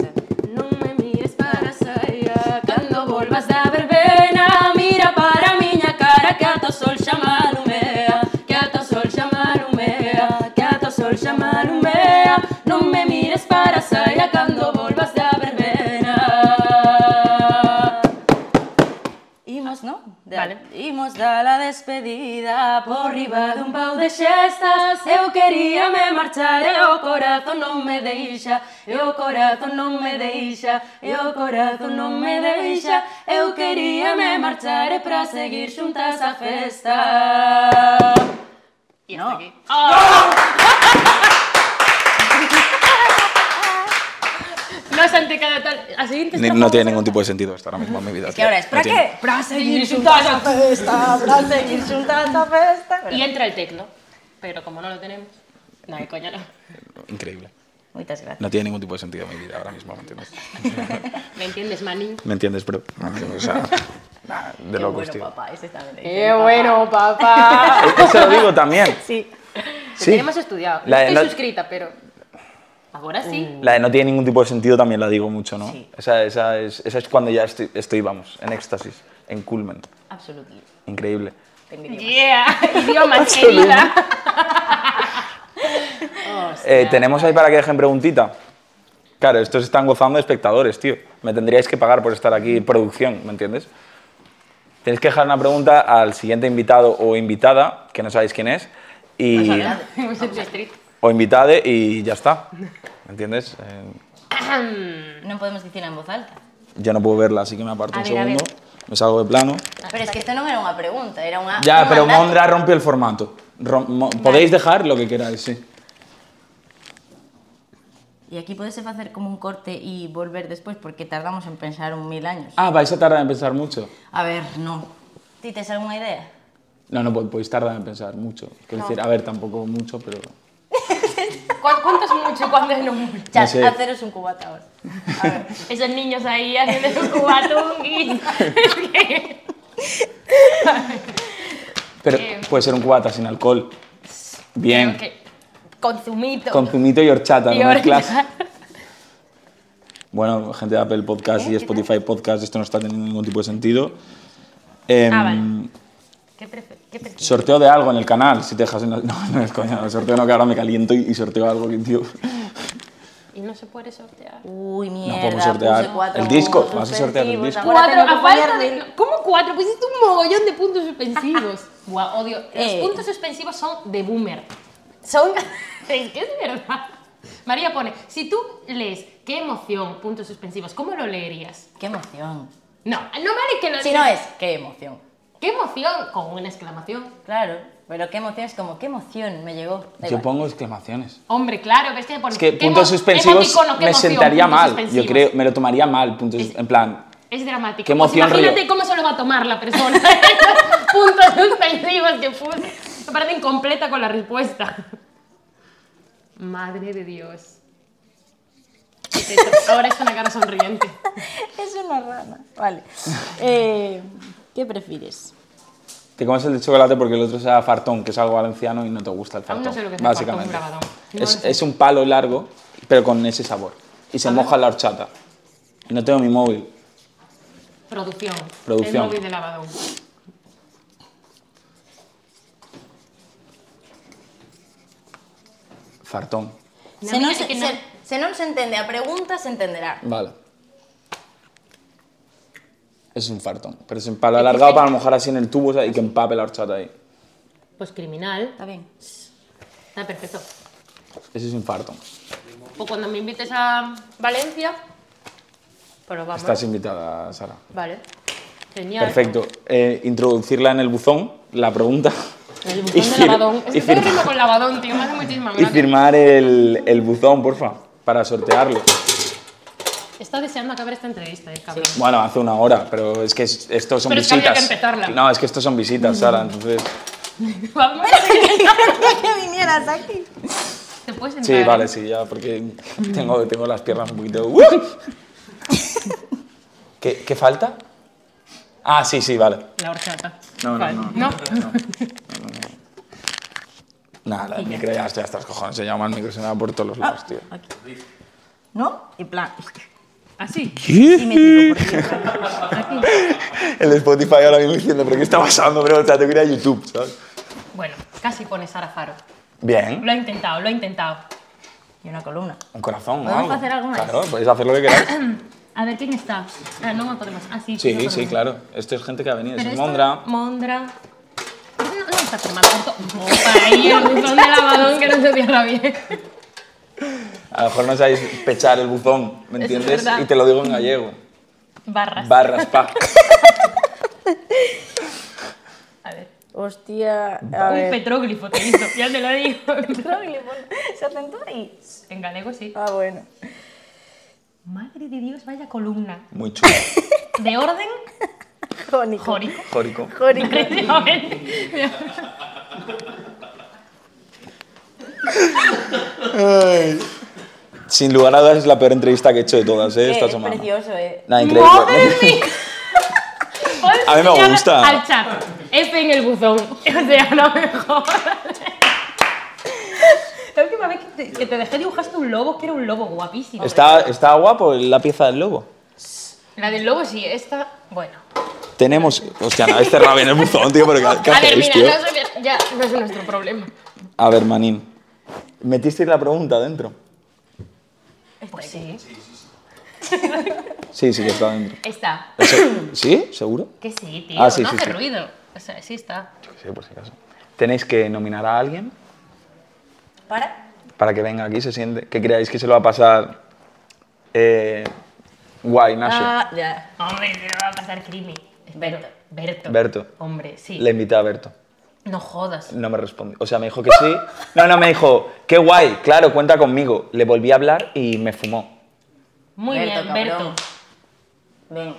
Speaker 1: Non me mires para a saia Cando volvas da verbena Mira para a miña cara Que ata o sol xa malumea Que ata o sol xa malumea Que ata o sol xa malumea Non me mires para a saia Cando volvas da verbena Imos, non? Da,
Speaker 4: Vale.
Speaker 1: Imos da la despedida por riba dun pau de xestas Eu quería me marchar e o corazón non me deixa E o corazón non me deixa E o corazón non me deixa Eu quería me marchar e pra seguir xuntas a festa
Speaker 4: Y hasta
Speaker 1: No.
Speaker 4: aquí. ah. [laughs] No, Santi, cada tal. La siguiente estrofa
Speaker 3: No
Speaker 4: vamos a
Speaker 3: tiene ningún tipo de sentido esto ahora mismo en mi vida. tío. No tiene.
Speaker 1: Pra seguir xuntas a festa Pra seguir xuntas a festa
Speaker 4: Y entra el tecno. Pero como no lo tenemos. No, de coña no.
Speaker 3: Increíble.
Speaker 1: Moitas gracias
Speaker 3: No tiene ningún tipo de sentido en mi vida ahora mismo, ¿me entiendes?
Speaker 4: ¿Me entiendes, manín?
Speaker 3: ¿Me entiendes, bro? O sea, nah, de locos, tío.
Speaker 1: papá, ese tamén
Speaker 4: bueno, [laughs] papá.
Speaker 3: E-, Eso lo digo también.
Speaker 1: Sí
Speaker 3: Sí.
Speaker 4: Tenemos estudiado. No
Speaker 3: La de
Speaker 4: estoy
Speaker 3: no-
Speaker 4: suscrita, pero. Ahora sí.
Speaker 3: La de no tiene ningún tipo de sentido también la digo mucho, ¿no?
Speaker 1: Sí.
Speaker 3: Esa, esa es, esa es cuando ya estoy, estoy, vamos, en éxtasis, en culmen.
Speaker 1: Absolutely
Speaker 3: Increíble.
Speaker 4: Yeah. [laughs] Idiomas, querida. [laughs]
Speaker 3: Eh, ¿Tenemos ahí para que dejen preguntita? Claro, estos están gozando de espectadores, tío. Me tendríais que pagar por estar aquí, producción, ¿me entiendes? Tenéis que dejar una pregunta al siguiente invitado o invitada, que no sabéis quién es,
Speaker 4: Pues
Speaker 3: y,
Speaker 4: Hemos hecho street.
Speaker 3: o invitade y ya está. ¿Me entiendes? Eh,
Speaker 1: Non podemos dicir en voz alta
Speaker 3: yo no puedo verla, así que me aparto un
Speaker 4: A ver, a ver. Ah,
Speaker 3: segundo. Me salgo de plano.
Speaker 1: Pero es que esto non era unha pregunta, era unha
Speaker 3: Ya,
Speaker 1: un
Speaker 3: pero
Speaker 1: mandato.
Speaker 3: Mondra rompió el formato. Rom- mo- Podéis dejar lo que queráis, sí.
Speaker 1: E aquí podese facer como un corte e volver despois porque tardamos en pensar un mil años.
Speaker 3: Ah, vais a tardar en pensar mucho.
Speaker 1: A ver, no. Ti tes algunha idea?
Speaker 3: No, no po- podéis tardar en pensar mucho. Quiero decir, a ver, tampoco mucho, pero.
Speaker 4: ¿Cuán- ¿Cuánto es mucho y cuánto es no mucho?
Speaker 1: Chat,
Speaker 3: sé.
Speaker 1: haceros un cubata ahora. A ver.
Speaker 4: Esos niños ahí haciendo su cubatungui.
Speaker 3: Pero
Speaker 4: Eh,
Speaker 3: puede ser un cubata sin alcohol. Bien.
Speaker 4: Consumito.
Speaker 3: Con zumito y horchata,
Speaker 4: Y
Speaker 3: no
Speaker 4: ahora-
Speaker 3: mezclas. Bueno, gente de
Speaker 4: Eh,
Speaker 3: Apple Podcast y Spotify Podcast, esto no está teniendo ningún tipo de sentido. Em,
Speaker 4: Ah, vale.
Speaker 8: ¿Qué, prefe- qué prefieres?
Speaker 3: Sorteo de algo en el canal, si te dejas en la- [laughs] No, no es coña, sorteo no, que ahora me caliento y, y sorteo algo, que, tío.
Speaker 4: Y no se puede sortear.
Speaker 1: Uy, mierda.
Speaker 3: No podemos sortear
Speaker 1: puse cuatro
Speaker 3: el disco,
Speaker 1: puntos
Speaker 3: vas a sortear el
Speaker 1: suspensivos,
Speaker 3: disco.
Speaker 1: ahora
Speaker 4: Cuatro,
Speaker 1: tengo
Speaker 4: a
Speaker 1: que
Speaker 4: falta
Speaker 1: ponerme-
Speaker 4: de... ¿Cómo cuatro? Pusiste un mogollón de puntos suspensivos. [laughs] Guau, odio. Los
Speaker 1: Eh.
Speaker 4: puntos suspensivos son de boomer. Son... [laughs] es que es verdad. María pone, si tú lees qué emoción, puntos suspensivos, ¿cómo lo leerías?
Speaker 1: [laughs] Qué emoción.
Speaker 4: No, no vale que lo
Speaker 1: Si no
Speaker 4: digas.
Speaker 1: es, qué emoción.
Speaker 4: ¿Qué emoción? Con una exclamación.
Speaker 1: Claro, pero qué emoción es como, qué emoción me llegó. Da
Speaker 3: Yo
Speaker 1: igual.
Speaker 3: pongo exclamaciones.
Speaker 4: Hombre, claro, pero es que pone...
Speaker 3: Es que
Speaker 4: qué
Speaker 3: puntos
Speaker 4: emo-
Speaker 3: suspensivos
Speaker 4: emoticono, qué
Speaker 3: me
Speaker 4: emoción,
Speaker 3: sentaría
Speaker 4: puntos
Speaker 3: mal, yo
Speaker 4: suspensivos.
Speaker 3: creo, me lo tomaría mal, puntos, en plan,
Speaker 4: Es dramático.
Speaker 3: Qué
Speaker 4: Pues
Speaker 3: emoción,
Speaker 4: imagínate
Speaker 3: rollo.
Speaker 4: cómo se lo va a tomar la persona. [laughs] Los puntos suspensivos que puse. Me parece incompleta con la respuesta. Madre de Dios. ¿Qué es eso? Ahora es una cara sonriente.
Speaker 1: Es una rana. Vale. [laughs] Eh, ¿Qué prefieres?
Speaker 3: te comes el de chocolate porque el otro sea fartón, que es algo valenciano y no te gusta el fartón,
Speaker 4: Aún no sé lo que es el
Speaker 3: básicamente.
Speaker 4: fartón, bravadón. No
Speaker 3: es,
Speaker 4: lo sé.
Speaker 3: es un palo largo, pero con ese sabor. Y se moja la horchata. Y no tengo mi móvil.
Speaker 4: Producción.
Speaker 3: Producción.
Speaker 4: El móvil de lavadón.
Speaker 3: Fartón.
Speaker 1: Se non
Speaker 4: amiga,
Speaker 1: se,
Speaker 4: é que
Speaker 1: se,
Speaker 4: non-
Speaker 1: se non se entende a pregunta, se entenderá.
Speaker 3: Vale. Es un fartón. Pero es un palo alargado para mojar así en el tubo ¿sabes? y que empape la horchata ahí.
Speaker 4: Pues criminal.
Speaker 1: Está bien.
Speaker 4: Está perfecto.
Speaker 3: Ese es un fartón.
Speaker 4: O cuando me invites a Valencia. Pero vamos.
Speaker 3: Estás invitada, Sara.
Speaker 4: Vale. Genial.
Speaker 3: Perfecto. Eh, introducirla en el buzón, la pregunta.
Speaker 4: El
Speaker 3: Y
Speaker 4: buzón de
Speaker 3: fir-
Speaker 4: lavadón.
Speaker 3: y
Speaker 4: Estoy
Speaker 3: firma-
Speaker 4: riendo con lavadón, tío. Me hace muchísima
Speaker 3: Y
Speaker 4: gracia.
Speaker 3: firmar el, el buzón, porfa, para sortearlo.
Speaker 4: Está deseando acabar esta entrevista, eh, cabrón.
Speaker 3: Bueno, hace una hora, pero es que es- estos son
Speaker 4: Pero es que había
Speaker 3: visitas.
Speaker 4: que empezarla. Mm.
Speaker 3: No, es que estos son visitas, Sara, entonces.
Speaker 4: Vamos a seguir.
Speaker 1: que vinieras aquí.
Speaker 4: ¿Te puedes
Speaker 3: Sí,
Speaker 4: entrar?
Speaker 3: vale, sí, ya, porque tengo, tengo las piernas un poquito. ¡uh!
Speaker 4: [laughs]
Speaker 3: ¿Qué, qué falta? Ah, sí, sí, vale.
Speaker 4: La horchata.
Speaker 3: No,
Speaker 4: Vale.
Speaker 3: no. Nada, el micro ya estoy hasta los cojones, se llama el micro, se me va por todos los lados,
Speaker 4: [laughs]
Speaker 3: tío.
Speaker 1: ¿No? En plan,
Speaker 4: Así.
Speaker 3: El Spotify ahora mismo diciendo, ¿pero qué está pasando, bro? O sea, tengo que ir a YouTube, ¿sabes?
Speaker 4: Bueno, casi pone Sara Faro.
Speaker 3: Bien,
Speaker 4: Lo ha intentado, lo ha intentado.
Speaker 1: y una columna.
Speaker 3: un corazón, o
Speaker 1: Podemos
Speaker 3: algo.
Speaker 1: hacer alguna
Speaker 3: Claro, podéis hacer lo que queráis.
Speaker 4: A ver, ¿quién está? Ah, no me podemos. Ah, sí. no
Speaker 3: Sí,
Speaker 4: podemos.
Speaker 3: sí, claro. Esto es gente que ha venido,
Speaker 4: Pero
Speaker 3: es
Speaker 4: esto-
Speaker 3: Mondra.
Speaker 4: Mondra. Pero No, no está firmado. Esto- Opa, ahí el buzón de lavadón que no se cierra bien.
Speaker 3: A lo mejor no sabéis pechar el buzón, ¿me entiendes?
Speaker 4: verdad. Ah,
Speaker 3: Y te lo digo en gallego.
Speaker 4: Barras.
Speaker 3: Barras pa.
Speaker 4: a ver.
Speaker 1: Hostia, a
Speaker 4: Un
Speaker 1: ver.
Speaker 4: petróglifo te hizo, ya te lo digo.
Speaker 1: ¿Se acentúa ahí?
Speaker 4: en galego sí.
Speaker 1: Ah, bueno.
Speaker 4: Madre de Dios, vaya columna.
Speaker 3: Muy chulo.
Speaker 4: De orden,
Speaker 1: Jónico.
Speaker 4: jórico.
Speaker 3: Jórico.
Speaker 1: Jónico.
Speaker 4: Efectivamente.
Speaker 3: Sin lugar a dudas es la peor entrevista que he hecho de todas, ¿eh?
Speaker 1: Eh,
Speaker 3: Esta
Speaker 1: es
Speaker 3: semana.
Speaker 1: precioso, eh.
Speaker 3: Nada, increíble.
Speaker 4: ¡Madre mía!
Speaker 3: A mí me
Speaker 4: Enseñar
Speaker 3: gusta.
Speaker 4: Al chat. F en el buzón. O sea, no me jodas. La última vez que te, que te dejé dibujaste un lobo, que era un lobo guapísimo.
Speaker 3: Está, está guapo la pieza del lobo.
Speaker 4: La del lobo sí, esta. Bueno.
Speaker 3: Tenemos. Hostia, no habéis cerrado bien el buzón, tío, pero ¿qué, qué
Speaker 4: A ver,
Speaker 3: hacéis,
Speaker 4: mira,
Speaker 3: tío?
Speaker 4: no es- ya no es nuestro problema.
Speaker 3: A ver, Manín. ¿Metisteis la pregunta dentro?
Speaker 4: Pues sí.
Speaker 3: Sí, sí que está dentro.
Speaker 4: Está.
Speaker 3: Eso- ¿Sí? ¿Seguro?
Speaker 4: Que sí, tío.
Speaker 3: Ah, sí,
Speaker 4: no
Speaker 3: sí,
Speaker 4: hace
Speaker 3: sí.
Speaker 4: ruido. O sea, sí está.
Speaker 3: Yo qué sé, por si acaso. Tenéis que nominar a alguien
Speaker 1: ¿Para?
Speaker 3: para que venga aquí y se siente. Que creáis que se lo va a pasar. Eh, guay, Nacho.
Speaker 1: Ah, ya.
Speaker 4: Hombre, se lo va a pasar crimi. Espero. Berto.
Speaker 3: Berto.
Speaker 4: Hombre, sí.
Speaker 3: Le invité a Berto.
Speaker 4: No jodas.
Speaker 3: No me respondió. O sea, me dijo que sí. No, no, me dijo, qué guay, claro, cuenta conmigo. Le volví a hablar y me fumó.
Speaker 4: Muy
Speaker 1: Berto,
Speaker 4: bien,
Speaker 1: cabrón.
Speaker 4: Berto.
Speaker 1: Ven.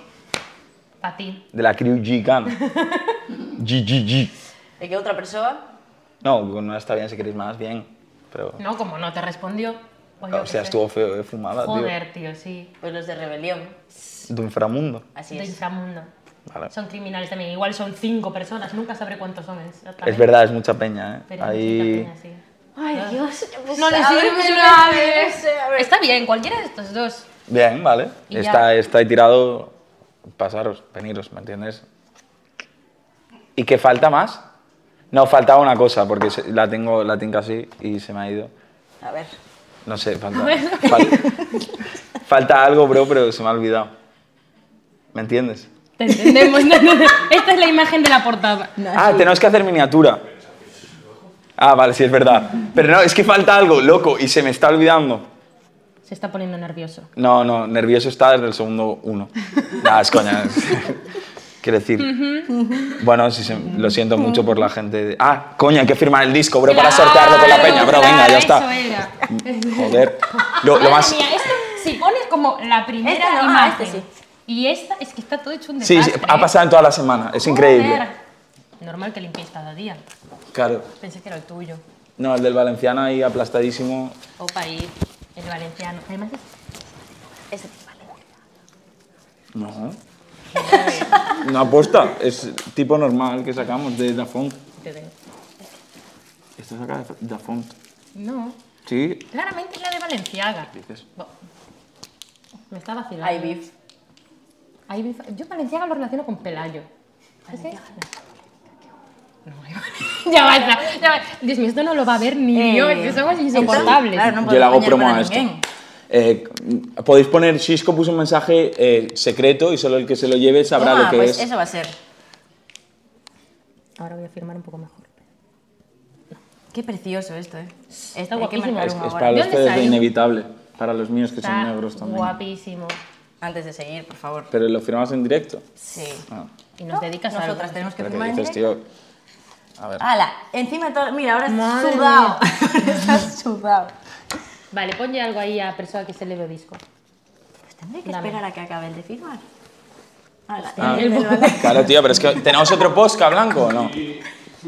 Speaker 4: Para ti.
Speaker 3: De la crew
Speaker 4: [laughs]
Speaker 3: G-Gun. GGG.
Speaker 1: ¿Y qué otra persona?
Speaker 3: No, no está bien si queréis más, bien. Pero.
Speaker 4: No, como no te respondió. pues yo
Speaker 3: o
Speaker 4: qué
Speaker 3: sea,
Speaker 4: sé.
Speaker 3: estuvo feo, eh, fumada,
Speaker 4: Joder, tío, sí.
Speaker 1: Pues los de rebelión.
Speaker 3: tío. De inframundo.
Speaker 1: Así
Speaker 4: De
Speaker 1: es.
Speaker 4: inframundo.
Speaker 3: Vale.
Speaker 4: Son criminales también. Igual son cinco personas. Nunca sabré cuántos son exactamente.
Speaker 3: Es verdad, es mucha peña, eh.
Speaker 4: Pero
Speaker 3: Ahí.
Speaker 4: muchita peña, sí.
Speaker 1: Ay, Dios.
Speaker 4: No le sirve una vez. Está bien, cualquiera de estos dos.
Speaker 3: Bien, vale.
Speaker 4: Y ya.
Speaker 3: Está, está ahí tirado. Pasaros, veniros, ¿me entiendes? ¿Y qué falta más? No, faltaba una cosa, porque se- la tengo, la tengo así y se me ha ido.
Speaker 1: A ver.
Speaker 3: No sé,
Speaker 4: [laughs]
Speaker 3: falta, fal- falta algo, bro, pero se me ha olvidado. ¿Me entiendes?
Speaker 4: [laughs] Te entendemos. no, no, no. Esta es la imagen de la portada.
Speaker 3: Ah, tenemos que hacer miniatura. Ah, vale, sí, es verdad. Pero no, es que falta algo, loco, y se me está olvidando.
Speaker 4: Se está poniendo nervioso.
Speaker 3: No, no, nervioso está desde el segundo uno. Nada, es coña. [laughs] es- Quiero decir. Bueno, sí, se- lo siento mucho por la gente. de- Ah, coña, hay que firmar el disco, bro,
Speaker 4: Ah,
Speaker 3: para sortearlo con la peña, bro. Venga, ya está. Mm, Joder. Lo, lo más.
Speaker 4: Mira, esto, si pones como la primera
Speaker 1: Esta no, ah,
Speaker 4: imagen
Speaker 1: este sí.
Speaker 4: y esta, es que está todo hecho un
Speaker 3: Sí,
Speaker 4: desastre.
Speaker 3: sí, ha pasado en toda la semana. Es
Speaker 4: ¿eh?
Speaker 3: increíble.
Speaker 4: Joder. Normal que limpies cada día.
Speaker 3: Claro.
Speaker 4: Pensé que era el tuyo.
Speaker 3: No, el del Valenciano ahí aplastadísimo.
Speaker 4: Opa, y el valenciano. Además, es-
Speaker 1: Ese es vale.
Speaker 3: No. No aposta. Es tipo normal que sacamos de Dafont.
Speaker 4: te tengo.
Speaker 3: Esto saca de Dafont.
Speaker 4: No,
Speaker 3: Sí.
Speaker 4: claramente es la de Valenciaga.
Speaker 3: Dices.
Speaker 4: Me está vacilando.
Speaker 1: Hay beef.
Speaker 4: Hay beef. Yo Valenciaga lo relaciono con Pelayo. ¿Es él? No, [laughs] ya basta, ya basta. Dios mío, esto no lo va a ver ni
Speaker 1: Eh,
Speaker 4: Dios, que somos
Speaker 1: Entonces,
Speaker 4: insoportables.
Speaker 1: claro, no
Speaker 3: Yo le
Speaker 1: podemos
Speaker 3: hago
Speaker 1: engañar
Speaker 3: promo
Speaker 1: para
Speaker 3: a esto.
Speaker 1: ninguén.
Speaker 3: Eh, podéis poner, Cisco puso un mensaje eh, secreto y solo el que se lo lleve sabrá
Speaker 1: Toma,
Speaker 3: lo que
Speaker 1: pues
Speaker 3: es.
Speaker 1: eso va a ser.
Speaker 4: Ahora voy a firmar un poco mejor.
Speaker 1: Qué precioso esto, eh. Esto hay que
Speaker 4: guapísimo.
Speaker 1: marcar
Speaker 3: Es,
Speaker 1: uno
Speaker 3: es
Speaker 1: ahora.
Speaker 3: para los
Speaker 4: ¿Dónde
Speaker 3: ustedes lo
Speaker 4: salió?
Speaker 3: inevitable, para los míos que son
Speaker 4: Está
Speaker 3: negros también.
Speaker 4: guapísimo.
Speaker 1: Antes de seguir, por favor.
Speaker 3: Pero lo firmamos en directo.
Speaker 1: Sí.
Speaker 3: Ah,
Speaker 4: Y nos dedicas a
Speaker 1: Nosotras
Speaker 4: algo.
Speaker 1: tenemos que
Speaker 3: pero que
Speaker 1: firmar en
Speaker 3: dices,
Speaker 1: directo.
Speaker 3: tío, A ver.
Speaker 1: ¡Hala! Encima de todo. Mira, ahora
Speaker 4: Madre
Speaker 1: estás sudado. [laughs] estás sudado.
Speaker 4: Vale, ponle algo ahí a persona que se le ve disco.
Speaker 1: Pues tendré que
Speaker 4: Dame.
Speaker 1: esperar a que acaben de firmar. ¡Hala!
Speaker 3: Ah,
Speaker 1: el del
Speaker 4: [laughs]
Speaker 1: Valencia.
Speaker 3: Claro, tío, pero es que tenemos otro posca blanco o no?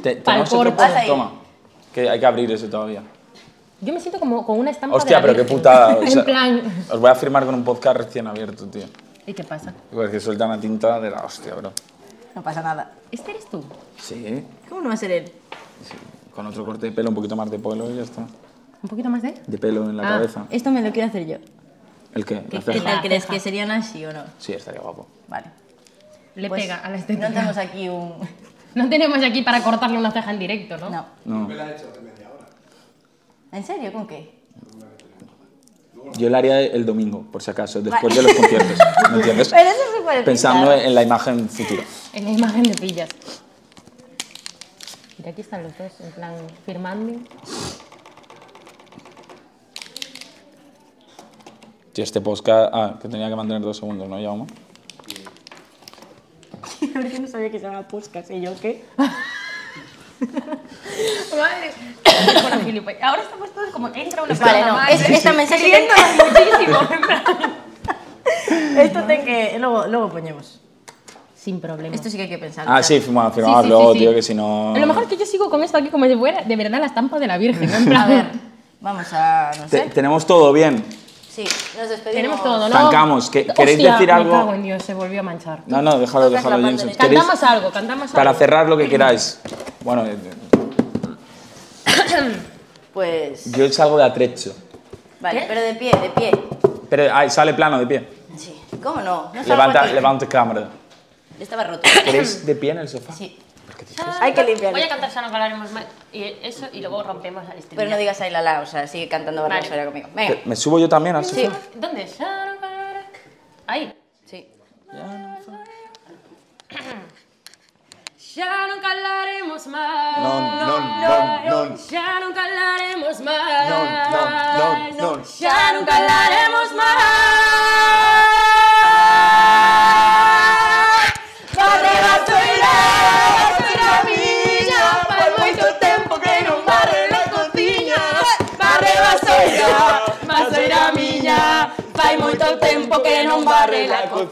Speaker 3: Te- tenemos otro
Speaker 4: corpo.
Speaker 1: Vas
Speaker 3: posca.
Speaker 1: ahí.
Speaker 3: Toma, que hay que abrir ese todavía.
Speaker 4: Yo me siento como con una estampa
Speaker 3: Hostia,
Speaker 4: de
Speaker 3: pero
Speaker 4: la
Speaker 3: qué
Speaker 1: [laughs]
Speaker 4: Virgen.
Speaker 3: putada. o sea,
Speaker 4: [laughs] en plan...
Speaker 3: Os voy a firmar con un podcast recién abierto, tío.
Speaker 4: ¿Y qué pasa?
Speaker 3: Igual que suelta una tinta de la hostia, bro.
Speaker 1: No pasa nada.
Speaker 4: ¿Este eres tú?
Speaker 3: Sí,
Speaker 1: ¿Cómo no va a ser él?
Speaker 3: sí. Con otro corte de pelo, un poquito más de pelo y ya está.
Speaker 4: ¿Un poquito más de...?
Speaker 3: De pelo en la
Speaker 4: Ah,
Speaker 3: cabeza.
Speaker 1: Esto me lo quiero hacer yo.
Speaker 3: ¿El qué? ¿La
Speaker 1: ¿Qué
Speaker 3: ceja?
Speaker 1: tal
Speaker 4: La
Speaker 1: crees
Speaker 4: ceja.
Speaker 1: que sería Nashi o no?
Speaker 3: Sí, estaría guapo.
Speaker 1: Vale.
Speaker 4: Le
Speaker 1: Pues,
Speaker 4: pega a la estética.
Speaker 1: No tenemos aquí un.
Speaker 4: No tenemos aquí para cortarle una ceja en directo, ¿no?
Speaker 1: No.
Speaker 3: No.
Speaker 1: ¿En serio? ¿Con qué?
Speaker 3: Yo la haría el domingo, por si acaso,
Speaker 1: Vale.
Speaker 3: después de los conciertos. ¿Me
Speaker 1: [laughs]
Speaker 3: entiendes?
Speaker 1: Pero eso es súper
Speaker 3: Pensando
Speaker 1: bizarro.
Speaker 3: en la imagen futura.
Speaker 4: En la imagen de pillas. Y aquí están los dos, en plan, firmando.
Speaker 3: Tío, este podcast. Ah, que tenía que mantener dos segundos, ¿no, Jaume?
Speaker 1: Porque no sabía que se llama Puskas y yo qué.
Speaker 4: Madre. Ahora estamos todos como entra una
Speaker 1: Vale, no. Es, esta mensaje.
Speaker 4: muchísimo.
Speaker 1: Esto ten que. Luego, luego ponemos.
Speaker 4: Sin problema.
Speaker 1: Esto sí que hay que pensar.
Speaker 3: Ah, sí, firma- firmamos luego, tío, que si no.
Speaker 4: A lo mejor que yo sigo con esto aquí como si fuera de verdad la estampa de la Virgen. ¿no? En
Speaker 1: [laughs] A
Speaker 4: plan,
Speaker 1: ver, vamos a. No
Speaker 3: Te-
Speaker 1: sé.
Speaker 3: Tenemos todo bien.
Speaker 1: Sí, nos despedimos.
Speaker 4: tenemos todo, ¿no?
Speaker 3: Tancamos. ¿Qué- queréis
Speaker 4: Hostia,
Speaker 3: decir algo?
Speaker 4: Me cago en Dios, se volvió a manchar.
Speaker 3: No, no, déjalo,
Speaker 1: Tocas
Speaker 3: déjalo,
Speaker 1: la
Speaker 3: Jensen.
Speaker 1: parte de-
Speaker 3: ¿Queréis-
Speaker 4: Cantamos algo, cantamos
Speaker 3: Para
Speaker 4: algo.
Speaker 3: cerrar lo que queráis. Bueno, eh,
Speaker 1: Pues.
Speaker 3: yo salgo de atrecho.
Speaker 1: Vale, pero de pie, de pie.
Speaker 3: Pero ay, sale plano de pie.
Speaker 1: Sí. ¿Cómo no? no salgo
Speaker 3: Levanta,
Speaker 1: aquí.
Speaker 3: levanta cámara.
Speaker 1: Estaba roto.
Speaker 3: ¿Queréis de pie en el sofá?
Speaker 1: Sí.
Speaker 11: Hay
Speaker 1: que limpiarlo.
Speaker 11: Voy a cantar Sano Calaremos más. Y eso, y luego rompemos al
Speaker 4: este
Speaker 11: estribillo.
Speaker 1: Pero no digas ahí la la, o sea, sigue cantando Barrio Soria conmigo. Venga.
Speaker 4: Eh.
Speaker 3: ¿Me subo yo también al sofá?
Speaker 1: Sí.
Speaker 11: ¿Dónde? Sano Calaremos. Ahí.
Speaker 1: Sí.
Speaker 6: Ya nunca hablaremos más.
Speaker 12: Non, non, non, non.
Speaker 6: Ya nunca hablaremos más.
Speaker 12: Non, non, non, non.
Speaker 6: Ya nunca hablaremos más.
Speaker 3: [laughs]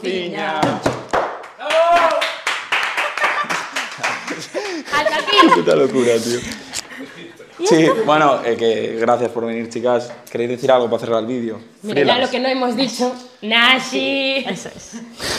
Speaker 3: Puta locura, tío. Sí, bueno, eh, que gracias por venir, chicas. ¿Queréis decir algo para cerrar el vídeo?
Speaker 4: Mira ya
Speaker 3: Freelance.
Speaker 4: lo que no hemos dicho. Nashi.
Speaker 1: Eso es.